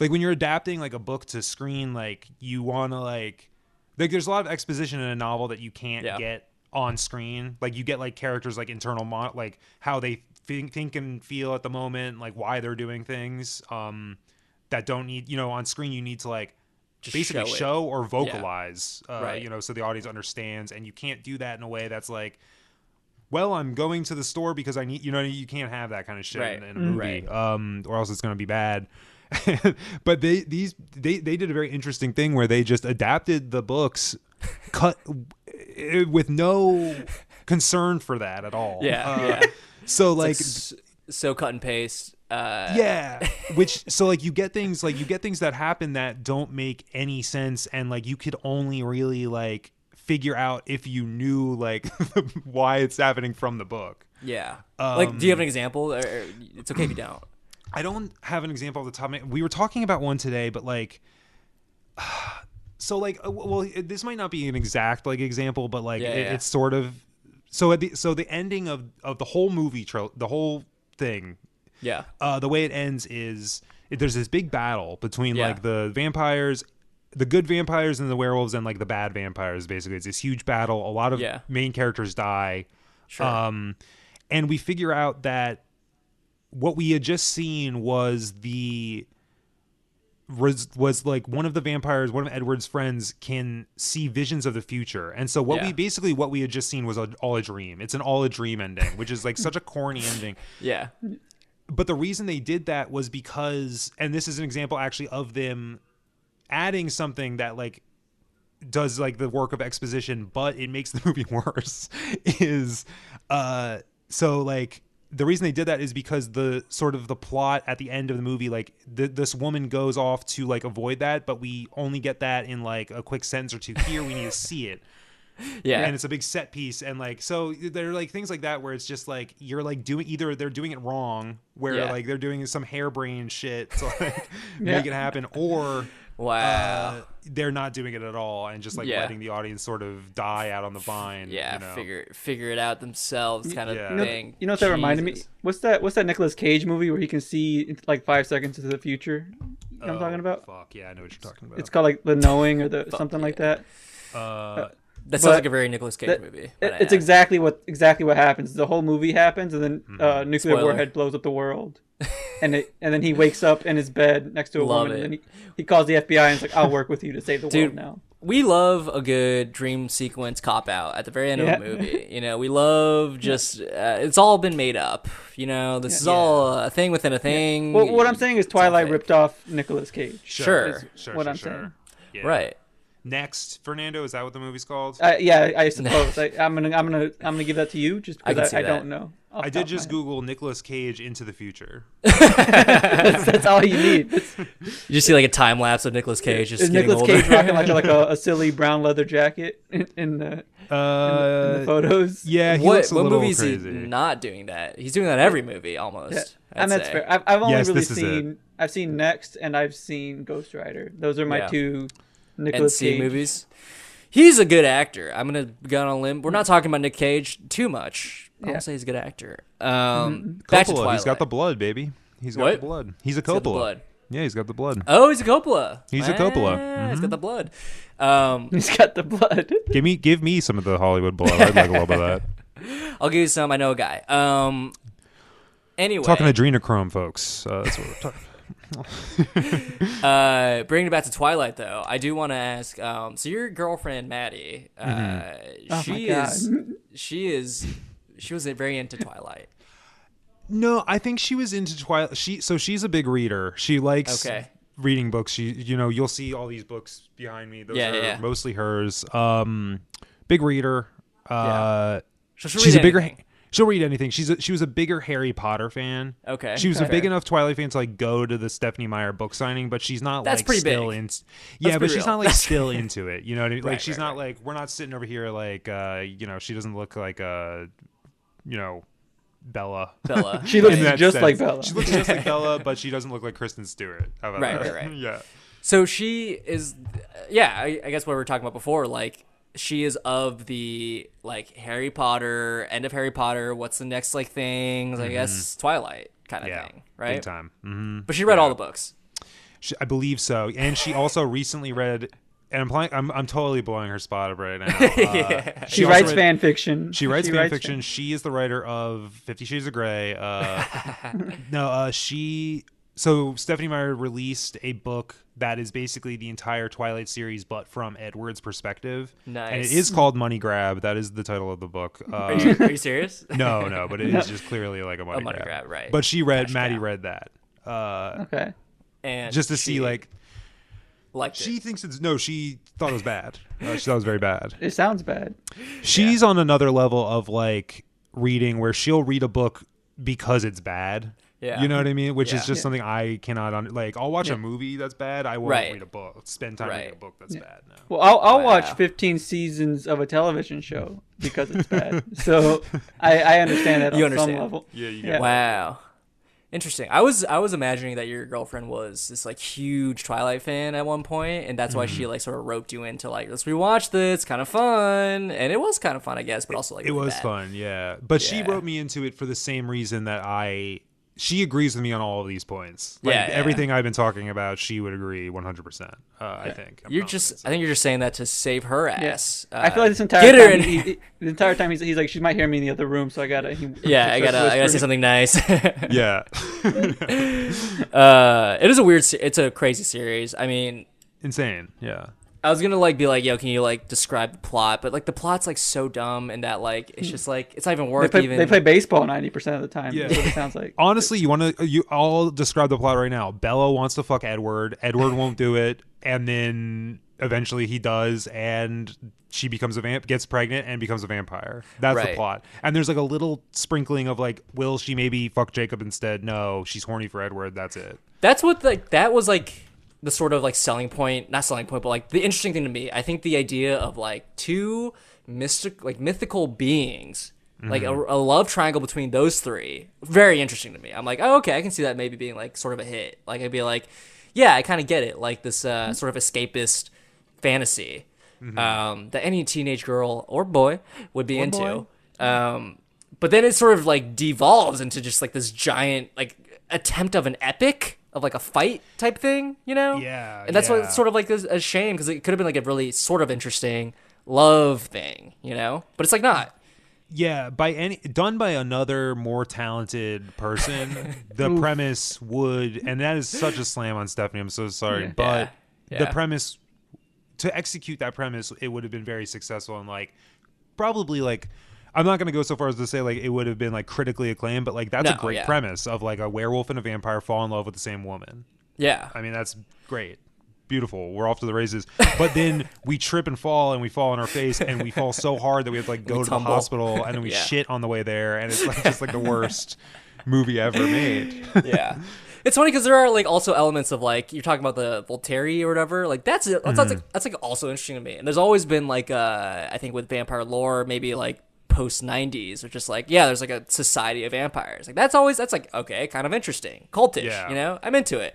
Speaker 6: like, when you're adapting like a book to screen, like you want to like, like there's a lot of exposition in a novel that you can't
Speaker 3: Yeah.
Speaker 6: get on screen. Like you get like characters like internal mon- like how they think think and feel at the moment, like why they're doing things. Um, that don't need you know on screen you need to like
Speaker 3: Just
Speaker 6: basically
Speaker 3: show it.
Speaker 6: show, or vocalize uh,
Speaker 3: Right.
Speaker 6: you know so the audience understands and you can't do that in a way that's like well i'm going to the store because i need you know you can't have that kind of shit
Speaker 3: Right.
Speaker 6: in, in a movie
Speaker 3: Right.
Speaker 6: um or else it's going to be bad but they these they they did a very interesting thing where they just adapted the books cut eh, with no concern for that at all
Speaker 3: Yeah,
Speaker 6: Uh,
Speaker 3: yeah.
Speaker 6: so like
Speaker 3: S- so cut and paste. Uh,
Speaker 6: yeah which so like you get things like you get things that happen that don't make any sense and like you could only really like figure out if you knew like why it's happening from the book
Speaker 3: yeah. like, do you have an
Speaker 6: Um,
Speaker 3: example? Or, or- it's okay if you don't.
Speaker 6: i don't have an example of the top of my- we were talking about one today but like so like uh, well it- this might not be an exact like example but like
Speaker 3: Yeah,
Speaker 6: it,
Speaker 3: yeah.
Speaker 6: it's sort of so at the so the ending of of the whole movie trail the whole thing
Speaker 3: Yeah.
Speaker 6: uh, the way it ends is there's this big battle between
Speaker 3: Yeah.
Speaker 6: like the vampires, the good vampires and the werewolves, and like the bad vampires. Basically, it's this huge battle. A lot of
Speaker 3: Yeah.
Speaker 6: main characters die,
Speaker 3: Sure.
Speaker 6: um, and we figure out that what we had just seen was the was, was like one of the vampires, one of Edward's friends can see visions of the future. And so what
Speaker 3: Yeah.
Speaker 6: we basically what we had just seen was a, all a dream. It's an all a dream ending, which is like such a corny ending
Speaker 3: yeah.
Speaker 6: but the reason they did that was because and this is an example actually of them adding something that like does like the work of exposition but it makes the movie worse is uh so like the reason they did that is because the sort of the plot at the end of the movie like th- this woman goes off to like avoid that but we only get that in like a quick sentence or two here we need to see it
Speaker 3: Yeah.
Speaker 6: and it's a big set piece and like so there are like things like that where it's just like you're like doing either they're doing it wrong where
Speaker 3: Yeah.
Speaker 6: like they're doing some harebrained shit to like make it happen or
Speaker 3: Wow.
Speaker 6: uh, they're not doing it at all and just like
Speaker 3: Yeah.
Speaker 6: letting the audience sort of die out on the vine
Speaker 3: yeah,
Speaker 6: you know?
Speaker 3: figure figure it out themselves kind
Speaker 6: Yeah.
Speaker 3: of
Speaker 6: You know-
Speaker 3: thing.
Speaker 4: You know what that reminded me?
Speaker 3: Jesus.
Speaker 4: What's that? What's that Nicolas Cage movie where he can see in, like five seconds into the future? You know what I'm
Speaker 6: Oh,
Speaker 4: talking about.
Speaker 6: fuck yeah i know what you're talking about
Speaker 4: It's called like the Knowing or the something like that.
Speaker 3: That sounds
Speaker 4: but-
Speaker 3: like a very Nicolas Cage
Speaker 4: That-
Speaker 3: movie.
Speaker 4: it-
Speaker 3: but
Speaker 4: it's
Speaker 3: I-
Speaker 4: exactly what exactly what happens. The whole movie happens, and then uh,
Speaker 6: Mm-hmm.
Speaker 4: nuclear
Speaker 3: Spoiler.
Speaker 4: warhead blows up the world, and it and then he wakes up in his bed next to a
Speaker 3: Love
Speaker 4: woman,
Speaker 3: it.
Speaker 4: and then he, he calls the FBI and is like, "I'll work with you to save the
Speaker 3: Dude,
Speaker 4: world now."
Speaker 3: we love a good dream sequence cop out at the very end
Speaker 4: Yeah.
Speaker 3: of a movie. You know, we love just uh, it's all been made up. You know, this is all a thing within a thing.
Speaker 4: Well, what I'm saying is
Speaker 3: It's all
Speaker 4: Twilight
Speaker 3: fake.
Speaker 4: ripped off Nicolas Cage.
Speaker 3: Sure,
Speaker 6: sure
Speaker 4: what
Speaker 6: sure,
Speaker 4: I'm
Speaker 6: sure.
Speaker 4: saying.
Speaker 6: Yeah.
Speaker 3: right.
Speaker 6: next fernando is that what the movie's called
Speaker 4: Uh, yeah, I suppose I, I'm gonna I'm gonna I'm gonna give that to you just
Speaker 3: I can
Speaker 4: because
Speaker 3: see
Speaker 4: I, I,
Speaker 3: that.
Speaker 4: don't know. off
Speaker 6: I
Speaker 4: the top
Speaker 6: did
Speaker 4: of
Speaker 6: just
Speaker 4: my head.
Speaker 6: Google Nicolas Cage into the future.
Speaker 4: that's, that's all you need. It's,
Speaker 3: You just see like a time lapse of Nicolas Cage just
Speaker 4: it's
Speaker 3: getting
Speaker 4: Nicolas
Speaker 3: older.
Speaker 4: Cage rocking like a, like a, a silly brown leather jacket in, in, the, in the
Speaker 6: Uh,
Speaker 4: photos.
Speaker 6: yeah, he
Speaker 3: what
Speaker 6: looks a
Speaker 3: what
Speaker 6: little
Speaker 3: movie is he
Speaker 6: crazy.
Speaker 3: not doing that? He's doing that every movie almost.
Speaker 4: Yeah, and
Speaker 3: I'd
Speaker 4: that's
Speaker 3: say.
Speaker 4: fair. I've, I've only
Speaker 6: Yes,
Speaker 4: really
Speaker 6: this is it.
Speaker 4: seen I've seen Next and I've seen Ghost Rider. Those are my
Speaker 3: Yeah.
Speaker 4: two
Speaker 3: and
Speaker 4: Nicolas
Speaker 3: see
Speaker 4: Cage
Speaker 3: movies. He's a good actor. I'm gonna go on a limb. We're not talking about Nick Cage too much. I'm
Speaker 4: Yeah. Mm-hmm.
Speaker 3: gonna say he's a good actor. Um, back to
Speaker 6: Coppola, he's got the
Speaker 3: Twilight.
Speaker 6: blood, baby. He's got
Speaker 3: What?
Speaker 6: the blood. He's a Coppola.
Speaker 3: got the blood.
Speaker 6: Yeah, he's got the blood.
Speaker 3: Oh, he's a Coppola.
Speaker 6: He's a Coppola. Mm-hmm.
Speaker 3: Yeah, He's got the blood. Um,
Speaker 4: He's got the blood.
Speaker 6: Give me, give me some of the Hollywood blood. I'd like a little bit of that.
Speaker 3: I'll give you some. I know a guy. Um, anyway,
Speaker 6: Talking adrenochrome, folks. Uh, that's what we're talking.
Speaker 3: uh, bringing it back to Twilight though, I do want to ask. Um, so your girlfriend Maddie, uh,
Speaker 6: Mm-hmm.
Speaker 3: she
Speaker 4: Oh God.
Speaker 3: is, she is, she was very into Twilight.
Speaker 6: No, I think she was into Twilight. She so she's a big reader. She likes
Speaker 3: Okay.
Speaker 6: reading books. She, you know, you'll see all these books behind me. Those
Speaker 3: Yeah,
Speaker 6: are
Speaker 3: yeah, yeah.
Speaker 6: mostly hers. Um, big reader. Uh,
Speaker 3: So she'll
Speaker 6: she's
Speaker 3: read
Speaker 6: a bigger.
Speaker 3: anything.
Speaker 6: She'll read anything. She's a, she was a bigger Harry Potter fan.
Speaker 3: Okay,
Speaker 6: She was a
Speaker 3: okay.
Speaker 6: big enough Twilight fan to like go to the Stephanie Meyer book signing, but she's not
Speaker 3: That's
Speaker 6: like
Speaker 3: pretty
Speaker 6: still
Speaker 3: big.
Speaker 6: in. Yeah, but
Speaker 3: pretty real.
Speaker 6: she's not like still into it. You know what I mean? Like
Speaker 3: Right,
Speaker 6: she's
Speaker 3: right,
Speaker 6: not like we're not sitting over here like uh you know she doesn't look like a you know Bella.
Speaker 3: Bella.
Speaker 4: She looks
Speaker 6: In that
Speaker 4: just like
Speaker 6: sense.
Speaker 4: Bella.
Speaker 6: She looks just like Bella, but she doesn't look like Kristen Stewart. How about
Speaker 3: Right,
Speaker 6: that?
Speaker 3: right, right.
Speaker 6: yeah.
Speaker 3: So she is, yeah. I, I guess what we were talking about before, like she is of the like Harry Potter, end of Harry Potter. What's the next like things? I guess Twilight kind of
Speaker 6: Mm-hmm. Yeah.
Speaker 3: thing, right?
Speaker 6: Big time. hmm
Speaker 3: But she read all the books.
Speaker 6: She, I believe so. And she also recently read. And I'm, playing, I'm I'm totally blowing her spot up right now. Uh,
Speaker 4: She
Speaker 6: also
Speaker 4: writes
Speaker 6: read-
Speaker 4: fan fiction.
Speaker 6: She writes fan fiction. She is the writer of Fifty Shades of Grey. Uh, no, uh, she. So Stephanie Meyer released a book that is basically the entire Twilight series, but from Edward's perspective. And
Speaker 3: Nice.
Speaker 6: it is called Money Grab. That is the title of the book.
Speaker 3: Are
Speaker 6: Uh,
Speaker 3: you, are you serious?
Speaker 6: no, no, but it is just clearly like a money,
Speaker 3: money grab, right.
Speaker 6: But she read. Maddie read that. Uh,
Speaker 4: Okay.
Speaker 3: And
Speaker 6: just to
Speaker 3: she
Speaker 6: see, like,
Speaker 3: liked
Speaker 6: she
Speaker 3: it.
Speaker 6: thinks it's no. She thought it was bad. Uh, she thought it was very bad.
Speaker 4: It sounds bad.
Speaker 6: She's on another level of like reading where she'll read a book because it's bad.
Speaker 3: Yeah.
Speaker 6: You know what I mean? Which
Speaker 3: Yeah.
Speaker 6: is just something I cannot under- like I'll watch a movie that's bad. I won't
Speaker 3: Right.
Speaker 6: read a book. Spend time reading
Speaker 3: Right.
Speaker 6: a book that's bad. No.
Speaker 4: Well, I'll, I'll
Speaker 3: Wow.
Speaker 4: watch 15 seasons of a television show because it's bad. so I, I understand that
Speaker 3: You
Speaker 4: on
Speaker 3: understand.
Speaker 4: some level.
Speaker 6: Yeah, you
Speaker 4: Yeah.
Speaker 6: get
Speaker 3: Wow. Interesting. I was I was imagining that your girlfriend was this like huge Twilight fan at one point, and that's why
Speaker 6: Mm-hmm.
Speaker 3: she like sort of roped you into like let's rewatch this, kind of fun, and it was kind of fun, I guess, but also like
Speaker 6: it
Speaker 3: really
Speaker 6: was
Speaker 3: bad.
Speaker 6: fun, yeah. But she
Speaker 3: Yeah.
Speaker 6: wrote me into it for the same reason that I she agrees with me on all of these points. Like
Speaker 3: Yeah, yeah.
Speaker 6: everything I've been talking about, she would agree 100%. Uh, I think. I'm
Speaker 3: You're
Speaker 6: confident.
Speaker 3: just I think you're just saying that to save her ass.
Speaker 4: Yeah. I feel like this entire
Speaker 3: get her
Speaker 4: time,
Speaker 3: in-
Speaker 4: he, he- the entire time he's, he's like, she might hear me in the other room, so I gotta. He,
Speaker 3: yeah, I
Speaker 4: just
Speaker 3: gotta I gotta say
Speaker 4: whispered.
Speaker 3: something nice.
Speaker 6: Yeah.
Speaker 3: uh, it is a weird. se- It's a crazy series. I mean,
Speaker 6: Insane. Yeah.
Speaker 3: I was gonna like be like, yo, can you like describe the plot? But like the plot's like so dumb, and that like it's just like it's not even
Speaker 4: Hmm. They
Speaker 3: worth
Speaker 4: play,
Speaker 3: even.
Speaker 4: they play baseball 90% of the time.
Speaker 6: Yeah.
Speaker 4: Yeah. That's what it sounds like.
Speaker 6: honestly, you want to you all describe the plot right now. Bella wants to fuck Edward. Edward won't do it, and then eventually he does, and she becomes a vamp, gets pregnant, and becomes a vampire. That's
Speaker 3: Right.
Speaker 6: the plot. And there's like a little sprinkling of like, will she maybe fuck Jacob instead? No, she's horny for Edward. That's it.
Speaker 3: That's what like that was like the sort of like selling point, not selling point, but like the interesting thing to me, I think the idea of like two mystic, like mythical beings, like a, a love triangle between those three, very interesting to me. I'm like, oh, okay, I can see that maybe being like sort of a hit. Like I'd be like, yeah, I kind of get it. Like this uh, sort of escapist fantasy um, that any teenage girl or boy would be into. Um, but then it sort of like devolves into just like this giant like attempt of an epic of like a fight type thing, you know?
Speaker 6: Yeah,
Speaker 3: and that's
Speaker 6: yeah.
Speaker 3: what sort of like is a shame because it could have been like a really sort of interesting love thing, you know? But it's like not.
Speaker 6: Yeah, by any done by another more talented person, the premise would, and that is such a slam on Stephanie. I'm so sorry, but
Speaker 3: Yeah,
Speaker 6: the
Speaker 3: yeah.
Speaker 6: premise to execute that premise, it would have been very successful and like probably like I'm not going to go so far as to say like it would have been like critically acclaimed, but like that's a
Speaker 3: No,
Speaker 6: great
Speaker 3: yeah.
Speaker 6: premise of like a werewolf and a vampire fall in love with the same woman.
Speaker 3: Yeah.
Speaker 6: I mean, that's great. Beautiful. We're off to the races. But then we trip and fall and we fall on our face and we fall so hard that we have to like go to the
Speaker 3: tumble.
Speaker 6: hospital and then we
Speaker 3: Yeah.
Speaker 6: shit on the way there and it's like just like the worst movie ever made.
Speaker 3: yeah. It's funny because there are like also elements of like you're talking about the Volteri or whatever. Like that's that's, that's,
Speaker 4: Mm-hmm.
Speaker 3: like, that's like also interesting to me. And there's always been like uh I think with vampire lore maybe like post 90s or just like yeah there's like a society of vampires. Like that's always that's like okay kind of interesting cultish.
Speaker 6: Yeah.
Speaker 3: You know I'm into it.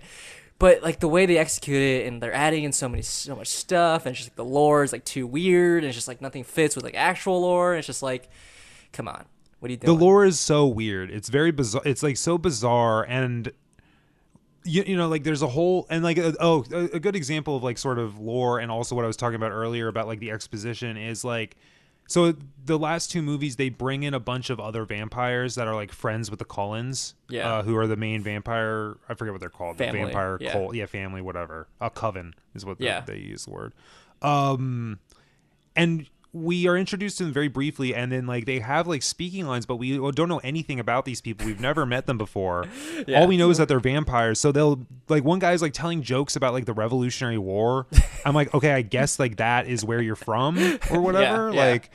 Speaker 3: But like the way they execute it and they're adding in so many so much stuff and it's just like the lore is like too weird and it's just like nothing fits with like actual lore. And it's just like come on what are you
Speaker 6: The
Speaker 3: doing?
Speaker 6: lore is so weird. It's very bizarre. It's like so bizarre and you, you know like there's a whole and like uh, oh a, a good example of like sort of lore and also what I was talking about earlier about like the exposition is like so the last two movies they bring in a bunch of other vampires that are like friends with the Cullens
Speaker 3: Yeah.
Speaker 6: uh, who are the main vampire I forget what they're called
Speaker 3: Family,
Speaker 6: the vampire
Speaker 3: yeah.
Speaker 6: cult yeah family whatever a coven is what the-
Speaker 3: Yeah.
Speaker 6: they use the word um and we are introduced to them very briefly and then like they have like speaking lines but we don't know anything about these people we've never met them before all we know is that they're vampires so they'll like one guy's like telling jokes about like the revolutionary war i'm like okay i guess like that is where you're from or whatever
Speaker 3: yeah.
Speaker 6: like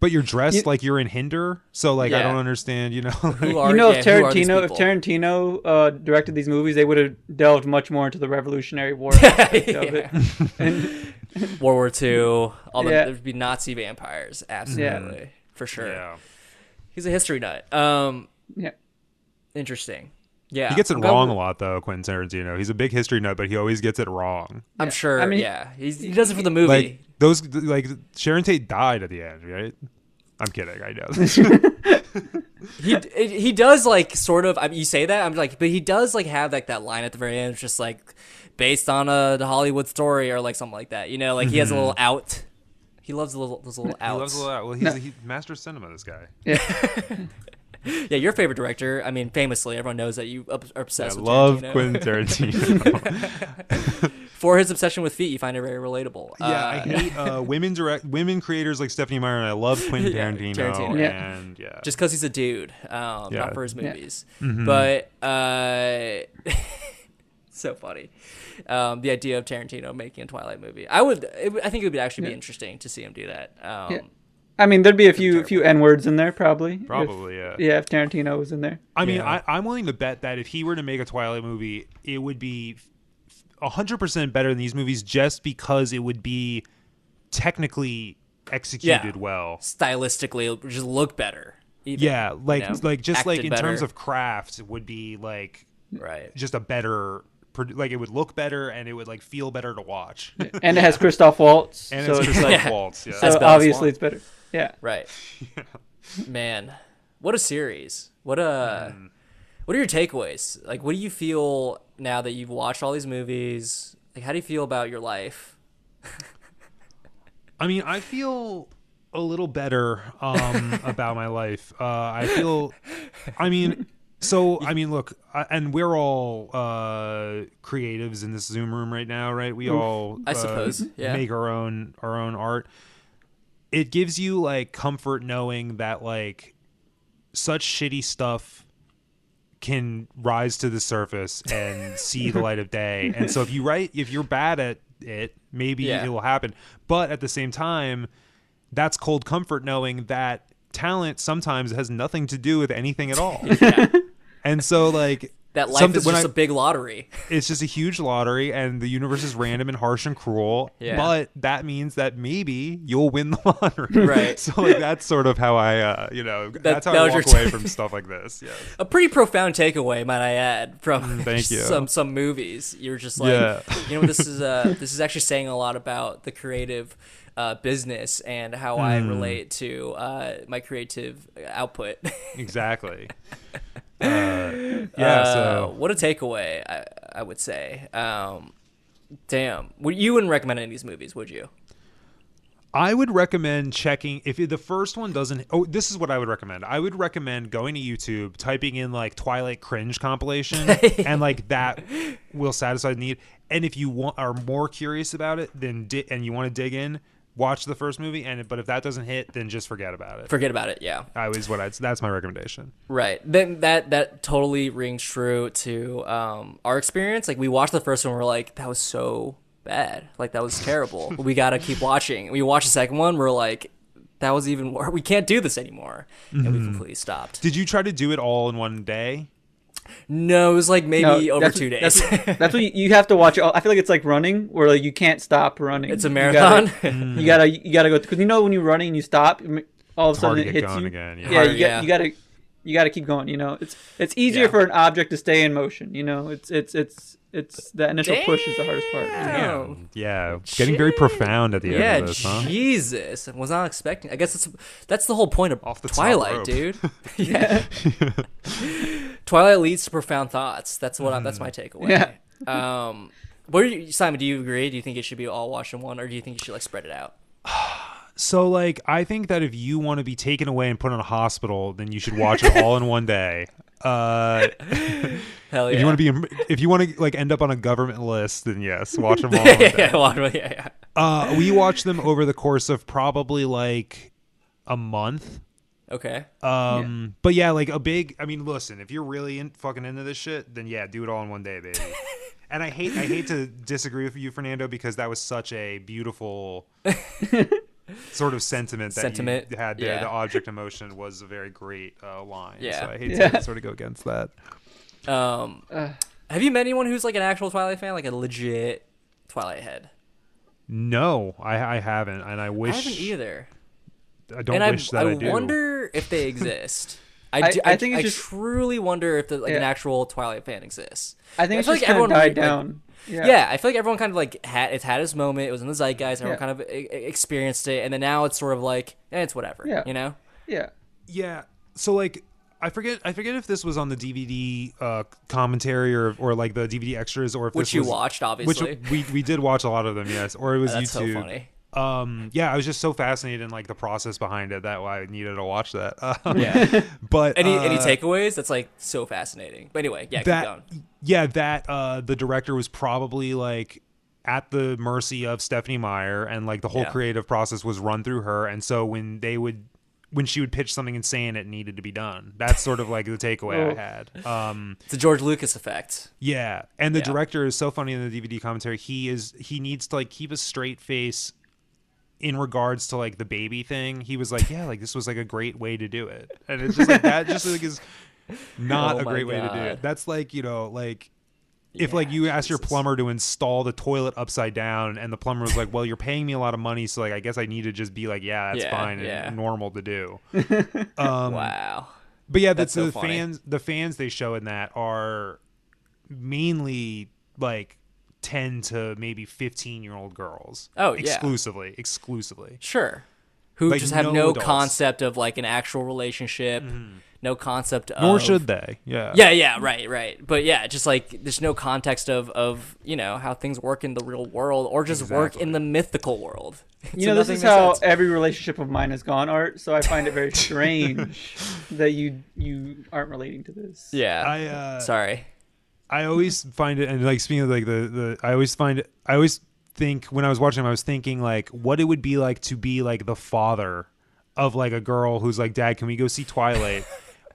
Speaker 6: but you're dressed like you're in hinder so like i
Speaker 3: Yeah.
Speaker 6: don't understand you know like-
Speaker 3: Who are-
Speaker 4: you know,
Speaker 3: yeah,
Speaker 4: if
Speaker 3: who are these
Speaker 4: Tarantino, if
Speaker 3: people?
Speaker 4: Tarantino uh, directed these movies, they would have delved much more into the Revolutionary War. aspect of it.
Speaker 3: World War Two. All the
Speaker 4: Yeah.
Speaker 3: there'd be Nazi vampires, absolutely for sure.
Speaker 6: yeah
Speaker 3: He's a history nut. Um,
Speaker 4: Yeah.
Speaker 3: interesting. Yeah,
Speaker 6: he gets it
Speaker 3: I'm glad
Speaker 6: wrong
Speaker 3: we-
Speaker 6: a lot though quentin tarantino he's a big history nut but he always gets it wrong
Speaker 3: I'm sure.
Speaker 4: I mean-
Speaker 3: yeah, He's, he does it for the movie.
Speaker 6: like those like sharon tate died at the end right i'm kidding i know
Speaker 3: he it- he does like sort of. I mean, you say that I'm like, but he does like have like that line at the very end, it's just like based on a the Hollywood story or like something like that. You know, like he has
Speaker 6: Mm-hmm.
Speaker 3: a little out. He loves a little those little outs.
Speaker 6: He loves a lot. Well, he's, he's master of cinema. This guy.
Speaker 3: Yeah, your favorite director. I mean, famously, everyone knows that you ob- are obsessed.
Speaker 6: I
Speaker 3: with
Speaker 6: love
Speaker 3: Tarantino.
Speaker 6: Quentin Tarantino.
Speaker 3: for his obsession with feet. You find it very relatable.
Speaker 6: yeah, I hate uh, women direct women creators like Stephanie Meyer, and I love Quentin
Speaker 3: Yeah,
Speaker 6: Tarantino.
Speaker 3: Tarantino.
Speaker 4: Yeah.
Speaker 6: And yeah,
Speaker 3: just because he's a dude, um,
Speaker 6: Yeah. Mm-hmm.
Speaker 3: not for his movies. But uh, so funny, um, the idea of Tarantino making a Twilight movie. I would, it, would- I think it would actually be interesting to see him do that. Um,
Speaker 4: Yeah. I mean, there'd be a few few N words in there, probably. if-
Speaker 6: probably yeah.
Speaker 4: yeah, if Tarantino was in there.
Speaker 6: I mean,
Speaker 3: Yeah.
Speaker 6: I, I'm willing to bet that if he were to make a Twilight movie, it would be hundred percent better than these movies, just because it would be technically executed well.
Speaker 3: Stylistically, it would just look better. even,
Speaker 6: Yeah, like
Speaker 3: know,
Speaker 6: like just like
Speaker 3: acted
Speaker 6: in
Speaker 3: better.
Speaker 6: terms of craft, would be like
Speaker 3: right.
Speaker 6: just a better. produ- Like it would look better, and it would like feel better to watch.
Speaker 4: And it has Christoph Waltz.
Speaker 6: And
Speaker 4: so it's
Speaker 6: it's Christoph
Speaker 3: Yeah.
Speaker 6: Waltz. Yeah.
Speaker 4: so
Speaker 3: Bella Swan.
Speaker 4: obviously it's better. Yeah.
Speaker 3: Right. Man, what a series. What a
Speaker 6: Mm.
Speaker 3: What are your takeaways? Like what do you feel now that you've watched all these movies? Like how do you feel about your life?
Speaker 6: I mean, I feel a little better um, about my life. Uh, I feel, I mean, so I mean, look, I, and we're all uh, creatives in this Zoom room right now, right? We all,
Speaker 3: I
Speaker 6: uh,
Speaker 3: suppose, yeah.
Speaker 6: make our own our own art. It gives you like comfort knowing that like such shitty stuff can rise to the surface and see the light of day. And so if you write if you're bad at it, maybe
Speaker 3: Yeah.
Speaker 6: it will happen. But at the same time, that's cold comfort knowing that talent sometimes has nothing to do with anything at all. And so like
Speaker 3: That life
Speaker 6: Something-
Speaker 3: is
Speaker 6: when
Speaker 3: just a
Speaker 6: I-
Speaker 3: big lottery.
Speaker 6: it's just a huge lottery and the universe is random and harsh and cruel
Speaker 3: Yeah.
Speaker 6: but that means that maybe you'll win the lottery
Speaker 3: Right.
Speaker 6: so like that's sort of how i uh you know that's how
Speaker 3: that
Speaker 6: i
Speaker 3: was your
Speaker 6: walk away
Speaker 3: t-
Speaker 6: from stuff like this yes.
Speaker 3: A pretty profound takeaway, might I add, from
Speaker 6: Mm, Thank you.
Speaker 3: some some movies. You're just like,
Speaker 6: Yeah.
Speaker 3: you know, this is uh, this is actually saying a lot about the creative uh, business and how I
Speaker 6: Mm.
Speaker 3: relate to uh, my creative output. Uh,
Speaker 6: exactly Uh, yeah
Speaker 3: Uh,
Speaker 6: so
Speaker 3: what a takeaway, I, I would say. Um, damn, would you wouldn't recommend any of these movies, would you?
Speaker 6: I would recommend checking if the first one doesn't. Oh, this is what I would recommend. I would recommend going to YouTube, typing in like Twilight cringe compilation, and like that will satisfy the need. And if you want are more curious about it, then di- and you want to dig in, watch the first movie. And but if that doesn't hit, then just forget about it.
Speaker 3: Forget about it. Yeah.
Speaker 6: I was what I. That's my recommendation.
Speaker 3: Right. Then that that totally rings true to um, our experience. Like we watched the first one, we're like, that was so bad. Like that was terrible. we gotta keep watching. We watch the second one, we're like, that was even worse. We can't do this anymore, and we
Speaker 4: Mm-hmm.
Speaker 3: completely stopped.
Speaker 6: Did you try to do it all in one day?
Speaker 3: No, it was like maybe
Speaker 4: No,
Speaker 3: over
Speaker 4: that's-
Speaker 3: two
Speaker 4: that's-
Speaker 3: days.
Speaker 4: That's what you, you have to watch. All, I feel like it's like running, where like you can't stop running.
Speaker 3: It's a
Speaker 4: You
Speaker 3: marathon.
Speaker 4: gotta- You gotta you gotta, go because you know when you're running and you stop, you m- all of a
Speaker 6: hard
Speaker 4: sudden
Speaker 6: to
Speaker 4: it
Speaker 6: get
Speaker 4: hits
Speaker 6: going
Speaker 4: you.
Speaker 6: again, yeah.
Speaker 4: Yeah,
Speaker 3: Hard,
Speaker 4: you,
Speaker 3: yeah.
Speaker 4: Got, you gotta you gotta keep going. You know, it's it's easier
Speaker 3: Yeah.
Speaker 4: for an object to stay in motion. You know, it's it's it's it's the initial push is the hardest part.
Speaker 3: Oh.
Speaker 6: Yeah, getting very profound at the
Speaker 3: Yeah,
Speaker 6: end of this, huh?
Speaker 3: Jesus, I was not expecting. I guess that's that's the whole point of
Speaker 6: Off the top
Speaker 3: Twilight,
Speaker 6: rope.
Speaker 3: dude. yeah, Twilight leads to profound thoughts. That's what I,
Speaker 6: Mm.
Speaker 3: that's my takeaway. Yeah. Um, what do you, Simon? Do you agree? Do you think it should be all watched in one, or do you think you should like spread it out?
Speaker 6: So like I think that if you want to be taken away and put in a hospital, then you should watch it all in one day. Uh,
Speaker 3: Hell yeah!
Speaker 6: If you want to be in- if you want to like end up on a government list, then yes, watch them all. in one day.
Speaker 3: yeah, watch it, yeah, yeah.
Speaker 6: Uh, we watched them over the course of probably like a month.
Speaker 3: Okay.
Speaker 6: Um, but yeah, like a big. I mean, listen, if you're really in, fucking into this shit, then yeah, do it all in one day, baby. and I hate I hate to disagree with you, Fernando, because that was such a beautiful sort of sentiment that
Speaker 3: Sentiment,
Speaker 6: you had there.
Speaker 3: yeah.
Speaker 6: The object emotion was a very great uh, line.
Speaker 3: Yeah.
Speaker 6: So I hate
Speaker 4: Yeah.
Speaker 6: to sort of go against that.
Speaker 3: Um, have you met anyone who's like an actual Twilight fan, like a legit Twilight head?
Speaker 6: No, I, I haven't, and I
Speaker 3: I
Speaker 6: wish
Speaker 3: haven't either.
Speaker 6: I don't
Speaker 3: and
Speaker 6: wish
Speaker 3: I,
Speaker 6: that I,
Speaker 3: I
Speaker 6: do.
Speaker 3: wonder if they exist. I,
Speaker 4: I-
Speaker 3: do,
Speaker 4: I
Speaker 3: I,
Speaker 4: think
Speaker 3: think
Speaker 4: it's
Speaker 3: I
Speaker 4: just-
Speaker 3: truly wonder if the, like an
Speaker 4: Yeah.
Speaker 3: actual Twilight fan exists.
Speaker 4: I think
Speaker 3: I
Speaker 4: it's
Speaker 3: feel
Speaker 4: just
Speaker 3: like
Speaker 4: kind of
Speaker 3: everyone
Speaker 4: died
Speaker 3: really, like-
Speaker 4: down.
Speaker 3: Yeah. I feel like everyone kind of like had it's had its moment. It was in the zeitgeist. Everyone
Speaker 4: Yeah.
Speaker 3: kind of e- e- experienced it, and then now it's sort of like eh, it's whatever.
Speaker 4: Yeah.
Speaker 3: you know.
Speaker 4: yeah.
Speaker 6: Yeah. So like I forget I forget if this was on the DVD uh commentary or or like the DVD extras or if
Speaker 3: Which
Speaker 6: this
Speaker 3: you
Speaker 6: was-
Speaker 3: watched, obviously.
Speaker 6: Which we we did watch a lot of them, yes. Or it was
Speaker 3: That's so
Speaker 6: YouTube.
Speaker 3: funny.
Speaker 6: Um yeah, I was just so fascinated in like the process behind it that why I needed to watch that. Um,
Speaker 3: Yeah.
Speaker 6: But
Speaker 3: any
Speaker 6: uh,
Speaker 3: any takeaways? That's like so fascinating. But anyway, yeah, keep
Speaker 6: that
Speaker 3: going.
Speaker 6: yeah that uh the director was probably like at the mercy of Stephanie Meyer and like the whole
Speaker 3: Yeah.
Speaker 6: creative process was run through her and so when they would when she would pitch something insane it needed to be done that's sort of like the takeaway
Speaker 4: Oh.
Speaker 6: I had um
Speaker 3: It's the George Lucas effect.
Speaker 6: yeah and the
Speaker 3: Yeah.
Speaker 6: director is so funny in the DVD commentary he is he needs to like keep a straight face in regards to like the baby thing he was like yeah like this was like a great way to do it and it's just like that just like is not
Speaker 3: Oh
Speaker 6: a
Speaker 3: my
Speaker 6: great way to do
Speaker 3: God.
Speaker 6: it that's like you know like if like you asked your plumber to install the toilet upside down and the plumber was like well you're paying me a lot of money so like i guess i need to just be like yeah that's
Speaker 3: Yeah,
Speaker 6: fine and
Speaker 3: yeah.
Speaker 6: normal to do Mm.
Speaker 3: wow.
Speaker 6: but yeah that's
Speaker 3: so
Speaker 6: the
Speaker 3: funny.
Speaker 6: fans the fans they show in that are mainly like 10 to maybe 15 year old girls
Speaker 3: Oh, yeah.
Speaker 6: exclusively exclusively
Speaker 3: Sure. Who
Speaker 6: Like,
Speaker 3: just have
Speaker 6: no
Speaker 3: no
Speaker 6: adults.
Speaker 3: concept of like an actual relationship, no concept of
Speaker 6: nor should they yeah
Speaker 3: oh. Yeah, yeah, right, right. But yeah, just like there's no context of of, you know, how things work in the real world or just work in the mythical world.
Speaker 4: You
Speaker 3: So
Speaker 4: know, this
Speaker 3: nothing
Speaker 4: is
Speaker 3: makes
Speaker 4: how
Speaker 3: sense.
Speaker 4: every relationship of mine has gone, Art. So I find it very strange that you you aren't relating to this.
Speaker 3: Yeah.
Speaker 6: I, uh,
Speaker 3: Sorry.
Speaker 6: I always find it, and like speaking of like the the, I always find it, I always think when I was watching him, I was thinking like what it would be like to be like the father of like a girl who's like, Dad, can we go see Twilight?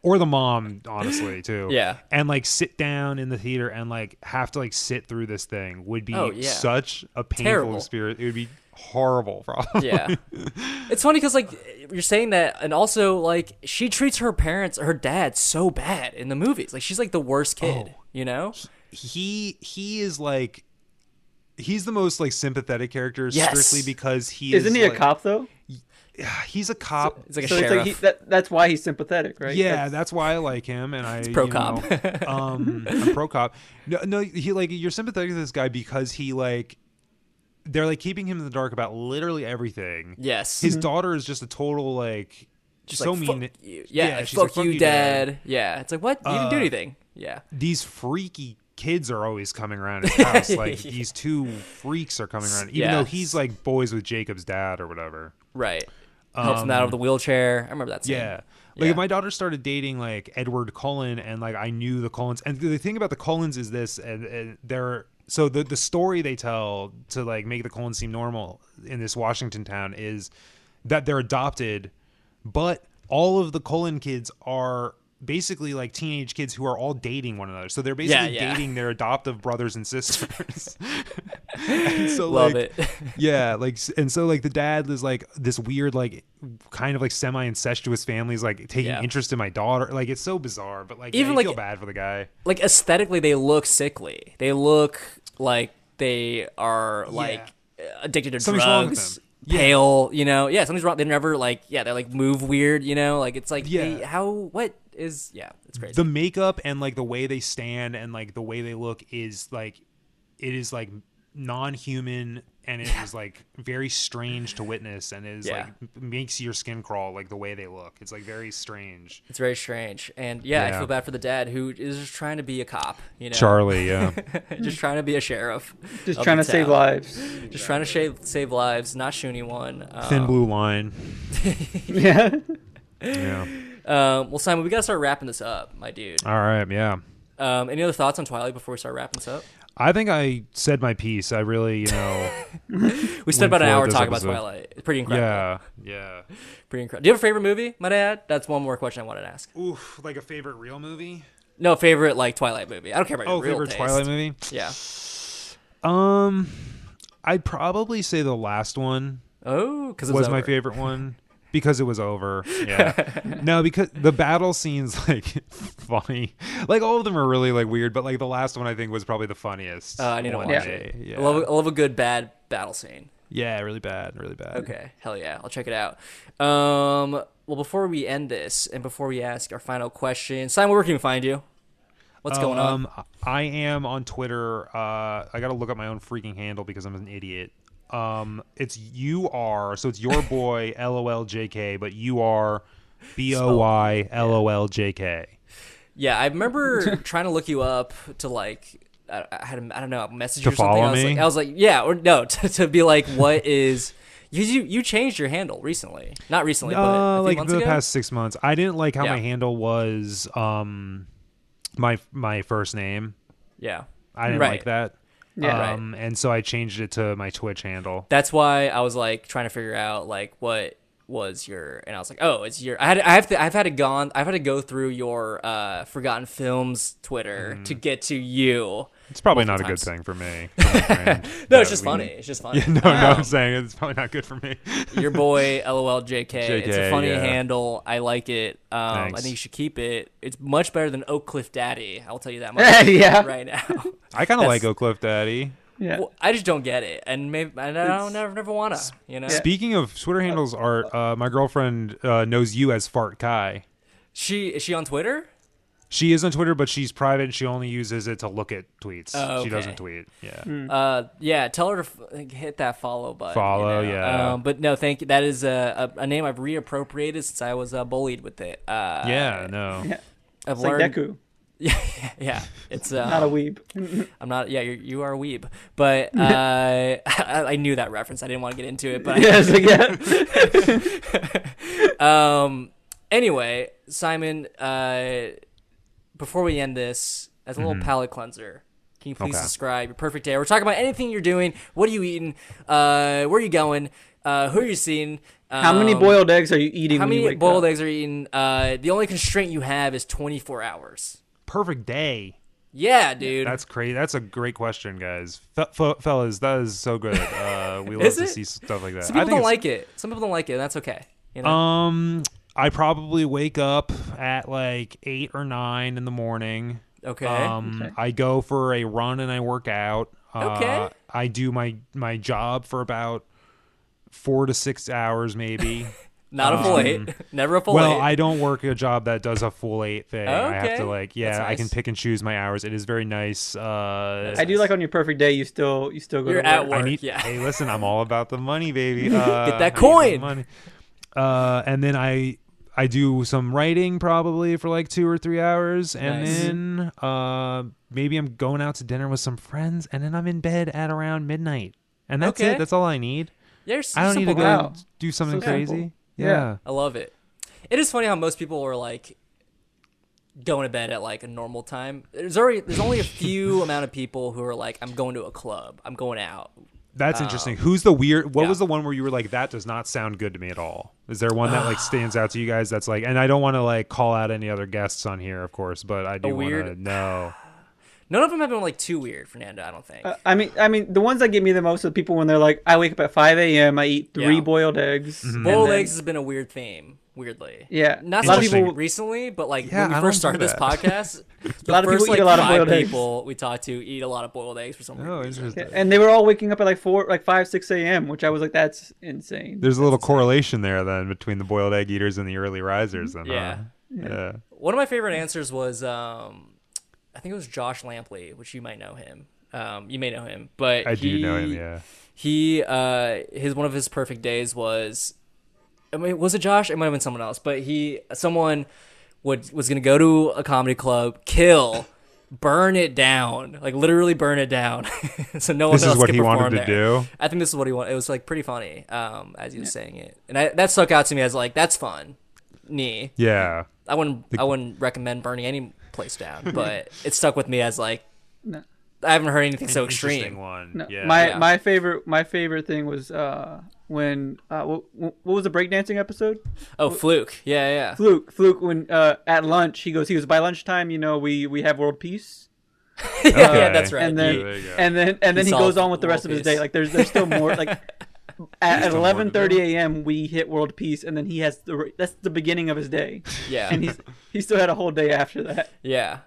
Speaker 6: or the mom honestly too
Speaker 3: Yeah.
Speaker 6: and like sit down in the theater and like have to like sit through this thing would be
Speaker 3: Oh, yeah.
Speaker 6: such a painful
Speaker 3: Terrible.
Speaker 6: experience it would be horrible probably
Speaker 3: yeah it's funny because like you're saying that and also like she treats her parents her dad so bad in the movies like she's like the worst kid you know
Speaker 6: he he is like he's the most like sympathetic character
Speaker 3: Yes.
Speaker 6: strictly because he
Speaker 4: Isn't
Speaker 6: is,
Speaker 4: he a
Speaker 6: like-
Speaker 4: cop though?
Speaker 6: he's a cop
Speaker 3: it's like a
Speaker 4: So it's
Speaker 3: sheriff
Speaker 4: like he, that, that's why he's sympathetic, right?
Speaker 6: Yeah,
Speaker 4: That's-
Speaker 6: that's, why I like him, and I
Speaker 3: pro
Speaker 6: you
Speaker 3: cop.
Speaker 6: know, um, I'm pro cop. No, no, he like you're sympathetic to this guy because he like they're like keeping him in the dark about literally everything.
Speaker 3: yes
Speaker 6: his daughter is just a total like
Speaker 3: She's
Speaker 6: so
Speaker 3: Mm-hmm. like,
Speaker 6: mean.
Speaker 3: fuck you. yeah, like,
Speaker 6: she's like,
Speaker 3: fuck, you dad. yeah it's like what you didn't do anything yeah
Speaker 6: These freaky kids are always coming around his house. like these two freaks are coming around, even
Speaker 3: Yeah.
Speaker 6: though he's like boys with Jacob's dad or whatever.
Speaker 3: right helps him out of the wheelchair i remember that scene.
Speaker 6: Yeah. Like if
Speaker 3: Yeah.
Speaker 6: my daughter started dating like Edward Cullen and like I knew the Cullens and the thing about the Cullens is this and, and they're so the the story they tell to like make the Cullens seem normal in this Washington town is that they're adopted but all of the Cullen kids are basically like teenage kids who are all dating one another. So they're basically
Speaker 3: yeah.
Speaker 6: dating their adoptive brothers and sisters. And so
Speaker 3: Love
Speaker 6: like,
Speaker 3: it.
Speaker 6: yeah, like s- and so like the dad is like this weird like kind of like semi incestuous family is like taking
Speaker 3: Yeah.
Speaker 6: interest in my daughter. Like it's so bizarre, but like
Speaker 3: Even,
Speaker 6: even
Speaker 3: like-
Speaker 6: feel bad for the guy.
Speaker 3: like aesthetically they look sickly they look like they are like addicted to
Speaker 6: Something's wrong with
Speaker 3: drugs
Speaker 6: them.
Speaker 3: pale you know yeah something's wrong they never like yeah they like move weird you know like it's like
Speaker 6: Yeah.
Speaker 3: they- how what is yeah it's crazy
Speaker 6: The makeup and like the way they stand and like the way they look is like it is like non-human and it is like very strange to witness and it is
Speaker 3: Yeah.
Speaker 6: like m- makes your skin crawl like the way they look. It's like very strange.
Speaker 3: it's very strange and yeah, i
Speaker 6: Yeah.
Speaker 3: feel bad for the dad who is just trying to be a cop you know
Speaker 6: Charlie, yeah.
Speaker 3: just trying to be a sheriff
Speaker 4: just
Speaker 3: of
Speaker 4: trying
Speaker 3: the
Speaker 4: to save
Speaker 3: town.
Speaker 4: lives.
Speaker 3: just trying to save, save lives not shooting one um,
Speaker 6: Thin blue line.
Speaker 4: Yeah.
Speaker 6: Yeah.
Speaker 3: um, well simon we gotta start wrapping this up my dude
Speaker 6: All right, yeah.
Speaker 3: um, any other thoughts on twilight before we start wrapping this up
Speaker 6: I think I said my piece. I really, you know,
Speaker 3: We spent
Speaker 6: went
Speaker 3: about an
Speaker 6: for
Speaker 3: hour
Speaker 6: this
Speaker 3: talking
Speaker 6: episode.
Speaker 3: about Twilight. It's pretty incredible.
Speaker 6: yeah, yeah.
Speaker 3: Pretty incredible. Do you have a favorite movie, my dad? That's one more question I wanted to ask.
Speaker 6: Oof, like a favorite real movie?
Speaker 3: No, favorite like Twilight movie. I don't care about
Speaker 6: Oh,
Speaker 3: your real
Speaker 6: favorite
Speaker 3: taste.
Speaker 6: Twilight movie?
Speaker 3: Yeah.
Speaker 6: Um, I'd probably say the last one
Speaker 3: Oh, because
Speaker 6: was my favorite one because it was over. Yeah. no, because the battle scenes like funny. Like all of them are really like weird, but like the last one I think was probably the funniest.
Speaker 3: Uh, I need to
Speaker 6: one.
Speaker 3: watch
Speaker 6: Yeah,
Speaker 3: it.
Speaker 6: Yeah.
Speaker 3: I love, I love a good bad battle scene.
Speaker 6: yeah, really bad, really bad.
Speaker 3: Okay, hell yeah, I'll check it out. Um, well, before we end this, and before we ask our final question, Simon, where can we find you? What's going on?
Speaker 6: Um, I am on Twitter. Uh, I gotta look up my own freaking handle because I'm an idiot. Um, it's you are so it's your boy L O L J K, but you are B O Y L O L J K.
Speaker 3: Yeah, I remember trying to look you up to like I, I had a, I don't know a message
Speaker 6: To
Speaker 3: or something. I
Speaker 6: follow
Speaker 3: was like
Speaker 6: me?
Speaker 3: I was like yeah or no to, to be like what is you you you changed your handle recently? Not recently, but a
Speaker 6: Uh,
Speaker 3: few
Speaker 6: like
Speaker 3: months
Speaker 6: the
Speaker 3: ago.
Speaker 6: past six months, I didn't like how my
Speaker 3: Yeah.
Speaker 6: handle was um my my first name.
Speaker 3: yeah,
Speaker 6: I didn't
Speaker 3: Right.
Speaker 6: like that.
Speaker 4: Yeah.
Speaker 3: Right.
Speaker 6: Um, and so I changed it to my Twitch handle.
Speaker 3: that's why I was like trying to figure out like what was your and I was like oh it's your I had I have to, I've had to gone I've had to go through your uh forgotten films Twitter to get to you.
Speaker 6: Mm-hmm. It's probably not a
Speaker 3: Multiple times.
Speaker 6: good thing for me. for my brand.
Speaker 3: No,
Speaker 6: that
Speaker 3: it's just
Speaker 6: we-
Speaker 3: funny. It's just funny.
Speaker 6: No, no, I'm saying it's probably not good for me.
Speaker 3: your boy loljk it's a
Speaker 6: JK,
Speaker 3: funny
Speaker 6: yeah.
Speaker 3: handle i like it um, i
Speaker 6: Thanks.
Speaker 3: think you should keep it it's much better than oak cliff daddy i'll tell you that much
Speaker 4: yeah.
Speaker 3: right now
Speaker 6: I kind of
Speaker 3: That's-
Speaker 6: like Oak Cliff Daddy.
Speaker 4: Yeah.
Speaker 3: Well, i just don't get it and maybe and i don't never, never wanna you know
Speaker 6: Speaking of Twitter handles, Art, uh, my girlfriend uh, knows you as Fart Kai.
Speaker 3: she is she on twitter
Speaker 6: She is on Twitter, but she's private and she only uses it to look at tweets.
Speaker 3: Oh, okay.
Speaker 6: She doesn't tweet. Yeah.
Speaker 3: uh yeah tell her to f- like, hit that follow button you
Speaker 6: Follow,
Speaker 3: know?
Speaker 6: yeah.
Speaker 3: um, but no thank you that is a, a, a name i've reappropriated since i was uh, bullied with it uh
Speaker 6: yeah, no.
Speaker 3: i've
Speaker 4: It's like
Speaker 3: learned
Speaker 4: Deku,
Speaker 3: yeah yeah it's uh
Speaker 4: not a weeb.
Speaker 3: I'm not. Yeah, you're, you are a weeb, but uh, I, I knew that reference. I didn't want to get into it, but
Speaker 4: yeah, it's like, yeah.
Speaker 3: um. Anyway, Simon, uh, before we end this, as a little palate cleanser, can you please
Speaker 6: Mm-hmm. Okay.
Speaker 3: describe your perfect day? We're talking about anything you're doing. What are you eating? Uh, where are you going? Uh, who are you seeing?
Speaker 4: How many
Speaker 3: Um,
Speaker 4: boiled eggs are you eating?
Speaker 3: How
Speaker 4: when you
Speaker 3: many
Speaker 4: wake
Speaker 3: boiled
Speaker 4: up?
Speaker 3: eggs are you eating? Uh, the only constraint you have is 24 hours.
Speaker 6: Perfect day.
Speaker 3: Yeah, dude.
Speaker 6: That's crazy. That's a great question, guys. Fe- fe- fellas, that is so good. Uh, we love
Speaker 3: Is
Speaker 6: to
Speaker 3: it?
Speaker 6: see stuff like that.
Speaker 3: Some
Speaker 6: I
Speaker 3: people
Speaker 6: think
Speaker 3: don't like
Speaker 6: it's-
Speaker 3: it. Some people don't like it. and That's okay. You know?
Speaker 6: Um, I probably wake up at like eight or nine in the morning.
Speaker 3: okay.
Speaker 6: Um,
Speaker 4: Okay.
Speaker 6: I go for a run and I work out. Uh,
Speaker 3: Okay.
Speaker 6: I do my my job for about four to six hours, maybe.
Speaker 3: Not a full eight. Never a full
Speaker 6: Um, mm-hmm. well,
Speaker 3: eight.
Speaker 6: I don't work a job that does a full eight thing. I have
Speaker 3: Okay.
Speaker 6: to like,
Speaker 3: That's
Speaker 6: yeah, I can
Speaker 3: nice.
Speaker 6: pick and choose my hours. It is very nice. Uh,
Speaker 4: I do like on your perfect day, you still you still go.
Speaker 3: You're
Speaker 4: to
Speaker 3: at
Speaker 4: work.
Speaker 3: work.
Speaker 6: I need.
Speaker 3: yeah.
Speaker 6: Hey, listen, I'm all about the money, baby. Uh,
Speaker 3: Get that
Speaker 6: I need the
Speaker 3: coin.
Speaker 6: money. Uh, and then I I do some writing probably for like two or three hours, and
Speaker 3: Nice.
Speaker 6: then uh, maybe I'm going out to dinner with some friends, and then I'm in bed at around midnight, and that's
Speaker 3: Okay.
Speaker 6: it. That's all I need.
Speaker 3: You're s-
Speaker 6: I don't need
Speaker 3: simple
Speaker 6: to go
Speaker 3: guy.
Speaker 4: Wow.
Speaker 6: do something
Speaker 4: So simple.
Speaker 6: crazy.
Speaker 4: Yeah.
Speaker 3: I love it. It is funny how most people are like going to bed at like a normal time. There's already there's only a few amount of people who are like, I'm going to a club. I'm going out.
Speaker 6: That's interesting. Who's the weird? What
Speaker 3: yeah.
Speaker 6: was the one where you were like, "That does not sound good to me at all"? Is there one that like stands out to you guys? That's like, and I don't want to like call out any other guests on here, of course, but I do want to
Speaker 3: weird-
Speaker 6: know.
Speaker 3: None of them have been like too weird, Fernando. I don't think.
Speaker 4: I mean, I mean, the ones that get me the most are the people when they're like, I wake up at 5 a.m. I eat three
Speaker 3: Yeah. Mm-hmm.
Speaker 4: boiled eggs. and
Speaker 3: Boiled
Speaker 4: then-
Speaker 3: eggs has been a weird theme, weirdly.
Speaker 4: Yeah.
Speaker 3: Not so
Speaker 4: A lot of
Speaker 3: much
Speaker 6: people-
Speaker 3: recently, but like
Speaker 6: Yeah,
Speaker 3: when we
Speaker 6: I
Speaker 3: first
Speaker 6: don't
Speaker 3: started
Speaker 6: do
Speaker 3: this
Speaker 6: that.
Speaker 3: podcast, the
Speaker 4: lot of
Speaker 3: first
Speaker 4: people
Speaker 3: like
Speaker 4: eat a lot of
Speaker 3: five
Speaker 4: boiled eggs.
Speaker 3: people we talked to eat a lot of boiled eggs for some
Speaker 6: Oh,
Speaker 3: reason.
Speaker 6: interesting.
Speaker 4: And they were all waking up at like four, like five, six a.m., which I was like, that's insane.
Speaker 6: There's a little correlation there then between the boiled egg eaters and the early risers. Then,
Speaker 3: Yeah.
Speaker 6: Huh? Yeah.
Speaker 3: One of my favorite answers was um, I think it was Josh Lampley, which you might know him. Um, you may know him, but
Speaker 6: I do know him.
Speaker 3: he-
Speaker 6: Yeah.
Speaker 3: he uh his one of his perfect days was I mean was it Josh? It might have been someone else, but he someone would was gonna go to a comedy club, kill, burn it down, like literally burn it down, so no one
Speaker 6: This is
Speaker 3: else
Speaker 6: what
Speaker 3: could
Speaker 6: he wanted
Speaker 3: perform
Speaker 6: to
Speaker 3: there.
Speaker 6: do?
Speaker 3: I think this is what he wanted. It was like pretty funny, um, as he was saying it, and I, that stuck out to me as like that's fun. Nee,
Speaker 6: Yeah.
Speaker 3: I wouldn't I wouldn't recommend burning any place down, but it stuck with me as like
Speaker 4: No.
Speaker 3: I haven't heard anything so extreme.
Speaker 6: one.
Speaker 4: No,
Speaker 6: yeah.
Speaker 4: my
Speaker 3: Yeah.
Speaker 4: my favorite my favorite thing was uh, when uh, what, what was the breakdancing episode?
Speaker 3: Oh, fluke, yeah, yeah.
Speaker 4: Fluke, Fluke. When uh, at lunch, he goes, he goes by lunchtime. You know, we we have world peace,
Speaker 3: yeah, that's right.
Speaker 4: and
Speaker 6: Yeah,
Speaker 4: then
Speaker 6: there you go.
Speaker 4: and then and then
Speaker 3: He
Speaker 4: he goes
Speaker 3: solved
Speaker 4: on with the rest of
Speaker 3: world
Speaker 4: his day.
Speaker 3: peace.
Speaker 4: Like there's there's still more. Like at, at
Speaker 6: still more to
Speaker 4: 11:30 a.m. we hit world peace, and then he has the that's the beginning of his day,
Speaker 3: yeah.
Speaker 4: and he's he still had a whole day after that.
Speaker 3: Yeah.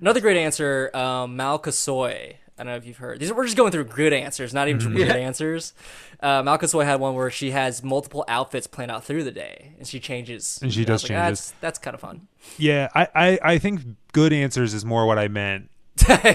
Speaker 3: Another great answer, um, Mal Kasoy. I don't know if you've heard. These, we're just going through good answers, not
Speaker 6: Mm-hmm.
Speaker 3: even weird answers. Uh, Mal Kasoy had one where she has multiple outfits planned out through the day, and she changes.
Speaker 6: And she
Speaker 3: I
Speaker 6: does
Speaker 3: was "Ah,
Speaker 6: changes.
Speaker 3: That's, that's kind of fun.
Speaker 6: Yeah. I, I, I think good answers is more what I meant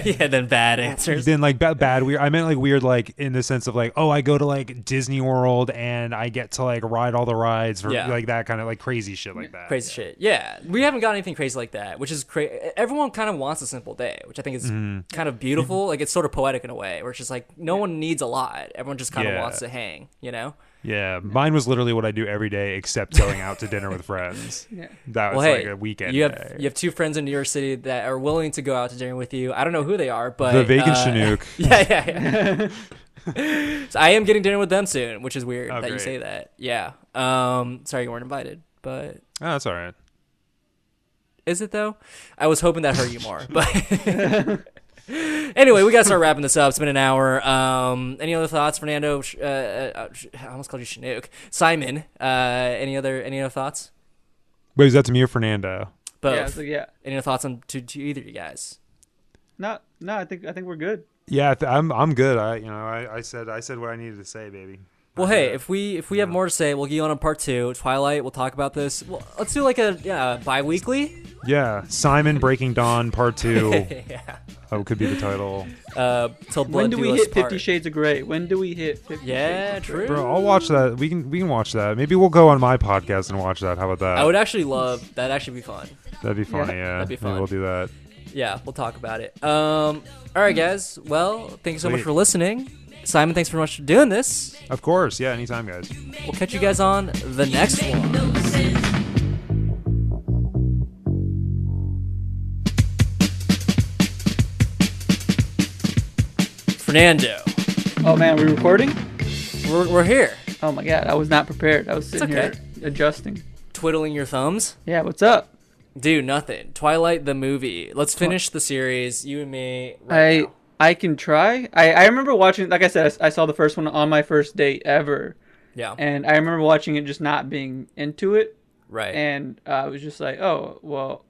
Speaker 3: yeah, then bad answers.
Speaker 6: than like ba- bad weird. I meant like weird, like in the sense of like, oh, I go to like Disney World and I get to like ride all the rides for
Speaker 3: Yeah.
Speaker 6: like that kind of like crazy shit like that.
Speaker 3: Crazy shit. Yeah, we haven't got anything crazy like that, which is crazy. Everyone kind of wants a simple day, which I think is
Speaker 6: Mm-hmm.
Speaker 3: kind of beautiful. Like it's sort of poetic in a way, where it's just like no one needs a lot. Everyone just kind of
Speaker 6: Yeah.
Speaker 3: wants to hang. You know.
Speaker 6: Yeah. Mine was literally what I do every day except going out to dinner with friends. Yeah. That was
Speaker 3: well,
Speaker 6: like
Speaker 3: hey,
Speaker 6: a weekend.
Speaker 3: You have
Speaker 6: day.
Speaker 3: you have two friends in New York City that are willing to go out to dinner with you. I don't know who they are, but
Speaker 6: the Vegan
Speaker 3: uh,
Speaker 6: Chinook. Oh,
Speaker 3: Yeah, yeah, yeah. so I am getting dinner with them soon, which is weird
Speaker 6: Oh,
Speaker 3: that you
Speaker 6: great.
Speaker 3: say that. Yeah. Um, sorry you weren't invited, but
Speaker 6: Oh, that's all right.
Speaker 3: is it though? I was hoping that hurt you more, but. Anyway, we gotta start wrapping this up. It's been an hour. Um, any other thoughts, Fernando? Sh- Uh, uh, sh- I almost called you Chinook, Simon. Uh, any other any other thoughts?
Speaker 6: Wait, is that to me or Fernando?
Speaker 3: Both.
Speaker 4: Yeah, so yeah.
Speaker 3: Any other thoughts on to, to either of you guys?
Speaker 4: No, no, I think I think we're good.
Speaker 6: Yeah, I th- I'm I'm good. I you know I, I said I said what I needed to say, baby.
Speaker 4: Uh,
Speaker 3: Well, hey, if we if we have more to say, we'll get you on a part two. Twilight, we'll talk about this. Well, let's do like a yeah, bi-weekly.
Speaker 6: Yeah, Simon Breaking Dawn Part Two. yeah, oh, could be the title.
Speaker 3: Uh, till blood
Speaker 4: when do we
Speaker 3: us
Speaker 4: hit
Speaker 3: part.
Speaker 4: Fifty Shades of Grey? When do we hit Fifty
Speaker 3: Yeah,
Speaker 4: Shades of Grey?
Speaker 3: true.
Speaker 6: Bro, I'll watch that. We can we can watch that. Maybe we'll go on my podcast and watch that. How about that?
Speaker 3: I would actually love that. Actually, be fun.
Speaker 6: That'd be funny. Yeah,
Speaker 4: Yeah,
Speaker 3: that'd be
Speaker 6: Maybe
Speaker 3: fun.
Speaker 6: we'll do that.
Speaker 3: Yeah, we'll talk about it. Um, all right, guys. Well, thank you so much
Speaker 6: Sweet.
Speaker 3: for listening, Simon. Thanks very much for doing this.
Speaker 6: Of course. Yeah, anytime, guys.
Speaker 3: We'll catch you guys on the next one. Fernando,
Speaker 4: Oh man, we recording?
Speaker 3: we're, we're here.
Speaker 4: Oh my god, I was not prepared. I was sitting
Speaker 3: okay.
Speaker 4: here adjusting.
Speaker 3: Twiddling your thumbs?
Speaker 4: Yeah, what's up?
Speaker 3: Dude, nothing. Twilight the movie. Let's finish the series, you and me. Right
Speaker 4: I
Speaker 3: now.
Speaker 4: I can try. I I remember watching. Like I said, I s- I, saw the first one on my first date ever,
Speaker 3: Yeah.
Speaker 4: and I remember watching it just not being into it,
Speaker 3: right.
Speaker 4: and uh, I was just like, oh well,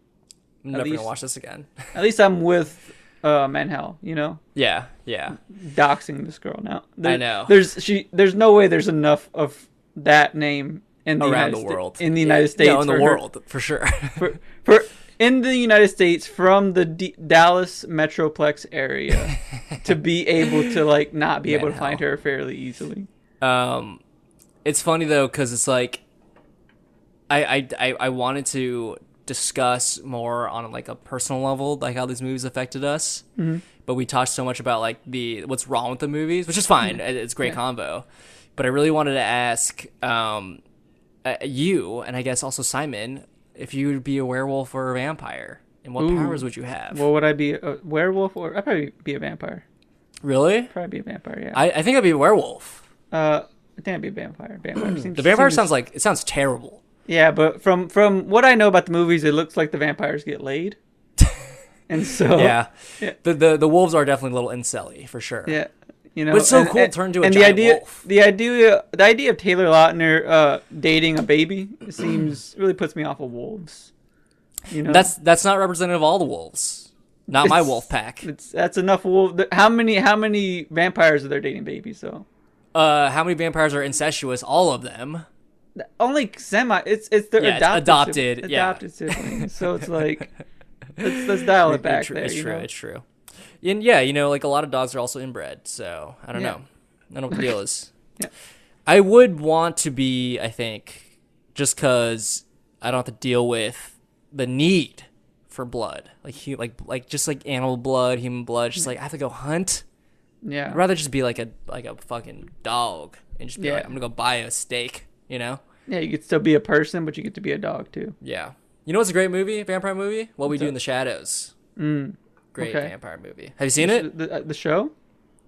Speaker 3: I'm never
Speaker 4: least-
Speaker 3: gonna watch this again.
Speaker 4: at least I'm with uh, Manhel, you know,
Speaker 3: yeah, yeah.
Speaker 4: doxing this girl now. There-
Speaker 3: know.
Speaker 4: There's she. There's no way there's enough of that name in the
Speaker 3: Around
Speaker 4: United
Speaker 3: the
Speaker 4: Sta-
Speaker 3: world.
Speaker 4: in the
Speaker 3: Yeah.
Speaker 4: United States
Speaker 3: No, in the
Speaker 4: for her-
Speaker 3: world, for sure.
Speaker 4: for, for in the United States from the D- Dallas metroplex area to be able to like not be able to
Speaker 3: Man,
Speaker 4: find
Speaker 3: hell.
Speaker 4: her fairly easily.
Speaker 3: Um, it's funny though because it's like I, I I I wanted to discuss more on like a personal level like how these movies affected us,
Speaker 4: Mm-hmm.
Speaker 3: but we talked so much about like the what's wrong with the movies, which is fine.
Speaker 4: Mm-hmm.
Speaker 3: It- It's great convo, but I really wanted to ask um uh, you and I guess also Simon if you would be a werewolf or a vampire and what powers would you have?
Speaker 4: What would I be? A werewolf or I'd probably be a vampire.
Speaker 3: really?
Speaker 4: Probably be a vampire. Yeah.
Speaker 3: I, I think I'd be a werewolf.
Speaker 4: uh, I think I'd be a vampire. Vampire. seems,
Speaker 3: The vampire
Speaker 4: seems-
Speaker 3: sounds like it sounds terrible.
Speaker 4: Yeah, but from from what I know about the movies, it looks like the vampires get laid. And so
Speaker 3: yeah. The, the the wolves are definitely a little incelly for sure.
Speaker 4: Yeah. You know,
Speaker 3: But it's so cool to turn into a
Speaker 4: and the
Speaker 3: giant
Speaker 4: idea,
Speaker 3: wolf.
Speaker 4: The idea, the idea of Taylor Lautner uh, dating a baby seems really puts me off of wolves. You know,
Speaker 3: That's that's not representative of all the wolves. Not my
Speaker 4: It's-
Speaker 3: wolf pack.
Speaker 4: it's, that's enough wolf. th- How many how many vampires are there dating babies though?
Speaker 3: Uh, how many vampires are incestuous? All of them.
Speaker 4: Only semi. It's it's their
Speaker 3: Yeah, it's adopted,
Speaker 4: adopted sibling-
Speaker 3: yeah.
Speaker 4: adopted siblings. So it's like let's, let's dial it back
Speaker 3: it's true.
Speaker 4: there.
Speaker 3: it's
Speaker 4: you
Speaker 3: true.
Speaker 4: know?
Speaker 3: It's true. And yeah, you know, like a lot of dogs are also inbred. So I don't
Speaker 4: Yeah.
Speaker 3: know. I don't know what the deal is.
Speaker 4: Yeah.
Speaker 3: I would want to be. I think just because I don't have to deal with the need for blood, like hu- like like just like animal blood, human blood. Just like I have to go hunt.
Speaker 4: yeah.
Speaker 3: I'd rather just be like a like a fucking dog and just be
Speaker 4: Yeah.
Speaker 3: like, I'm gonna go buy a steak, you know?
Speaker 4: Yeah, you could still be a person, but you get to be a dog too.
Speaker 3: Yeah. You know what's a great movie, vampire movie? What We Do in the Shadows. Mm. Great
Speaker 4: okay.
Speaker 3: vampire movie. Have you seen
Speaker 4: The,
Speaker 3: it?
Speaker 4: the, uh, the show.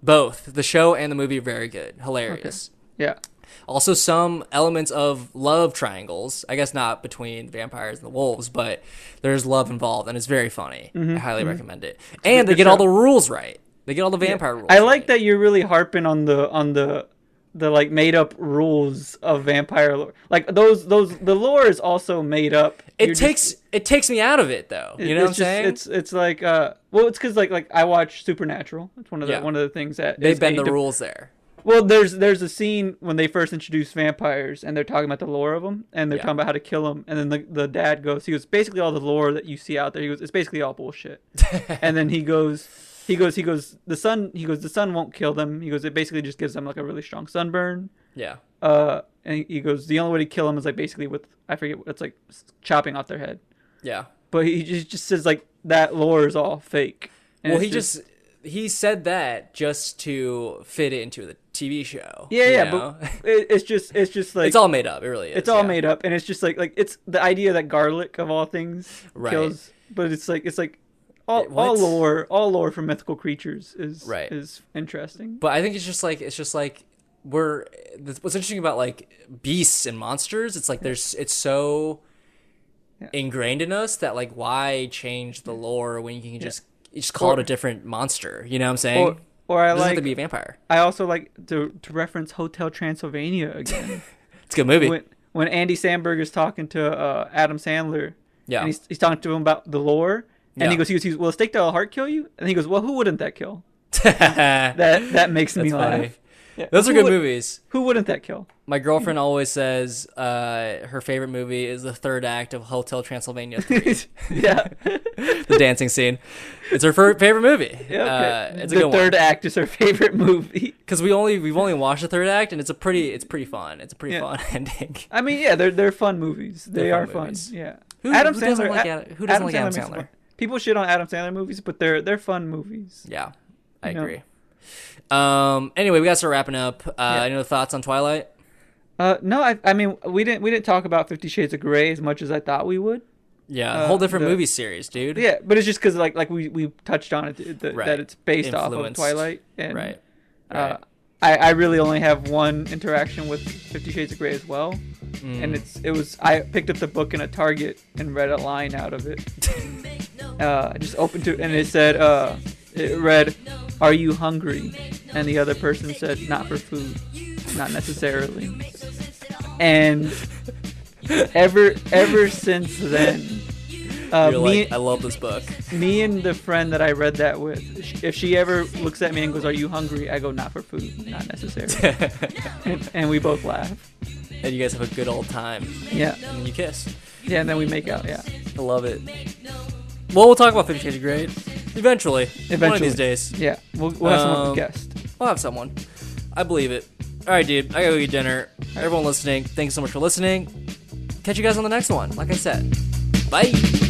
Speaker 3: Both. The show and the movie are very good. Hilarious.
Speaker 4: Yeah.
Speaker 3: Also some elements of love triangles. I guess not between vampires and the wolves, but there's love involved and it's very funny.
Speaker 4: Mm-hmm.
Speaker 3: I highly recommend it. And they
Speaker 4: good
Speaker 3: get all
Speaker 4: show.
Speaker 3: the rules right. They get all the vampire rules.
Speaker 4: I like
Speaker 3: right.
Speaker 4: that you're really harping on the on the the like made up rules of vampire lore. Like those those the lore is also made up.
Speaker 3: It
Speaker 4: You're just-
Speaker 3: takes it takes me out of it though. You know what I'm
Speaker 4: it's just-
Speaker 3: saying?
Speaker 4: It's it's like uh well it's because like like I watch Supernatural. It's one of the
Speaker 3: Yeah.
Speaker 4: one of the things that
Speaker 3: they
Speaker 4: is
Speaker 3: bend
Speaker 4: a
Speaker 3: the
Speaker 4: diff-
Speaker 3: rules there.
Speaker 4: Well, there's there's a scene when they first introduce vampires and they're talking about the lore of them and they're
Speaker 3: Yeah.
Speaker 4: talking about how to kill them and then the, the dad goes he goes basically all the lore that you see out there he goes it's basically all bullshit and then he goes he goes he goes the sun he goes the sun won't kill them he goes it basically just gives them like a really strong sunburn
Speaker 3: Yeah.
Speaker 4: uh and he goes the only way to kill them is like basically with I forget what it's like s- chopping off their head
Speaker 3: Yeah.
Speaker 4: but he just just says like that lore is all fake And
Speaker 3: Well,
Speaker 4: it's
Speaker 3: he just, he said that just to fit it into the TV show.
Speaker 4: yeah
Speaker 3: you
Speaker 4: yeah
Speaker 3: know?
Speaker 4: but it, it's just it's just like
Speaker 3: it's all made up. It really is.
Speaker 4: it's all
Speaker 3: yeah.
Speaker 4: made up and it's just like like it's the idea that garlic of all things
Speaker 3: Right.
Speaker 4: kills but it's like it's like all,
Speaker 3: It-
Speaker 4: all
Speaker 3: what?
Speaker 4: lore all lore from mythical creatures is
Speaker 3: Right.
Speaker 4: is interesting
Speaker 3: But I think it's just like it's just like we're th- what's interesting about like beasts and monsters. It's like there's it's so ingrained in us that like why change the lore when you can just you just call it a different monster. You know what I'm saying?
Speaker 4: or, or i
Speaker 3: it doesn't have
Speaker 4: like
Speaker 3: to be a vampire.
Speaker 4: i also like to, to reference hotel transylvania again
Speaker 3: It's a good movie.
Speaker 4: when when andy Samberg is talking to uh, adam sandler
Speaker 3: Yeah.
Speaker 4: and he's, he's talking to him about the lore and he
Speaker 3: Yeah.
Speaker 4: goes he goes, he goes will a steak to a heart kill you and he goes well who wouldn't that kill
Speaker 3: That's
Speaker 4: that that makes me
Speaker 3: funny.
Speaker 4: laugh
Speaker 3: Those are
Speaker 4: Who
Speaker 3: good
Speaker 4: would-
Speaker 3: movies.
Speaker 4: who wouldn't that kill
Speaker 3: My girlfriend always says uh, her favorite movie is the third act of Hotel Transylvania 3,
Speaker 4: yeah
Speaker 3: the dancing scene. It's her fir- favorite movie.
Speaker 4: Yeah, okay.
Speaker 3: Uh, it's a
Speaker 4: the
Speaker 3: good
Speaker 4: third act is her favorite movie.
Speaker 3: because we only we've only watched the third act, and it's a pretty it's pretty fun. It's a pretty
Speaker 4: Yeah.
Speaker 3: fun ending.
Speaker 4: I mean, yeah, they're they're fun movies. They
Speaker 3: They're fun
Speaker 4: are fun.
Speaker 3: movies.
Speaker 4: Yeah.
Speaker 3: Who- who doesn't like
Speaker 4: A-
Speaker 3: Ad- who doesn't like Adam
Speaker 4: makes
Speaker 3: Sandler?
Speaker 4: fun- People shit on Adam Sandler movies, but they're they're fun movies.
Speaker 3: Yeah, I
Speaker 4: Yeah.
Speaker 3: agree. Um. Anyway, we got to start wrapping up. Uh, Any other thoughts on Twilight?
Speaker 4: Uh, no, I, I mean we didn't we didn't talk about Fifty Shades of Grey as much as I thought we would.
Speaker 3: Yeah, a whole different
Speaker 4: Uh, the-
Speaker 3: movie series, dude.
Speaker 4: Yeah, but it's just because like like we we touched on it th- th-
Speaker 3: Right.
Speaker 4: that it's based off of
Speaker 3: Influenced.
Speaker 4: Twilight and
Speaker 3: Right.
Speaker 4: Uh, I, I really only have one interaction with Fifty Shades of Grey as well, and
Speaker 3: Mm.
Speaker 4: it's it was I picked up the book in a Target and read a line out of it. uh, I just opened it and it said, uh, it read, "Are you hungry?" And the other person said, "Not for food, not necessarily." And ever ever since then, uh,
Speaker 3: You're
Speaker 4: me
Speaker 3: like, I love this book.
Speaker 4: me and the friend that I read that with, if she ever looks at me and goes, "Are you hungry?" I go, "Not for food, not necessary," and, and we both laugh.
Speaker 3: and you guys have a good old time.
Speaker 4: Yeah,
Speaker 3: And then you kiss.
Speaker 4: yeah, and then we make out. Yeah,
Speaker 3: I love it. Well, we'll talk about Fifty Shades of Grey eventually. One of
Speaker 4: Eventually.
Speaker 3: these days.
Speaker 4: yeah. We'll, we'll have someone
Speaker 3: Um,
Speaker 4: guest.
Speaker 3: We'll have someone. I believe it. All right, dude. I gotta go eat dinner. Everyone listening, thanks so much for listening. Catch you guys on the next one. Like I said, bye.